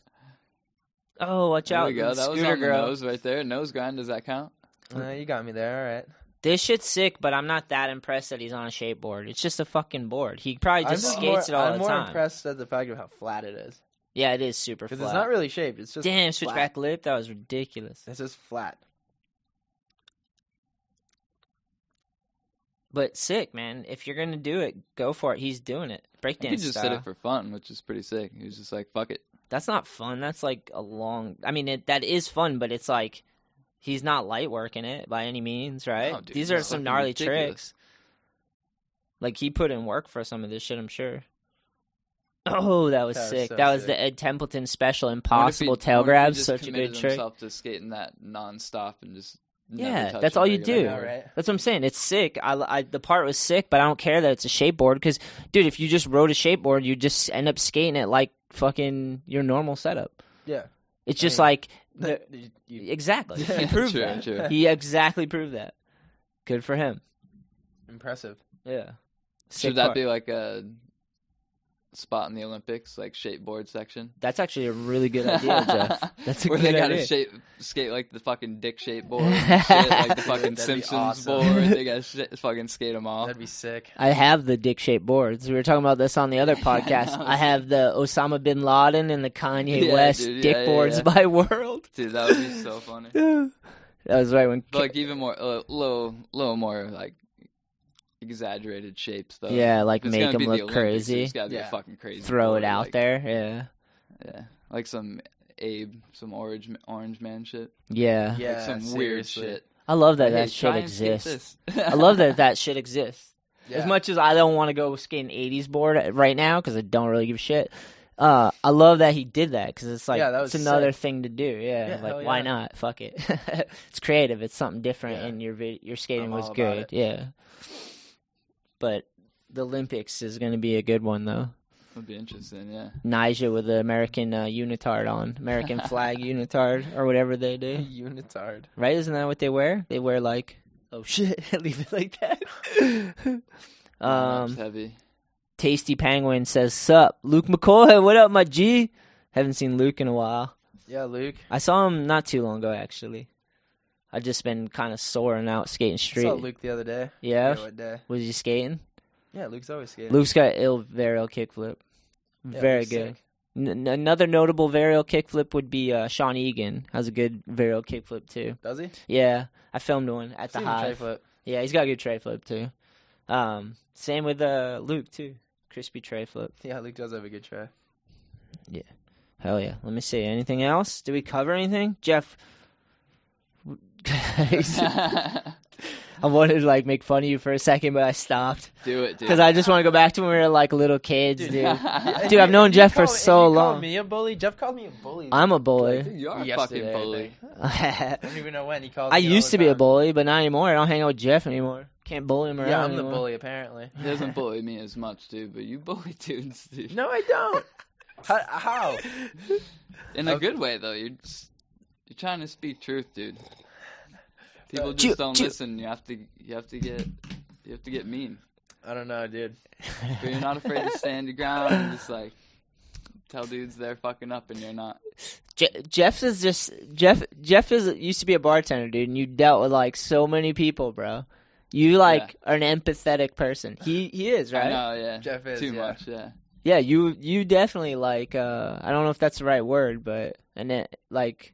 Speaker 1: Oh, watch
Speaker 5: There
Speaker 1: out,
Speaker 5: we go. That was
Speaker 1: scooter
Speaker 5: on the
Speaker 1: girl.
Speaker 5: nose right there. Nose grind. Does that count?
Speaker 4: Uh, you got me there. All right.
Speaker 1: This shit's sick, but I'm not that impressed that he's on a shape board. It's just a fucking board. He probably just
Speaker 4: I'm
Speaker 1: skates
Speaker 4: more,
Speaker 1: it all
Speaker 4: I'm
Speaker 1: the
Speaker 4: more
Speaker 1: time.
Speaker 4: impressed at the fact of how flat it is
Speaker 1: Yeah, it is super
Speaker 4: because
Speaker 1: flat.
Speaker 4: it's not really shaped. It's just
Speaker 1: Damn,
Speaker 4: flat.
Speaker 1: switchback lip. That was ridiculous.
Speaker 4: It's just flat.
Speaker 1: But sick, man. If you're gonna do it, go for it. He's doing it.
Speaker 5: He
Speaker 1: Breakdance
Speaker 5: just did
Speaker 1: style.
Speaker 5: it for fun, which is pretty sick. He was just like, "Fuck it."
Speaker 1: That's not fun. That's like a long. I mean, it, that is fun, but it's like he's not light working it by any means, right?
Speaker 5: No, dude,
Speaker 1: These are
Speaker 5: it's
Speaker 1: some
Speaker 5: fucking
Speaker 1: gnarly
Speaker 5: ridiculous.
Speaker 1: tricks. Like he put in work for some of this shit, I'm sure. Oh, that was
Speaker 4: That was
Speaker 1: sick.
Speaker 4: so
Speaker 1: that was
Speaker 4: sick.
Speaker 1: the Ed Templeton special,
Speaker 5: What if he-
Speaker 1: impossible
Speaker 5: what if he
Speaker 1: tail grab.
Speaker 5: just
Speaker 1: Such a
Speaker 5: committed
Speaker 1: good trick.
Speaker 5: himself to skating that nonstop and just never
Speaker 1: Yeah,
Speaker 5: touch
Speaker 1: that's
Speaker 5: a
Speaker 1: all you
Speaker 5: regular
Speaker 1: do.
Speaker 5: board.
Speaker 4: All right.
Speaker 1: That's what I'm saying. It's sick. I, I- the part was sick, but I don't care that it's a shape board because, dude, if you just rode a shape board, you just end up skating it like fucking your normal setup.
Speaker 4: Yeah.
Speaker 1: It's just
Speaker 4: mean,
Speaker 1: like
Speaker 4: You- you-
Speaker 1: exactly. He
Speaker 5: [LAUGHS] [LAUGHS] Yeah,
Speaker 1: proved
Speaker 5: true,
Speaker 1: that.
Speaker 5: true.
Speaker 1: [LAUGHS] He exactly proved that. Good for him.
Speaker 4: impressive.
Speaker 1: Yeah. Sick
Speaker 5: Should that
Speaker 1: part.
Speaker 5: be like a spot in the Olympics, like shape board section?
Speaker 1: That's actually a really good
Speaker 5: [LAUGHS]
Speaker 1: idea, Jeff. That's a
Speaker 5: Where
Speaker 1: good
Speaker 5: they gotta
Speaker 1: idea.
Speaker 5: shape skate like the fucking dick shape
Speaker 1: [LAUGHS]
Speaker 5: board, and shit, like the fucking
Speaker 4: That'd be
Speaker 5: Simpsons
Speaker 4: awesome.
Speaker 5: board. They gotta sh- fucking skate them
Speaker 1: Oh.
Speaker 5: all.
Speaker 4: That'd be sick.
Speaker 1: I have the dick shaped boards. We were talking about this on the
Speaker 5: [LAUGHS]
Speaker 1: other podcast.
Speaker 5: know.
Speaker 1: I have the Osama bin Laden and the Kanye
Speaker 5: Yeah,
Speaker 1: West
Speaker 5: dude, yeah,
Speaker 1: dick
Speaker 5: yeah,
Speaker 1: boards
Speaker 5: yeah.
Speaker 1: by [LAUGHS] world.
Speaker 5: Dude, that would be so funny.
Speaker 1: that was right when
Speaker 5: But like even more, a little, little more like exaggerated shapes though.
Speaker 1: Yeah, like
Speaker 5: If it's
Speaker 1: make
Speaker 5: gonna
Speaker 1: him
Speaker 5: be the
Speaker 1: look
Speaker 5: Olympics,
Speaker 1: crazy.
Speaker 5: It's gotta be
Speaker 4: Yeah.
Speaker 5: a fucking crazy.
Speaker 1: Throw
Speaker 5: board,
Speaker 1: it out
Speaker 5: like-
Speaker 1: there. Yeah.
Speaker 5: Yeah, like some Abe, some orange, orange man shit.
Speaker 1: Yeah.
Speaker 4: Yeah.
Speaker 5: like some weird
Speaker 4: seriously.
Speaker 5: shit.
Speaker 1: I love that
Speaker 5: Like,
Speaker 1: that
Speaker 5: hey, try
Speaker 1: shit
Speaker 5: and skate
Speaker 1: exists.
Speaker 5: this.
Speaker 1: I
Speaker 5: [LAUGHS]
Speaker 1: love that
Speaker 4: [LAUGHS]
Speaker 1: that shit exists.
Speaker 4: Yeah. [LAUGHS]
Speaker 1: uh, As much as I don't want to go skate an 80s board right now because I don't really give a shit, Uh, I love that he did that because it's like
Speaker 4: Yeah, that was
Speaker 1: it's another
Speaker 4: sick.
Speaker 1: thing to do. Yeah,
Speaker 4: Yeah,
Speaker 1: like
Speaker 4: hell
Speaker 1: why
Speaker 4: yeah.
Speaker 1: not? Fuck it. [LAUGHS] it's creative. It's something different,
Speaker 4: Yeah.
Speaker 1: and your vid- your skating
Speaker 4: I'm
Speaker 1: was
Speaker 4: all about
Speaker 1: good.
Speaker 4: it.
Speaker 1: Yeah, but the Olympics is going to be a good one though.
Speaker 5: Would be interesting, yeah.
Speaker 1: Nija with the American uh, unitard on,
Speaker 4: [LAUGHS]
Speaker 1: American flag unitard or whatever they do.
Speaker 4: Unitard.
Speaker 1: Right? Isn't that what they wear? They wear like oh [LAUGHS] shit, leave it like that.
Speaker 4: [LAUGHS]
Speaker 5: That's
Speaker 1: um, [LAUGHS]
Speaker 5: heavy.
Speaker 1: Tasty Penguin says sup, Luke McCoy. [LAUGHS] What up, my G? Haven't seen Luke in a while.
Speaker 4: Yeah, Luke.
Speaker 1: I saw him not too long ago actually. I just been kind of soaring out skating
Speaker 4: I
Speaker 1: street.
Speaker 4: saw Luke the other day.
Speaker 1: Yeah.
Speaker 4: Yeah, what day?
Speaker 1: Was you skating?
Speaker 4: Yeah, Luke's always skating.
Speaker 1: Luke's got ill varial kickflip.
Speaker 4: Yeah,
Speaker 1: Very
Speaker 4: Luke's
Speaker 1: good.
Speaker 4: sick.
Speaker 1: N- n- another notable varial kickflip would be uh, Sean Egan has a good varial kickflip too.
Speaker 4: Does he?
Speaker 1: Yeah, I filmed one at the
Speaker 4: Seen him tray
Speaker 1: Hive.
Speaker 4: flip.
Speaker 1: Yeah, he's got a good tray flip too. Um, same with uh, Luke too. Crispy tray flip.
Speaker 4: Yeah, Luke does have a good tray.
Speaker 1: Hell yeah. Let me see. Anything else? Did we cover anything, Jeff? [LAUGHS] I wanted to like make fun of you for a second, but I stopped
Speaker 5: [LAUGHS] Do it, dude.
Speaker 1: because I just want to go back to when we were like little kids,
Speaker 5: [LAUGHS]
Speaker 1: dude. Dude, I've
Speaker 4: If
Speaker 1: known
Speaker 4: you
Speaker 1: Jeff for
Speaker 4: call- if
Speaker 1: so
Speaker 4: you call
Speaker 1: long.
Speaker 4: me a bully? Jeff called me a bully.
Speaker 1: I'm a bully.
Speaker 5: [LAUGHS] Dude, you are a fucking
Speaker 4: yesterday, I
Speaker 5: bully.
Speaker 4: think. I don't
Speaker 1: I
Speaker 4: even know when he called. me all
Speaker 1: used
Speaker 4: the
Speaker 1: to be a
Speaker 4: time.
Speaker 1: bully, but not anymore. I don't hang out with Jeff anymore. Can't bully him around.
Speaker 4: Yeah, I'm the
Speaker 1: anymore.
Speaker 4: bully apparently.
Speaker 5: He
Speaker 4: [LAUGHS]
Speaker 5: doesn't bully me as much, dude, but you bully [LAUGHS] dudes, dude.
Speaker 4: No, I
Speaker 1: [LAUGHS]
Speaker 4: don't. how? how?
Speaker 5: In a good way, though. You're just, you're trying to speak truth, dude. People
Speaker 1: Chew-
Speaker 5: just don't
Speaker 1: chew.
Speaker 5: listen. You have to you have to get you have to get mean.
Speaker 4: I don't know, dude.
Speaker 1: [LAUGHS]
Speaker 5: But you're not afraid to stand your ground and just like tell dudes they're fucking up and you're not.
Speaker 1: Je- Jeff is just Jeff. Jeff is used to be a bartender, dude, and you dealt with like so many people, bro. You like are an empathetic person. He he is
Speaker 5: I
Speaker 1: right.
Speaker 5: know, yeah.
Speaker 4: Jeff is,
Speaker 5: too
Speaker 4: yeah. [LAUGHS]
Speaker 5: much, yeah.
Speaker 1: Yeah, you you definitely like. uh I don't know if that's the right word, but and it like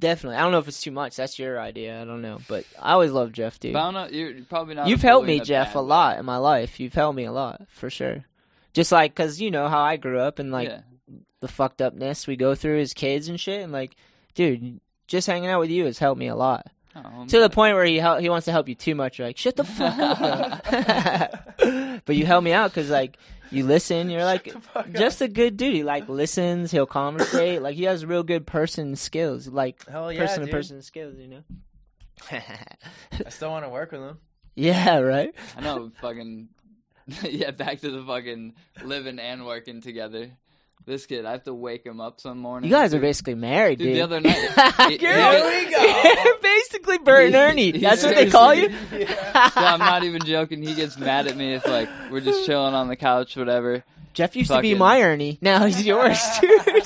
Speaker 1: definitely. I don't know if it's too much. That's your idea. I don't know, but I always love Jeff, dude.
Speaker 5: But I don't know. You're you're probably not. a
Speaker 1: You've helped
Speaker 5: bully
Speaker 1: me,
Speaker 5: in a
Speaker 1: Jeff,
Speaker 5: bad
Speaker 1: a
Speaker 5: way.
Speaker 1: lot in my life. You've helped me a lot for sure. Just like, cause you know how I grew up and like
Speaker 5: yeah.
Speaker 1: the fucked upness we go through as kids and shit. And like, dude, just hanging out with you has helped me a lot.
Speaker 5: Oh,
Speaker 1: To the point where he hel- he wants to help you too much. You're like, shut the fuck up. [LAUGHS] bro." but you help me out because like you listen. You're like
Speaker 4: fuck up.
Speaker 1: just a good dude. He like listens. He'll conversate. like he has real good person skills. Like
Speaker 4: Hell yeah,
Speaker 1: person to
Speaker 4: dude.
Speaker 1: person skills. You know.
Speaker 4: I still want to work with him.
Speaker 1: [LAUGHS] yeah. Right.
Speaker 5: I know, fucking. [LAUGHS] yeah, back to the fucking living and working together. This kid, I have to wake him up some morning.
Speaker 1: You guys are
Speaker 5: dude.
Speaker 1: basically married,
Speaker 5: Dude,
Speaker 1: dude.
Speaker 5: the
Speaker 1: [LAUGHS]
Speaker 5: other night.
Speaker 1: You're-
Speaker 5: he- he-
Speaker 1: [LAUGHS] You're basically Bert and
Speaker 5: [LAUGHS]
Speaker 1: Ernie.
Speaker 5: He's
Speaker 1: That's what they call you.
Speaker 5: seriously- Yeah, I'm not even joking. He gets mad at me if like we're just chilling on the couch, whatever.
Speaker 1: Jeff used to be
Speaker 5: Fucking-
Speaker 1: my Ernie. Now
Speaker 5: [LAUGHS]
Speaker 1: he's yours, dude.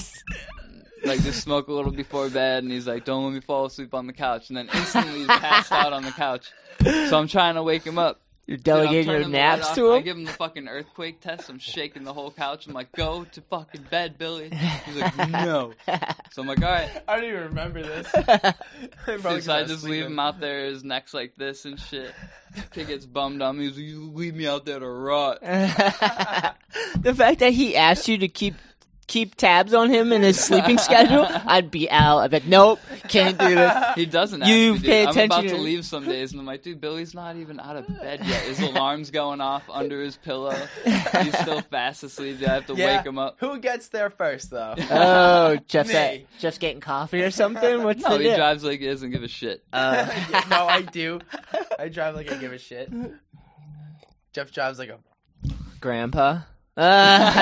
Speaker 5: Like just smoke a little before bed, and he's like, "Don't let me fall asleep on the couch," and then instantly he's passed out on the couch. So I'm trying to wake him up.
Speaker 1: You're
Speaker 5: Dude, I'm
Speaker 1: delegating your
Speaker 5: turning the light
Speaker 1: naps
Speaker 5: off.
Speaker 1: to
Speaker 5: I
Speaker 1: him.
Speaker 5: give him the fucking earthquake test. I'm shaking the whole couch. I'm like, "Go to fucking bed, Billy." He's like, "No." So I'm like, "All right."
Speaker 4: I don't even remember this. [LAUGHS]
Speaker 5: Dude, so I just leave him out there his neck's like this and shit. Kid gets bummed on me. He's like, "You leave me out there to rot."
Speaker 1: [LAUGHS] the fact that he asked you to keep keep tabs on him and his
Speaker 5: [LAUGHS]
Speaker 1: sleeping schedule, I'd be out. I'd be like, nope, can't do
Speaker 4: [LAUGHS]
Speaker 5: [LAUGHS]
Speaker 1: this.
Speaker 5: He doesn't.
Speaker 1: You
Speaker 5: ask me,
Speaker 1: pay
Speaker 5: dude. I'm about
Speaker 1: attention
Speaker 5: to
Speaker 1: to-
Speaker 5: leave some days, and I'm like, dude, Billy's not even out of bed
Speaker 1: [LAUGHS]
Speaker 5: yet. His alarm's going off under his pillow. He's still fast asleep. Dude. I have to
Speaker 4: Yeah.
Speaker 5: wake him up.
Speaker 4: Who gets there
Speaker 1: [LAUGHS]
Speaker 4: first, though?
Speaker 1: Oh, Jeff's at,
Speaker 4: Me.
Speaker 1: Jeff's getting coffee or something. What's
Speaker 5: No,
Speaker 1: the
Speaker 5: he
Speaker 1: deal? Uh,
Speaker 5: drives like he doesn't give a shit.
Speaker 4: [LAUGHS] Yeah, no,
Speaker 1: [LAUGHS]
Speaker 4: I do. I drive like I give a shit. Jeff drives like a.
Speaker 5: [LAUGHS]
Speaker 1: Grandpa. [LAUGHS] I'm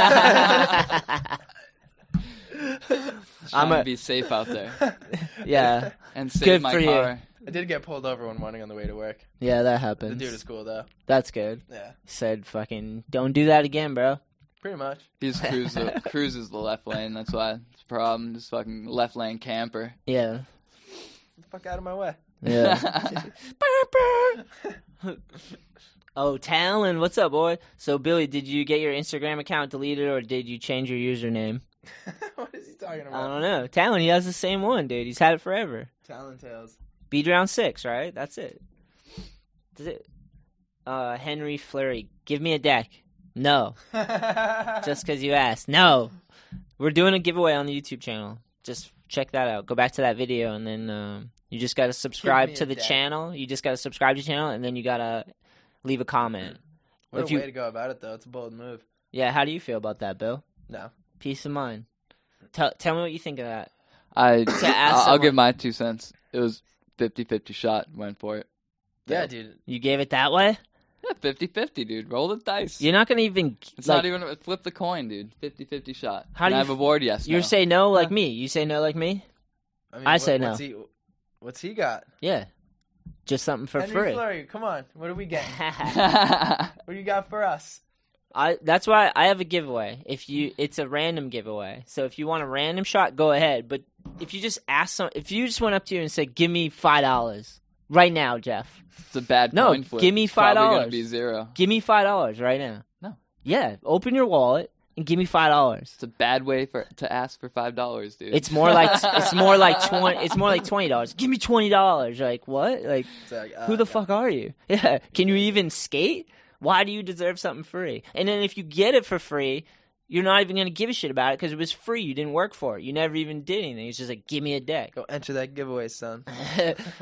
Speaker 1: [LAUGHS]
Speaker 5: I'm
Speaker 1: a
Speaker 5: gonna be safe out there
Speaker 4: [LAUGHS]
Speaker 1: yeah
Speaker 5: and
Speaker 1: [LAUGHS]
Speaker 5: save
Speaker 1: Good
Speaker 5: my
Speaker 1: for you.
Speaker 5: car.
Speaker 4: I did get pulled over one morning on the way to work.
Speaker 1: yeah that
Speaker 4: The
Speaker 1: happens.
Speaker 4: dude is cool though.
Speaker 1: That's good.
Speaker 4: Yeah,
Speaker 1: Said fucking don't do that again, bro.
Speaker 4: pretty much.
Speaker 5: He
Speaker 1: [LAUGHS]
Speaker 5: just cruises the, cruises the left lane. That's why it's a problem. Just fucking left lane camper.
Speaker 1: Yeah.
Speaker 4: Get the fuck out of
Speaker 1: [LAUGHS]
Speaker 4: my way.
Speaker 5: [LAUGHS]
Speaker 1: Yeah. oh, Talon, what's up, boy? So, Billy, did you get your Instagram account deleted or did you change your username?
Speaker 4: what is he talking
Speaker 1: I
Speaker 4: about?
Speaker 1: don't know. Talon, he has the same one, dude. He's had it forever.
Speaker 4: Talon tales.
Speaker 1: Beat round six, right? That's it. Does it? Uh, Henry Fleury, give me a deck. No, [LAUGHS] just because you asked. No, we're doing a giveaway on the YouTube channel. Just check that out. Go back to that video, and then um, you just gotta subscribe
Speaker 4: me
Speaker 1: to
Speaker 4: a
Speaker 1: the
Speaker 4: deck.
Speaker 1: channel. You just gotta subscribe to the channel, and then you gotta leave a comment.
Speaker 4: what
Speaker 1: if
Speaker 4: a
Speaker 1: you-
Speaker 4: way to go about it though. It's a bold move.
Speaker 1: Yeah, how do you feel about that, Bill?
Speaker 4: No,
Speaker 1: Peace of mind. Tell tell me what you think of that.
Speaker 5: I
Speaker 1: ask
Speaker 5: I'll give
Speaker 1: someone-
Speaker 5: my two cents. It was 50-50 shot. Went for it.
Speaker 4: Yeah, dude.
Speaker 1: You gave it that way.
Speaker 5: Yeah, 50-50, dude. Roll the dice.
Speaker 1: You're not gonna even.
Speaker 5: it's
Speaker 1: like,
Speaker 5: not even flip the coin, dude. 50-50 shot.
Speaker 1: How
Speaker 5: and
Speaker 1: do
Speaker 5: I
Speaker 1: you
Speaker 5: have a
Speaker 1: f-
Speaker 5: board. Yes.
Speaker 1: You
Speaker 5: no. [LAUGHS]
Speaker 1: say no like me. You say no like me.
Speaker 4: I,
Speaker 1: I
Speaker 4: what-
Speaker 1: say no.
Speaker 4: what's He, what's he got?
Speaker 1: Yeah, just something for
Speaker 4: Henry
Speaker 1: free. [LAUGHS]
Speaker 4: Fleury, come on. What do we get?
Speaker 5: yeah,
Speaker 4: what do you got for us?
Speaker 1: I that's why I have a giveaway. If you it's a random giveaway. So if you want a random shot, go ahead. But if you just ask some if you just went up to you and said, Give me five dollars right now, Jeff.
Speaker 5: it's a bad
Speaker 1: No,
Speaker 5: coin flip.
Speaker 1: give me
Speaker 5: It's probably gonna
Speaker 1: $5.
Speaker 5: Be zero.
Speaker 1: Give me five dollars right now.
Speaker 5: No.
Speaker 1: Yeah. Open your wallet and give me five dollars.
Speaker 5: It's a bad way for to ask for five dollars, dude.
Speaker 1: It's more like it's more like twenty it's more like twenty dollars. Give me twenty dollars. Like what? Like
Speaker 4: It's like, uh,
Speaker 1: who the fuck are you? [LAUGHS] Yeah. Can you even skate? Why do you deserve something free? And then if you get it for free, you're not even going to give a shit about it because it was free. You didn't work for it. You never even did anything. It's just like, give me a dick.
Speaker 4: Go enter that
Speaker 1: [LAUGHS]
Speaker 4: giveaway, son.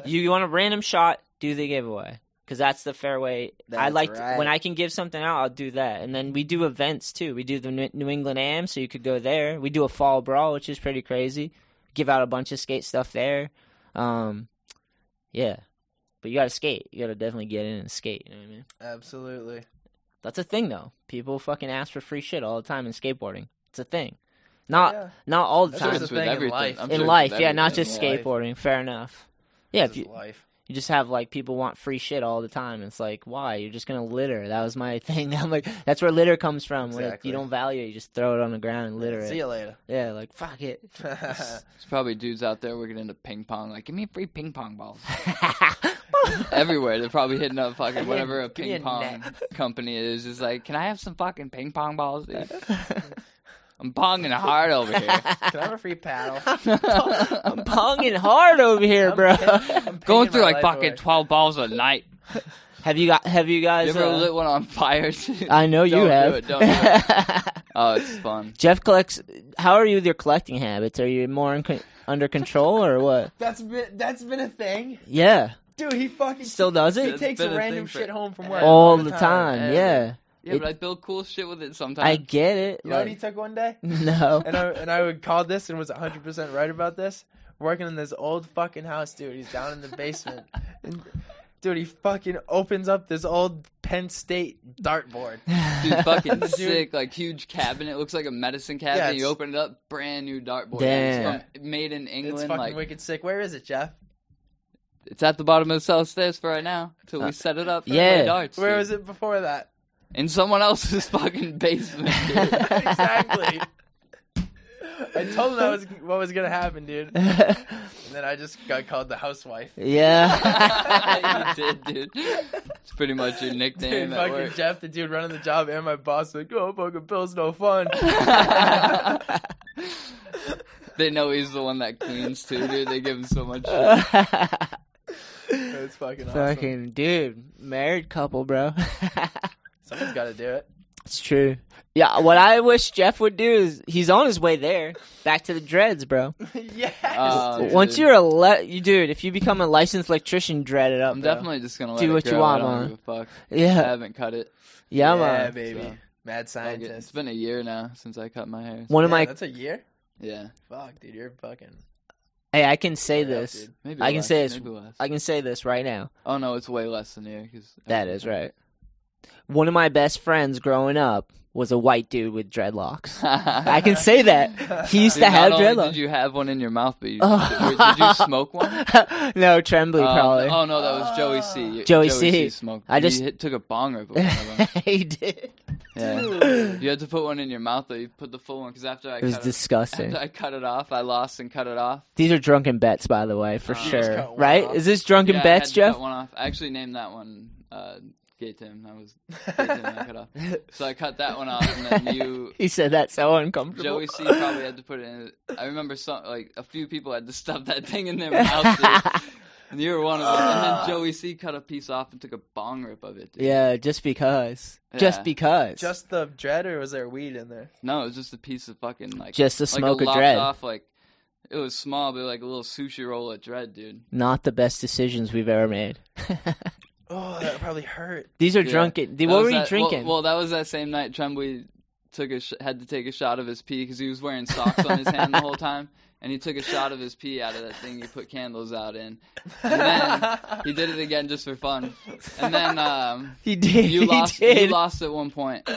Speaker 1: you, you want a random shot, do the giveaway. Because that's the fair way. I
Speaker 4: That's
Speaker 1: like
Speaker 4: right.
Speaker 1: to, when I can give something out, I'll do that. And then we do events too. We do the New- New England Am, so you could go there. We do a fall brawl, which is pretty crazy. Give out a bunch of skate stuff there. Um, yeah, but you got to skate. You got to definitely get in and skate. You know what I mean?
Speaker 4: Absolutely.
Speaker 1: That's a thing though. People fucking ask for free shit all the time in skateboarding. It's a thing. Not
Speaker 4: Yeah.
Speaker 1: not all the
Speaker 4: That's just
Speaker 1: time
Speaker 4: a thing in life.
Speaker 5: I'm
Speaker 4: I'm
Speaker 1: in
Speaker 5: sure
Speaker 1: life.
Speaker 5: it's
Speaker 1: Yeah, not
Speaker 5: everything.
Speaker 1: just
Speaker 4: in life.
Speaker 1: skateboarding. Fair enough. Yeah, if
Speaker 4: This
Speaker 1: you
Speaker 4: is
Speaker 5: [LAUGHS]
Speaker 4: life.
Speaker 1: you just have like people want free shit all the time. It's like why you're just gonna litter. That was my [LAUGHS] thing. I'm like that's where litter comes from. When it-
Speaker 4: Exactly.
Speaker 1: you don't value it, you just throw it on the ground and litter
Speaker 4: See
Speaker 1: it.
Speaker 4: you
Speaker 5: [LAUGHS]
Speaker 4: later.
Speaker 1: Yeah, like fuck it. [LAUGHS]
Speaker 5: There's probably dudes out there working into ping pong. Like, give me free ping pong balls [LAUGHS] everywhere. They're probably hitting up fucking whatever
Speaker 1: [LAUGHS]
Speaker 5: a
Speaker 4: Give me a
Speaker 5: ping pong
Speaker 4: net.
Speaker 5: company is. Is like, can I have some fucking ping pong balls? Dude? I'm
Speaker 1: [LAUGHS]
Speaker 5: ponging hard over here.
Speaker 4: Can I have a free paddle?
Speaker 1: I'm ponging hard over here,
Speaker 4: I'm
Speaker 1: bro.
Speaker 4: paying- I'm
Speaker 5: [LAUGHS] Going
Speaker 4: paying
Speaker 5: through
Speaker 4: my
Speaker 5: like
Speaker 4: life
Speaker 5: fucking
Speaker 4: away.
Speaker 5: twelve balls a night.
Speaker 1: have you got? Have you
Speaker 5: You
Speaker 1: guys?
Speaker 5: ever
Speaker 1: uh,
Speaker 5: lit one on fire? [LAUGHS] dude?
Speaker 1: I know you
Speaker 5: Don't do
Speaker 1: have.
Speaker 5: it, don't do oh, it's fun.
Speaker 1: [LAUGHS] Jeff collects. How are you with your collecting habits? Are you more in, con- under control or what?
Speaker 4: That's been that's been a thing,
Speaker 1: Yeah,
Speaker 4: dude. He fucking
Speaker 1: still does
Speaker 4: He
Speaker 1: it
Speaker 5: It's
Speaker 4: takes
Speaker 5: been a
Speaker 4: random
Speaker 5: thing for-
Speaker 4: shit home from work
Speaker 1: all the time.
Speaker 5: every-
Speaker 1: Yeah,
Speaker 5: Yeah,
Speaker 1: It-
Speaker 5: but I build cool shit with it sometimes.
Speaker 1: I get it.
Speaker 4: You know what he
Speaker 1: Like,
Speaker 4: took one day?
Speaker 1: [LAUGHS] no,
Speaker 4: and I and I would call this and was 100 percent right about this. Working in this old fucking house, dude. He's down in the
Speaker 5: [LAUGHS]
Speaker 4: basement. And, dude, he fucking opens up this old Penn State
Speaker 5: [LAUGHS]
Speaker 4: dartboard.
Speaker 5: Dude, fucking sick, like huge cabinet. Looks like a medicine cabinet.
Speaker 4: Yeah,
Speaker 5: you
Speaker 4: it's-
Speaker 5: open it up, brand new dartboard.
Speaker 1: Damn.
Speaker 5: It's from, made in
Speaker 4: It's
Speaker 5: England.
Speaker 4: fucking
Speaker 5: like
Speaker 4: wicked sick. Where is it, Jeff?
Speaker 5: it's at the bottom of the cellar stairs for right now. Till we set it up. and
Speaker 1: Uh, yeah.
Speaker 5: play darts.
Speaker 4: Where
Speaker 5: dude.
Speaker 4: was it before
Speaker 5: [LAUGHS]
Speaker 4: that?
Speaker 5: In someone else's [LAUGHS] fucking basement.
Speaker 1: [LAUGHS]
Speaker 5: dude. [LAUGHS]
Speaker 4: exactly. I told him that was what was gonna happen,
Speaker 5: [LAUGHS]
Speaker 4: dude. And then I just got called the housewife.
Speaker 1: [LAUGHS] yeah.
Speaker 5: [LAUGHS]
Speaker 1: [LAUGHS]
Speaker 5: you did, dude. It's pretty much your nickname
Speaker 4: Dude,
Speaker 5: at
Speaker 4: fucking
Speaker 5: work.
Speaker 4: Jeff, the dude running the job, and my boss like, "Oh, fucking Bill's no
Speaker 5: [LAUGHS]
Speaker 4: fun."
Speaker 5: They know he's the one that cleans too, dude. They give him
Speaker 1: [LAUGHS]
Speaker 5: so much. Shit.
Speaker 4: it's fucking awesome.
Speaker 1: Fucking dude, married couple, bro. [LAUGHS]
Speaker 4: Someone's got to do it. [LAUGHS]
Speaker 1: it's true. Yeah, what I wish Jeff would do is he's on his way there, back to the dreads, bro.
Speaker 4: yes.
Speaker 5: Uh,
Speaker 4: Oh, dude.
Speaker 1: Once
Speaker 5: dude.
Speaker 1: you're a le- you dude, if you become a licensed electrician, dread it up.
Speaker 5: I'm
Speaker 1: bro.
Speaker 5: definitely just gonna let
Speaker 1: Do
Speaker 5: it
Speaker 1: what you
Speaker 5: grow.
Speaker 1: want,
Speaker 5: I don't
Speaker 1: man.
Speaker 5: give a fuck.
Speaker 1: [LAUGHS]
Speaker 5: I
Speaker 1: yeah,
Speaker 5: haven't cut it.
Speaker 1: yeah,
Speaker 4: yeah,
Speaker 1: man.
Speaker 4: baby.
Speaker 5: So-
Speaker 4: Mad
Speaker 5: Like, It's
Speaker 4: scientist.
Speaker 5: been a year now since I cut my hair.
Speaker 1: One of
Speaker 4: Yeah,
Speaker 1: my
Speaker 4: that's a year.
Speaker 5: Yeah,
Speaker 4: Fuck, dude, you're fucking.
Speaker 1: hey, I can say
Speaker 4: Hurry up,
Speaker 1: this.
Speaker 4: dude.
Speaker 5: maybe.
Speaker 1: I can
Speaker 5: less,
Speaker 1: say it's-
Speaker 5: maybe less.
Speaker 1: I can say this right now.
Speaker 5: Oh no, it's way less than a year. 'cause-
Speaker 1: That is
Speaker 5: [LAUGHS]
Speaker 1: right. One of my best friends growing up was a white dude with dreadlocks. [LAUGHS] I
Speaker 5: [LAUGHS]
Speaker 1: can say that.
Speaker 4: [LAUGHS]
Speaker 1: He used
Speaker 5: Dude,
Speaker 1: to have
Speaker 5: not only did
Speaker 1: dreadlocks.
Speaker 5: you have one in your mouth, but you,
Speaker 1: [LAUGHS] Oh.
Speaker 5: wait, did you
Speaker 1: [LAUGHS]
Speaker 5: smoke one?
Speaker 1: no, Trembly
Speaker 5: Um,
Speaker 1: probably.
Speaker 5: Oh no, that was
Speaker 1: [SIGHS]
Speaker 5: Joey C.
Speaker 1: Joey C.
Speaker 5: smoked.
Speaker 1: I just-
Speaker 5: he hit, took a
Speaker 1: [LAUGHS]
Speaker 5: bong rip. With one of them.
Speaker 1: he did.
Speaker 5: Yeah. You had to put one in your mouth though. You put the full one because after I
Speaker 1: It was
Speaker 5: cut
Speaker 1: disgusting.
Speaker 5: [LAUGHS] after I cut it off, I lost and cut it off.
Speaker 1: These are drunken bets, by the way, for
Speaker 5: You just
Speaker 1: sure.
Speaker 4: cut one
Speaker 1: Right?
Speaker 4: off.
Speaker 1: Is this drunken
Speaker 5: Yeah, I had
Speaker 1: bets,
Speaker 5: to cut
Speaker 1: Jeff?
Speaker 5: one off. I actually named that one uh, Gay Tim. That was Gay Tim that
Speaker 1: [LAUGHS]
Speaker 5: I cut off. So I cut that one off, and then you
Speaker 1: He said that so uncomfortable. [LAUGHS]
Speaker 5: Joey C probably had to put it in. I remember some like a few people had to stuff that thing in their mouth,
Speaker 1: [LAUGHS]
Speaker 5: dude. and you were one of them. And then Joey C cut a piece off and took a bong rip of it. Dude.
Speaker 1: Ah. yeah, just because.
Speaker 5: Yeah.
Speaker 1: Just because.
Speaker 4: [LAUGHS] Just the dread, or was there weed in there?
Speaker 5: No, it was just a piece of fucking like
Speaker 1: Just a
Speaker 5: like
Speaker 1: smoke of
Speaker 5: lopped
Speaker 1: dread.
Speaker 5: Off like it was small, but like a little sushi roll of dread, dude.
Speaker 1: Not the best decisions we've ever made. [LAUGHS]
Speaker 4: Oh, that probably hurt.
Speaker 1: These are
Speaker 4: [LAUGHS]
Speaker 5: Yeah.
Speaker 1: drunken.
Speaker 5: That
Speaker 1: What
Speaker 5: was
Speaker 1: were you
Speaker 5: that-
Speaker 1: drinking?
Speaker 5: Well, well, that was that same night Trembly took a sh- had to take a shot of his pee because he was wearing socks on his hand the
Speaker 1: [LAUGHS]
Speaker 5: whole time, and he took a shot of his pee out of that thing he put candles out in. And then he did it again just for fun.
Speaker 4: [LAUGHS]
Speaker 5: And then um,
Speaker 1: He did.
Speaker 5: [LAUGHS] you
Speaker 1: he
Speaker 5: lost
Speaker 1: did.
Speaker 5: you lost at one point,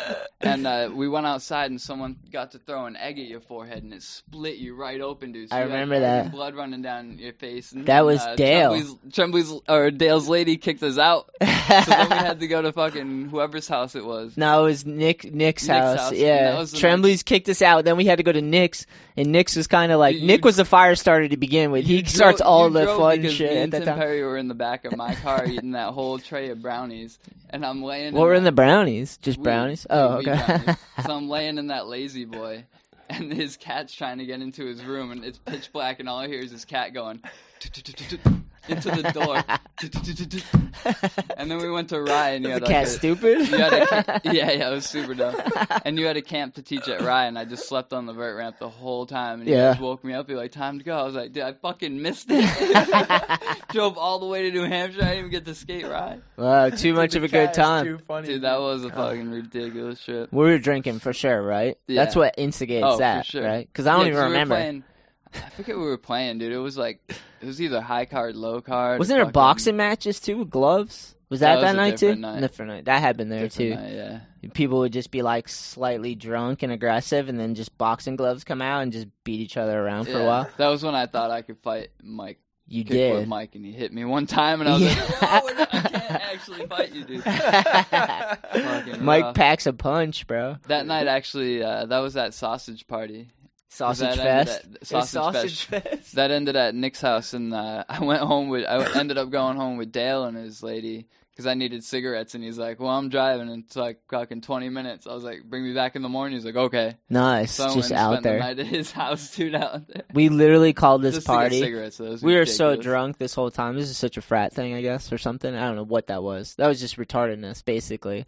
Speaker 5: and uh, we went outside and someone got to throw an egg at your forehead and it split you right open, dude. So
Speaker 1: I
Speaker 5: you had
Speaker 1: remember that.
Speaker 5: fucking blood running down your face. And,
Speaker 1: That was
Speaker 5: uh,
Speaker 1: Dale.
Speaker 5: Tremblay's, Tremblay's or Dale's lady kicked us out, so then
Speaker 1: [LAUGHS]
Speaker 5: we had to go to fucking whoever's house it was.
Speaker 1: No, it was Nick Nick's, house.
Speaker 5: house, and that
Speaker 1: Yeah,
Speaker 5: was the
Speaker 1: Tremblay's kicked us out. Then we had to go to Nick's, and Nick's was kind of like
Speaker 5: You-
Speaker 1: Nick
Speaker 5: you-
Speaker 1: was the fire starter to begin with. He
Speaker 5: You
Speaker 1: starts
Speaker 5: drove-
Speaker 1: all
Speaker 5: you
Speaker 1: the
Speaker 5: drove
Speaker 1: fun
Speaker 5: because
Speaker 1: shit
Speaker 5: me
Speaker 1: at
Speaker 5: and
Speaker 1: that
Speaker 5: Tim
Speaker 1: time.
Speaker 5: Perry were in the back of my car eating that whole tray of brownies, and I'm laying.
Speaker 1: What
Speaker 5: in
Speaker 1: were in
Speaker 5: that-
Speaker 1: the brownies? Just
Speaker 5: we-
Speaker 1: brownies?
Speaker 5: we-
Speaker 1: oh,
Speaker 5: we
Speaker 1: okay. [LAUGHS]
Speaker 5: brownies. so I'm laying in that lazy boy, and his cat's trying to get into his room, and it's pitch black, and all I hear is his cat going [LAUGHS] into the
Speaker 1: [LAUGHS]
Speaker 5: door. And then we went to Rye, and you
Speaker 1: the
Speaker 5: had
Speaker 1: cat
Speaker 5: like a-
Speaker 1: stupid.
Speaker 5: you had a
Speaker 1: [LAUGHS]
Speaker 5: ca- yeah, yeah, it was super dumb. And you had a camp to teach at Rye, and I just slept on the vert ramp the whole time. And you
Speaker 1: Yeah.
Speaker 5: guys woke me up. You're like, time to go. I was like, dude, I fucking missed it. [LAUGHS] Drove all the way to New Hampshire. I didn't even get to skate Rye.
Speaker 1: wow,
Speaker 5: [LAUGHS]
Speaker 1: too much
Speaker 4: The
Speaker 1: of a
Speaker 4: cat
Speaker 1: good
Speaker 4: is
Speaker 1: time.
Speaker 4: too funny,
Speaker 5: Dude, that was a fucking ridiculous trip.
Speaker 1: We were drinking for sure, right?
Speaker 5: Yeah.
Speaker 1: That's what instigates
Speaker 5: Oh, for
Speaker 1: that,
Speaker 5: sure.
Speaker 1: right? Because I don't
Speaker 5: Yeah, 'cause
Speaker 1: even
Speaker 5: we were
Speaker 1: remember.
Speaker 5: playing- I forget what we were playing, dude. It was like it was either high card, low card.
Speaker 1: Wasn't there
Speaker 5: fucking
Speaker 1: boxing matches too with gloves? Was that
Speaker 5: That was
Speaker 1: that
Speaker 5: a
Speaker 1: night too?
Speaker 5: different night.
Speaker 1: Different night. That had been there
Speaker 5: different
Speaker 1: too.
Speaker 5: night, yeah.
Speaker 1: people would just be like slightly drunk and aggressive, and then just boxing gloves come out and just beat each other around for a
Speaker 5: Yeah.
Speaker 1: while.
Speaker 5: That was when I thought I could fight Mike.
Speaker 1: You
Speaker 5: kicked with
Speaker 1: did.
Speaker 5: Mike and he hit me one time and I was
Speaker 1: Yeah.
Speaker 5: like, no, we're not- I can't
Speaker 1: [LAUGHS]
Speaker 5: actually fight
Speaker 4: [LAUGHS]
Speaker 5: you, dude. Fucking
Speaker 1: Mike
Speaker 5: rough.
Speaker 1: packs a punch, bro.
Speaker 5: uh, that night actually, uh, that was that sausage party. Was
Speaker 1: Sausage
Speaker 5: that
Speaker 1: fest.
Speaker 5: ended at- sausage,
Speaker 1: [LAUGHS]
Speaker 5: fest. That ended at Nick's house and uh, [LAUGHS] I went home with, I ended up going home with Dale and his lady. Because I needed cigarettes, and he's like, "Well, I'm driving. and It's like fucking 20 minutes." I was like, "Bring me back in the morning." He's like, "Okay."
Speaker 1: Nice,
Speaker 5: So I went
Speaker 1: just
Speaker 5: and
Speaker 1: out
Speaker 5: spent
Speaker 1: there.
Speaker 5: the night at his [LAUGHS] house, dude, out there.
Speaker 1: We literally called this
Speaker 5: Just to get
Speaker 1: party.
Speaker 5: cigarettes. That was
Speaker 1: We were so
Speaker 5: ridiculous.
Speaker 1: drunk this whole time. This is such a frat thing, I guess, or something. I don't know what that was. That was just retardedness, basically.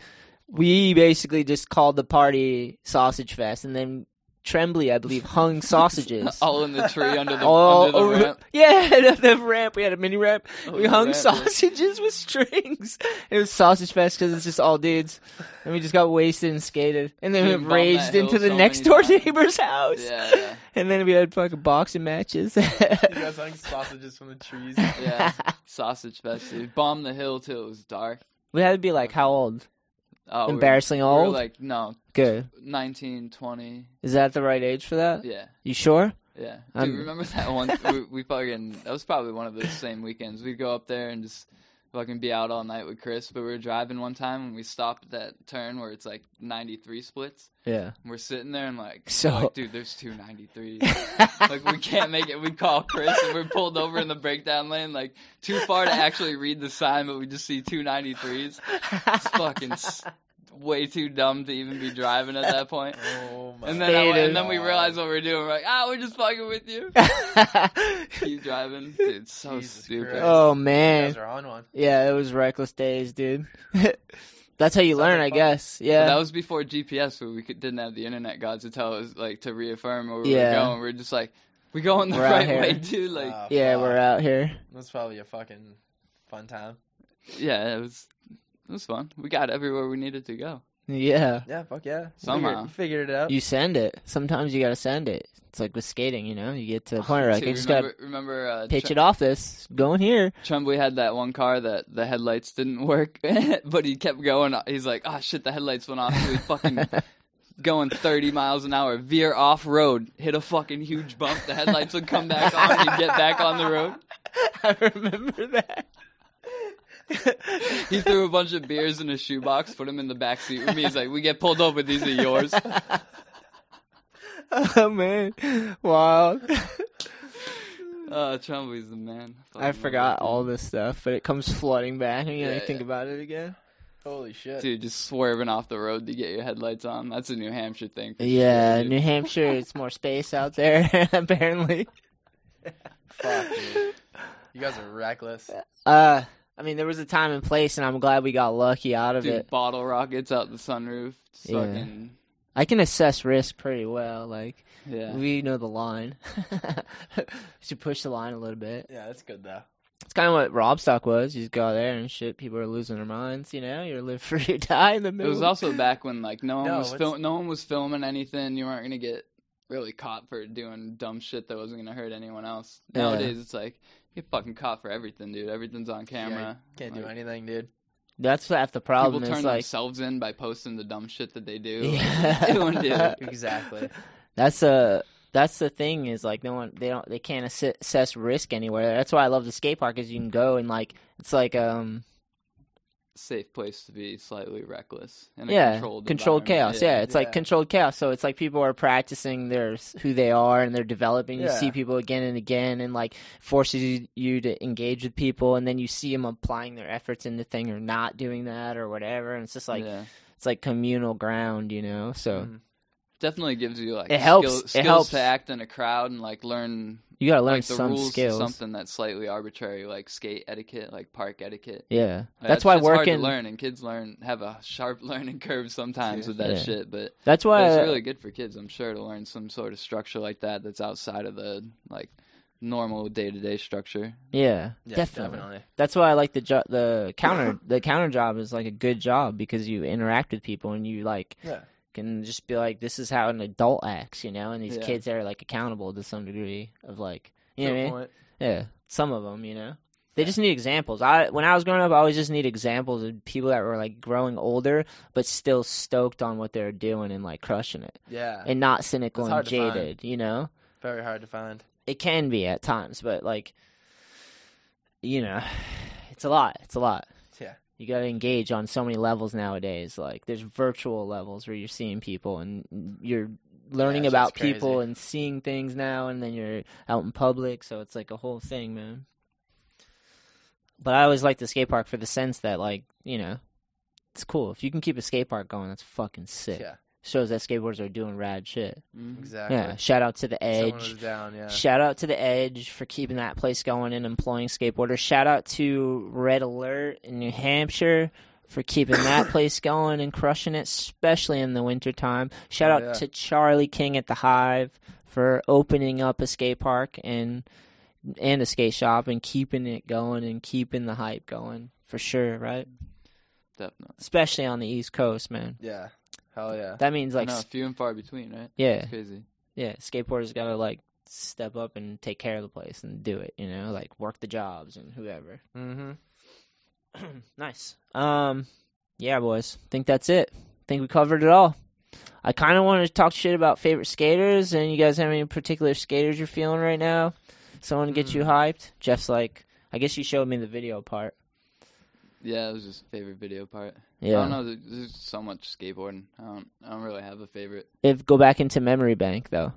Speaker 1: We basically just called the party Sausage Fest, and then Trembly, I believe,
Speaker 5: [LAUGHS]
Speaker 1: hung sausages.
Speaker 5: all in the tree under
Speaker 1: [LAUGHS]
Speaker 5: the,
Speaker 1: all
Speaker 5: under the
Speaker 1: over-
Speaker 5: ramp.
Speaker 1: Oh, [LAUGHS]
Speaker 5: Oh,
Speaker 1: Yeah, the, the ramp. We had a mini ramp. we
Speaker 5: the
Speaker 1: hung
Speaker 5: ramp, yeah.
Speaker 1: sausages with strings. [LAUGHS] It was sausage fest because it's just all dudes, and we just got wasted and skated, and then
Speaker 5: We
Speaker 1: we
Speaker 5: bumped
Speaker 1: raged
Speaker 5: that hill
Speaker 1: into the
Speaker 5: so
Speaker 1: next
Speaker 5: many
Speaker 1: door
Speaker 5: times.
Speaker 1: neighbor's house,
Speaker 5: Yeah, yeah.
Speaker 1: and then we had fucking boxing matches. [LAUGHS]
Speaker 4: You guys hung sausages from the trees.
Speaker 5: Yeah, sausage fest. Dude. Bomb the hill till it was dark.
Speaker 1: we had to be like how old?
Speaker 5: Oh, we-
Speaker 1: Embarrassingly
Speaker 5: we were
Speaker 1: old.
Speaker 5: like no,
Speaker 1: Good.
Speaker 5: 19, 20.
Speaker 1: Is that the right age for that?
Speaker 5: Yeah,
Speaker 1: You sure?
Speaker 5: yeah. Dude,
Speaker 1: I'm-
Speaker 5: remember that one? [LAUGHS] we, we fucking that was probably one of those same weekends. We'd go up there and just fucking be out all night with Chris. But we were driving one time and we stopped at that turn where it's like ninety three splits.
Speaker 1: Yeah.
Speaker 5: And we're sitting there and like,
Speaker 1: So-
Speaker 5: like, dude, there's two ninety
Speaker 1: [LAUGHS]
Speaker 5: three. like we can't make it. We call Chris and we're pulled over in the breakdown lane, like too far to actually read the sign, but we just see two ninety threes. It's fucking s- way too dumb to even be driving at that point.
Speaker 4: Oh my
Speaker 5: And then I,
Speaker 1: Faded.
Speaker 5: and then we realize what we're doing. We're like, ah, we're just fucking with you.
Speaker 4: [LAUGHS]
Speaker 5: Keep driving, dude. It's so
Speaker 4: Jesus
Speaker 5: stupid.
Speaker 4: Christ.
Speaker 1: [LAUGHS] oh
Speaker 4: You
Speaker 1: man.
Speaker 4: guys are on one.
Speaker 1: Yeah, it was reckless days, dude. [LAUGHS] That's how you
Speaker 4: Sounds
Speaker 1: learn,
Speaker 4: like
Speaker 1: I
Speaker 4: fun.
Speaker 1: guess.
Speaker 5: But
Speaker 1: Yeah.
Speaker 5: that was before GPS, where we could, didn't have the internet gods to tell us, like, to reaffirm where we
Speaker 1: Yeah.
Speaker 5: were going. We are just like, we going the
Speaker 1: We're out
Speaker 5: right
Speaker 1: here.
Speaker 5: way, dude. Like,
Speaker 4: Ah,
Speaker 1: yeah,
Speaker 4: fuck.
Speaker 1: we're out here.
Speaker 4: That's probably a fucking fun time.
Speaker 5: yeah, it was it was fun. We got everywhere we needed to go.
Speaker 1: Yeah.
Speaker 4: Yeah, fuck yeah. You
Speaker 5: Somehow.
Speaker 4: figured, you figured it out.
Speaker 1: You send it. Sometimes you gotta send it. It's like with skating, you know? You get to the point where like, I
Speaker 5: Dude,
Speaker 1: just
Speaker 5: Oh, remember,
Speaker 1: gotta
Speaker 5: remember uh,
Speaker 1: pitch
Speaker 5: Tre-
Speaker 1: it off this. Going
Speaker 5: [LAUGHS]
Speaker 1: here.
Speaker 5: Tremblay had that one car that the headlights didn't [LAUGHS] work, but he kept going. He's like, oh shit, the headlights went off. So he fucking going 30 miles an hour, veer off road, hit a fucking huge bump. The headlights would come back on, and he'd get back on the road.
Speaker 1: [LAUGHS] I remember that.
Speaker 5: He threw a bunch of beers in a shoebox, put them in the back seat with me. He's like, we get pulled over, these
Speaker 1: [LAUGHS]
Speaker 5: are yours.
Speaker 1: Oh man.
Speaker 5: [LAUGHS]
Speaker 1: Wow.
Speaker 5: Uh, Tremblay's the man. Fucking
Speaker 1: I
Speaker 5: love
Speaker 1: forgot
Speaker 5: that dude.
Speaker 1: all this stuff, but it comes flooding back and you know,
Speaker 5: Yeah,
Speaker 1: you think
Speaker 5: yeah.
Speaker 1: about it again.
Speaker 4: Holy shit.
Speaker 5: Dude, just swerving off the road to get your headlights on. That's a New Hampshire thing. for
Speaker 1: Yeah,
Speaker 5: sure, dude.
Speaker 1: New Hampshire, it's more space out there, [LAUGHS] apparently.
Speaker 4: Fuck, dude. You guys are reckless.
Speaker 1: Uh I mean there was a time and place and I'm glad we got lucky out of
Speaker 5: Dude,
Speaker 1: it.
Speaker 5: bottle rockets out the sunroof. It's
Speaker 1: Yeah.
Speaker 5: Fucking,
Speaker 1: I can assess risk pretty well, like
Speaker 5: yeah.
Speaker 1: We know the line. [LAUGHS] Should push the line a little bit.
Speaker 4: Yeah, that's good though.
Speaker 1: It's kind of what Robstock was. You just go there and shit. People are losing their minds. You know, you're live [LAUGHS] free or die in the
Speaker 5: It
Speaker 1: middle.
Speaker 5: was also back when like no one
Speaker 4: No,
Speaker 5: was
Speaker 4: it's-
Speaker 5: fil- no one was filming anything. You weren't gonna get really caught for doing dumb shit that wasn't gonna hurt anyone else.
Speaker 1: Yeah.
Speaker 5: Nowadays it's like you get fucking caught for everything, dude. Everything's on
Speaker 4: Yeah, you
Speaker 5: camera.
Speaker 4: can't do
Speaker 5: Like,
Speaker 4: anything, dude.
Speaker 1: That's half the problem.
Speaker 5: People
Speaker 1: It's
Speaker 5: turn
Speaker 1: like
Speaker 5: themselves in by posting the dumb shit that they do.
Speaker 1: [LAUGHS] Yeah.
Speaker 5: Doing,
Speaker 1: [LAUGHS]
Speaker 5: dude.
Speaker 4: Exactly.
Speaker 1: That's a that's the thing is like no one they don't they can't assi- assess risk anywhere. That's why I love the skate park is you can go and like it's like um
Speaker 5: Safe place to be slightly reckless. In a
Speaker 1: yeah
Speaker 5: controlled, environment.
Speaker 1: chaos yeah, it's like
Speaker 4: yeah.
Speaker 1: controlled chaos so it's like people are practicing their who they are and they're developing you
Speaker 4: Yeah.
Speaker 1: see people again and again and like forces you, you to engage with people and then you see them applying their efforts into thing or not doing that or whatever and it's just like
Speaker 5: Yeah. Mm-hmm.
Speaker 1: it's like communal ground you know so
Speaker 4: Mhm.
Speaker 5: definitely gives you like
Speaker 1: It helps.
Speaker 5: skill-
Speaker 1: It
Speaker 5: skills
Speaker 1: helps.
Speaker 5: to act in a crowd and like learn
Speaker 1: you gotta learn
Speaker 5: like the
Speaker 1: some
Speaker 5: rules to
Speaker 1: skills
Speaker 5: something that's slightly arbitrary, like skate etiquette, like park etiquette.
Speaker 1: yeah
Speaker 5: Uh,
Speaker 1: that's
Speaker 5: it's-
Speaker 1: why
Speaker 5: it's hard
Speaker 1: working
Speaker 5: to learn, and kids learn have a sharp [LAUGHS] learning curve sometimes with that
Speaker 1: Yeah.
Speaker 5: shit. But
Speaker 1: that's
Speaker 5: but
Speaker 1: why
Speaker 5: it's really good for kids, I'm sure, to learn some sort of structure like that that's outside of the like normal day to day structure.
Speaker 1: yeah,
Speaker 4: Yeah,
Speaker 1: definitely. That's why I like the jo- the counter the counter job is like a good job because you interact with people and you like
Speaker 4: Yeah.
Speaker 1: can just be like this is how an adult acts, you know, and these
Speaker 5: Yeah.
Speaker 1: kids are like accountable to some degree of like you know
Speaker 4: Good
Speaker 1: what I mean?
Speaker 4: point.
Speaker 1: Yeah, some of them, you know. They just need examples. I when I was growing up, I always just need examples of people that were like growing older but still stoked on what they're doing and like crushing it
Speaker 4: Yeah.
Speaker 1: and not cynical
Speaker 4: It's
Speaker 1: and
Speaker 4: hard to find.
Speaker 1: jaded, you know
Speaker 4: Very hard to find.
Speaker 1: it can be at times, but like, you know, [SIGHS] it's a lot. It's a lot.
Speaker 4: Yeah.
Speaker 1: You got to engage on so many levels nowadays. Like, there's virtual levels where you're seeing people and you're learning
Speaker 4: Yeah, it's
Speaker 1: about
Speaker 4: just crazy.
Speaker 1: people and seeing things now, and then you're out in public. So it's like a whole thing, man. But I always like the skate park for the sense that, like, you know, it's cool. If you can keep a skate park going, that's fucking sick.
Speaker 4: Yeah.
Speaker 1: Shows that skateboarders are doing rad shit.
Speaker 4: Exactly.
Speaker 1: Yeah. Shout out to the Edge.
Speaker 4: Someone was down. Yeah.
Speaker 1: Shout out to the Edge for keeping that place going and employing skateboarders. Shout out to Red Alert in New Hampshire for keeping
Speaker 4: [COUGHS]
Speaker 1: that place going and crushing it, especially in the wintertime. Shout
Speaker 4: Oh,
Speaker 1: out
Speaker 4: yeah.
Speaker 1: to Charlie King at the Hive for opening up a skate park and and a skate shop and keeping it going and keeping the hype going for sure, right?
Speaker 5: Definitely.
Speaker 1: Especially on the East Coast, man.
Speaker 4: Yeah.
Speaker 1: [LAUGHS]
Speaker 4: Hell yeah.
Speaker 1: That means
Speaker 5: Like
Speaker 1: like
Speaker 5: no,
Speaker 1: s-
Speaker 5: few and far between, right?
Speaker 1: yeah.
Speaker 5: It's crazy.
Speaker 1: yeah, skateboarders got to like step up and take care of the place and do it, you know, like work the jobs and whoever. [CLEARS THROAT]
Speaker 4: Mm-hmm.
Speaker 1: nice. Um, yeah, boys, think that's it. Think we covered it all. I kind of wanted to talk shit about favorite skaters, and you guys have any particular skaters you're feeling right now? Someone to get you
Speaker 5: Hmm.
Speaker 1: hyped? Jeff's like, I guess you showed me the video part.
Speaker 5: Yeah, it was just favorite video part.
Speaker 1: Yeah,
Speaker 5: I don't know. There's there's so much skateboarding. I don't. I don't really have a favorite
Speaker 1: If go back into memory bank though.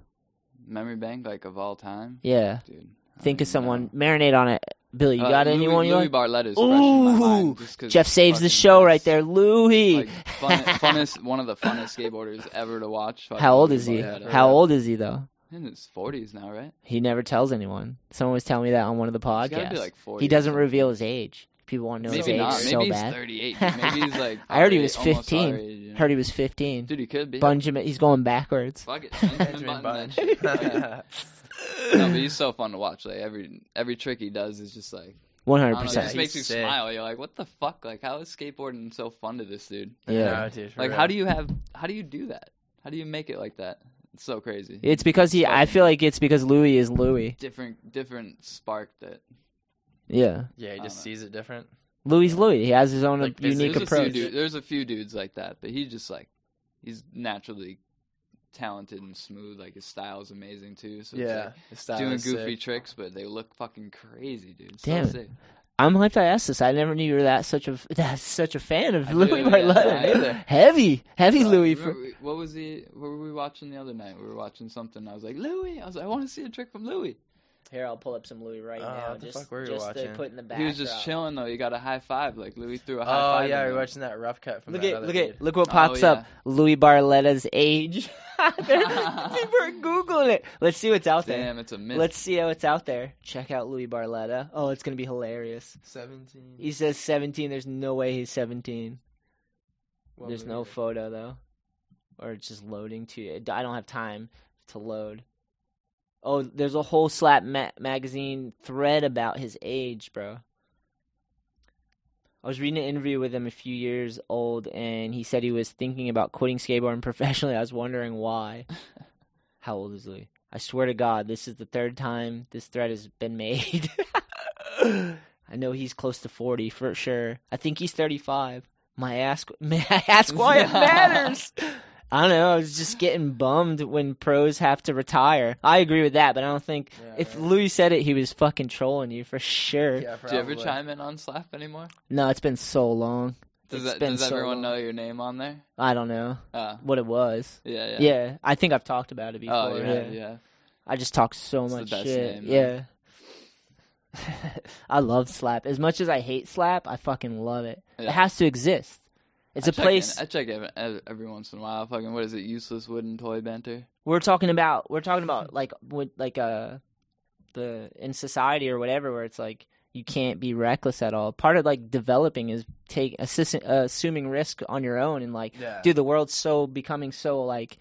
Speaker 5: memory bank like of all time.
Speaker 1: Yeah,
Speaker 5: Dude, I don't
Speaker 1: think of
Speaker 5: even
Speaker 1: someone.
Speaker 5: know.
Speaker 1: Marinate on it, Billy. You
Speaker 5: Uh,
Speaker 1: got
Speaker 5: Louis,
Speaker 1: anyone you
Speaker 5: Louis
Speaker 1: want?
Speaker 5: Barlett is fresh in my
Speaker 1: Ooh,
Speaker 5: mind. just 'cause
Speaker 1: Jeff saves the
Speaker 5: fucking
Speaker 1: show right
Speaker 5: he's,
Speaker 1: there, Louie.
Speaker 5: Like, fun,
Speaker 1: [LAUGHS]
Speaker 5: funnest, one of the funnest skateboarders ever to watch. fucking
Speaker 1: How old
Speaker 5: Louis
Speaker 1: is he?
Speaker 5: Barlett.
Speaker 1: How old is he though?
Speaker 5: In his forties now, right?
Speaker 1: He never tells anyone. Someone was telling me that on one of the
Speaker 5: He's gotta
Speaker 1: podcasts.
Speaker 5: be like forty.
Speaker 1: he
Speaker 5: or
Speaker 1: doesn't
Speaker 5: something.
Speaker 1: reveal his age. People want to know his
Speaker 5: Maybe
Speaker 1: age
Speaker 5: not. Maybe
Speaker 1: so
Speaker 5: he's
Speaker 1: bad. [LAUGHS]
Speaker 5: thirty-eight. Maybe he's like.
Speaker 1: I heard he
Speaker 5: probably
Speaker 1: was
Speaker 5: almost our
Speaker 1: 15.
Speaker 5: age, you know?
Speaker 1: Heard he was fifteen.
Speaker 5: Dude, he could be.
Speaker 1: Benjamin, he's going backwards. [LAUGHS]
Speaker 5: Fuck it.
Speaker 4: Benjamin
Speaker 5: Benjamin Button that
Speaker 4: Bunch.
Speaker 5: shit.
Speaker 4: [LAUGHS]
Speaker 5: Yeah. [LAUGHS] No, but he's so fun to watch. Like every every trick he does is just like
Speaker 1: One
Speaker 5: I
Speaker 1: hundred
Speaker 5: don't know, it just
Speaker 4: he's
Speaker 1: percent.
Speaker 5: makes you
Speaker 4: sick.
Speaker 5: smile. You're like, what the fuck? Like, how is skateboarding so fun to this dude?
Speaker 1: Yeah,
Speaker 4: No, dude, for
Speaker 5: Like,
Speaker 4: real.
Speaker 5: how do you have? How do you do that? How do you make it like that? It's so crazy.
Speaker 1: it's because he. I feel like it's because Louis is Louis.
Speaker 5: different different spark that
Speaker 1: Yeah,
Speaker 4: Yeah, he
Speaker 1: Uh,
Speaker 4: just
Speaker 5: I don't know.
Speaker 4: sees it different.
Speaker 1: Louis Louis. He has his own
Speaker 4: Like, this
Speaker 1: unique
Speaker 5: there's, A
Speaker 1: approach.
Speaker 5: few dude, there's a few dudes like that, but he's just like he's naturally talented and smooth. Like his style's amazing too. So
Speaker 4: yeah.
Speaker 5: yeah,
Speaker 4: his style
Speaker 5: it's like doing
Speaker 4: is
Speaker 5: goofy
Speaker 4: sick.
Speaker 5: tricks, but they look fucking crazy, dude. So
Speaker 1: Damn.
Speaker 5: sick.
Speaker 1: I'm hyped. I asked this. I never knew you were that such a that such a fan of
Speaker 5: I
Speaker 1: Louis
Speaker 5: do, yeah,
Speaker 1: Barletta.
Speaker 5: I am. Neither.
Speaker 1: Heavy, heavy [LAUGHS]
Speaker 5: Uh,
Speaker 1: Louis.
Speaker 5: remember
Speaker 1: For,
Speaker 5: we- what was he? What were we watching the other night? We were watching something. I was like, Louis. I was like, I want to see a trick from Louis.
Speaker 1: Here, I'll pull up some Louis right
Speaker 4: Oh,
Speaker 5: Uh,
Speaker 4: now, what the just- fuck were you just to watching? put
Speaker 1: in the
Speaker 5: He was just chilling though. He got a high five. Like Louis threw a high
Speaker 4: Oh
Speaker 5: five.
Speaker 4: yeah,
Speaker 5: at
Speaker 4: we
Speaker 5: him.
Speaker 4: we're watching that rough cut from
Speaker 1: Look
Speaker 4: that
Speaker 1: at
Speaker 4: other
Speaker 1: look
Speaker 4: dude.
Speaker 1: at look what
Speaker 5: Oh,
Speaker 1: pops up.
Speaker 5: yeah.
Speaker 1: Louis Barletta's
Speaker 4: [LAUGHS]
Speaker 1: age. [LAUGHS] They're- People are googling it. Let's see what's out there.
Speaker 5: Damn, it's a myth.
Speaker 1: Let's see how it's out there. Check out Louis Barletta. Oh, it's gonna be hilarious.
Speaker 4: Seventeen.
Speaker 1: He says 17. There's no way he's 17.
Speaker 4: What
Speaker 1: There's
Speaker 4: movie
Speaker 1: no
Speaker 4: is it?
Speaker 1: photo though, or it's just loading too. I don't have time to load. Oh, there's a whole Slap ma- magazine thread about his age, bro. I was reading an interview with him a few years old, and he said he was thinking about quitting skateboarding [LAUGHS] professionally. I was wondering why. How old is Louis? I swear to God, this is the third time this thread has been made. [LAUGHS] I know he's close to 40 for sure. I think he's 35. My ask, [LAUGHS] may I ask why
Speaker 5: [LAUGHS]
Speaker 1: it matters? I don't know. I was just getting bummed when pros have to retire. I agree with that, but I don't think
Speaker 4: Yeah,
Speaker 1: if
Speaker 4: right.
Speaker 1: Louis said it, he was fucking trolling you for sure.
Speaker 4: Yeah,
Speaker 5: Do you ever
Speaker 4: probably.
Speaker 5: chime in on Slap anymore?
Speaker 1: No, it's been so long.
Speaker 5: Does,
Speaker 1: It's
Speaker 5: that,
Speaker 1: been
Speaker 5: does
Speaker 1: so
Speaker 5: everyone
Speaker 1: long.
Speaker 5: know your name on there?
Speaker 1: I don't know
Speaker 5: Uh,
Speaker 1: what it was.
Speaker 5: yeah,
Speaker 1: Yeah.
Speaker 5: yeah.
Speaker 1: I think I've talked about it before.
Speaker 5: Oh, yeah,
Speaker 1: yeah.
Speaker 5: yeah.
Speaker 1: I just talk so
Speaker 5: It's the
Speaker 1: much
Speaker 5: best
Speaker 1: shit.
Speaker 5: name,
Speaker 1: yeah.
Speaker 5: man.
Speaker 1: [LAUGHS] I love Slap. As much as I hate Slap, I fucking love it. It
Speaker 5: Yeah.
Speaker 1: has to exist. It's
Speaker 5: I
Speaker 1: a
Speaker 5: check
Speaker 1: place
Speaker 5: In, I check every, ev- every once in a while. Fucking what is it? Useless wooden toy banter.
Speaker 1: we're talking about we're talking
Speaker 4: [LAUGHS]
Speaker 1: about like with like uh the in society or whatever where it's like you can't be reckless at all. Part of like developing is take assist, uh, assuming risk on your own and like
Speaker 4: Yeah.
Speaker 1: dude the world's so becoming so like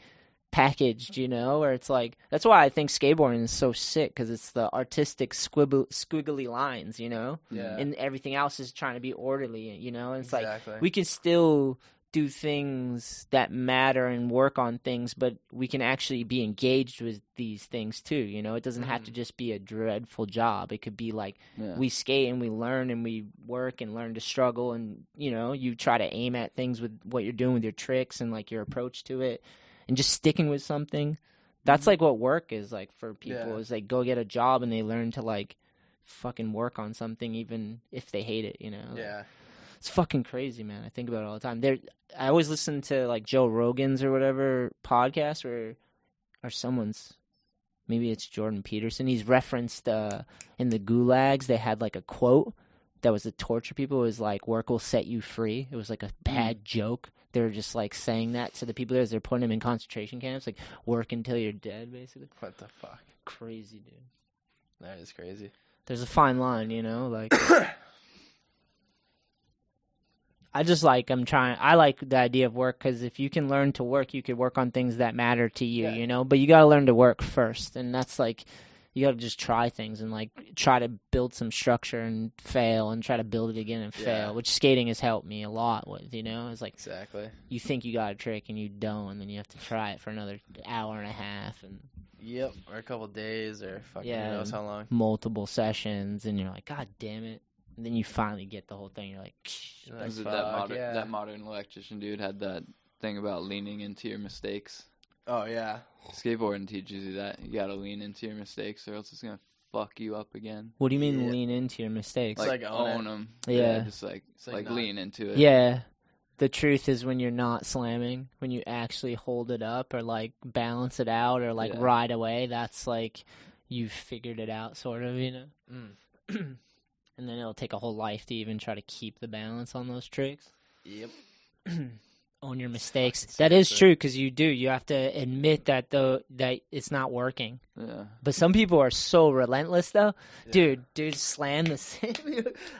Speaker 1: packaged, you know, where it's like that's why I think skateboarding is so sick cuz it's the artistic squibble, squiggly lines, you know.
Speaker 4: Yeah.
Speaker 1: And everything else is trying to be orderly, you know. And it's like
Speaker 4: exactly.
Speaker 1: we can still do things that matter and work on things, but we can actually be engaged with these things too. You know, it doesn't have
Speaker 4: Mm-hmm.
Speaker 1: to just be a dreadful job. It could be like
Speaker 5: Yeah.
Speaker 1: we skate and we learn and we work and learn to struggle and you know you try to aim at things with what you're doing with your tricks and like your approach to it and just sticking with something that's like what work is like for people
Speaker 4: Mm-hmm. Yeah.
Speaker 1: is like go get a job and they learn to like fucking work on something even if they hate it you know
Speaker 4: yeah.
Speaker 1: it's fucking crazy, man. I think about it all the time. There, I always listen to like Joe Rogan's or whatever podcast or or someone's. Maybe it's Jordan Peterson. He's referenced uh, in the gulags. They had like a quote that was to torture people. It was like "Work will set you free." It was like a bad joke. They were just like saying that to the people there as they're putting them in concentration camps. Like work until you're dead, basically.
Speaker 4: What the fuck?
Speaker 1: Crazy dude.
Speaker 4: That is crazy.
Speaker 1: there's a fine line, you know,
Speaker 4: [COUGHS]
Speaker 1: like I just like I'm trying I like the idea of work cuz if you can learn to work, you could work on things that matter to you,
Speaker 4: Yeah.
Speaker 1: you know, but you got to learn to work first and that's like you got to just try things and like try to build some structure and fail and try to build it again and
Speaker 4: Yeah.
Speaker 1: fail, which skating has helped me a lot with, you know. It's like
Speaker 4: Exactly.
Speaker 1: you think you got a trick and you don't and then you have to try it for another hour and a half and
Speaker 4: Yep. Or a couple days, or fucking
Speaker 1: Yeah.
Speaker 4: who knows how long.
Speaker 1: multiple sessions and you're like, God damn it. And then you finally get the whole thing. You're like,
Speaker 4: You're
Speaker 5: Is it
Speaker 4: like,
Speaker 5: that
Speaker 4: fuck,
Speaker 5: modern
Speaker 4: yeah.
Speaker 5: that modern electrician dude had that thing about leaning into your mistakes.
Speaker 4: Oh yeah.
Speaker 5: Skateboarding teaches you that you gotta lean into your mistakes, or else it's gonna fuck you up again.
Speaker 1: what do you mean
Speaker 4: Yeah.
Speaker 1: lean into your mistakes?
Speaker 4: Like- own
Speaker 5: own them.
Speaker 1: Yeah.
Speaker 5: just like
Speaker 4: It's like
Speaker 5: like,
Speaker 4: not-
Speaker 5: lean into it.
Speaker 1: yeah. The truth is when you're not slamming, when you actually hold it up or like balance it out or like
Speaker 5: Yeah.
Speaker 1: ride away, that's like you figured it out, sort of, you know? [CLEARS THROAT]
Speaker 4: Mm.
Speaker 1: And then it'll take a whole life to even try to keep the balance on those tricks. [CLEARS THROAT]
Speaker 4: Yep.
Speaker 1: own your mistakes.
Speaker 4: fucking
Speaker 1: That is
Speaker 4: stupid.
Speaker 1: true because you do. You have to admit that though that it's not working.
Speaker 5: yeah.
Speaker 1: But some people are so relentless though.
Speaker 4: Yeah.
Speaker 1: Dude, dude slam the [LAUGHS] same.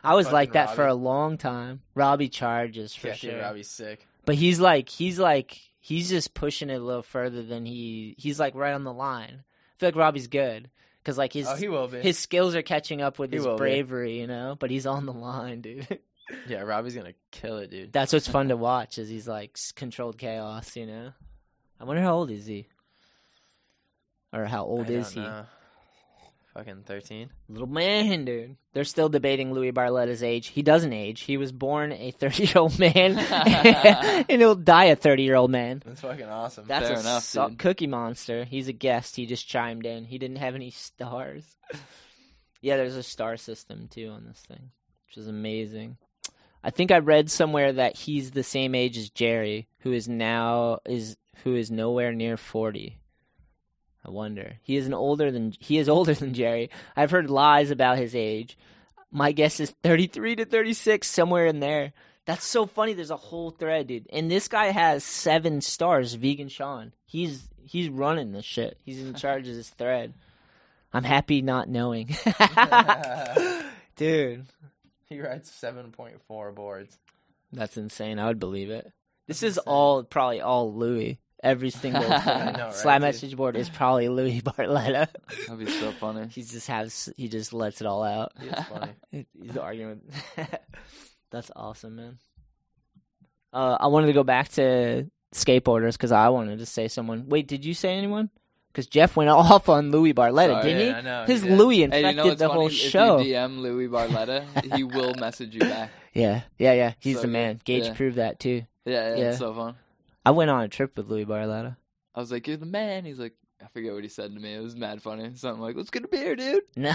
Speaker 1: I was
Speaker 4: Fucking
Speaker 1: like that for
Speaker 4: Robbie.
Speaker 1: a long time. Robbie charges for
Speaker 4: yeah,
Speaker 1: sure.
Speaker 4: dude, Robbie's sick.
Speaker 1: But he's like he's like he's just pushing it a little further than he he's like right on the line. I feel like Robbie's good cuz like his
Speaker 4: oh, he will be.
Speaker 1: his skills are catching up with
Speaker 4: He
Speaker 1: his
Speaker 4: will be.
Speaker 1: bravery, you know, but he's on the line, dude. [LAUGHS]
Speaker 4: Yeah, Robbie's gonna kill it, dude.
Speaker 1: That's what's fun to watch is he's like s- controlled chaos, you know. I wonder how old is he? Or how old
Speaker 4: I
Speaker 1: is
Speaker 4: don't
Speaker 1: he?
Speaker 4: know. Fucking thirteen.
Speaker 1: Little man, dude. They're still debating Louis Barletta's age. He doesn't age. He was born a [LAUGHS] 30 year old man, [LAUGHS] and he'll die a 30 year old man.
Speaker 4: That's fucking awesome.
Speaker 1: That's
Speaker 5: Fair
Speaker 1: a
Speaker 5: enough,
Speaker 1: su-
Speaker 5: dude.
Speaker 1: cookie monster. He's a guest. He just chimed in. He didn't have any stars. yeah, there's a star system too on this thing, which is amazing. I think I read somewhere that he's the same age as Jerry, who is now is who is nowhere near 40. I wonder. He is an older than he is older than Jerry. I've heard lies about his age. My guess is 33 to 36 somewhere in there. That's so funny. There's a whole thread, dude. And this guy has seven stars, Vegan Sean. He's he's running this shit. He's
Speaker 4: [LAUGHS]
Speaker 1: in charge of this thread. I'm happy not
Speaker 4: [LAUGHS]
Speaker 1: knowing. [LAUGHS] dude,
Speaker 4: he rides seven point four boards.
Speaker 1: that's insane. I would believe it. This
Speaker 4: That's
Speaker 1: is
Speaker 4: insane.
Speaker 1: all probably all Louis. every
Speaker 4: [LAUGHS]
Speaker 1: single thing.
Speaker 5: I
Speaker 4: know, right,
Speaker 1: Slide
Speaker 4: dude?
Speaker 1: message board is probably Louis [LAUGHS] Barletta.
Speaker 5: That'd
Speaker 1: [LAUGHS]
Speaker 5: be so funny.
Speaker 1: he just has he just lets it all out. [LAUGHS]
Speaker 4: It's funny.
Speaker 1: He's
Speaker 5: Uh.
Speaker 1: arguing. With... [LAUGHS] That's awesome, man. Uh, I wanted to go back to skateboarders because I wanted to say someone. Wait, did you say anyone? Because Jeff went [LAUGHS] off on Louis Barletta,
Speaker 5: Sorry,
Speaker 1: didn't
Speaker 4: Oh, yeah, I know,
Speaker 1: he? His
Speaker 4: he did.
Speaker 1: Louis
Speaker 5: Hey,
Speaker 1: infected
Speaker 5: you know what's
Speaker 1: the
Speaker 5: funny?
Speaker 1: whole show.
Speaker 5: If you DM Louis
Speaker 1: [LAUGHS]
Speaker 5: Barletta, he will message you back.
Speaker 1: Yeah, yeah, yeah. He's
Speaker 5: So
Speaker 1: the man. Gage
Speaker 5: yeah.
Speaker 1: proved that too.
Speaker 5: Yeah, yeah,
Speaker 1: Yeah.
Speaker 5: it's so fun.
Speaker 1: I went on a trip with Louis Barletta.
Speaker 5: I was like, "You're the man." He's like, I forget what he said to me. It was mad funny. Something like, "Let's get a
Speaker 1: [LAUGHS]
Speaker 5: beer, dude." [LAUGHS]
Speaker 1: No.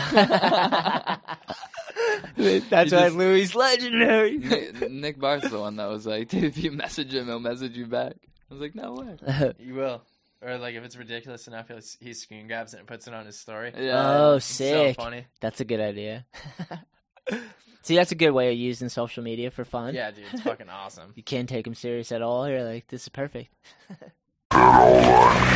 Speaker 5: He
Speaker 1: That's why
Speaker 5: just-
Speaker 1: Louis legendary.
Speaker 5: [LAUGHS] Nick, Nick Barth's the one that was like, [LAUGHS] "Dude, if you message him, he'll message you back." I was like, "No way."
Speaker 4: You will. Or like if it's ridiculous enough, he'll, he screen grabs it and puts it on his story.
Speaker 5: Yeah.
Speaker 1: oh,
Speaker 4: It's
Speaker 1: sick.
Speaker 4: So funny.
Speaker 1: [LAUGHS] that's a good idea. [LAUGHS] See, that's a good way of using social media for fun.
Speaker 4: Yeah, dude, it's fucking awesome.
Speaker 1: You can't take him serious at all. You're like, this is perfect.
Speaker 6: That all I need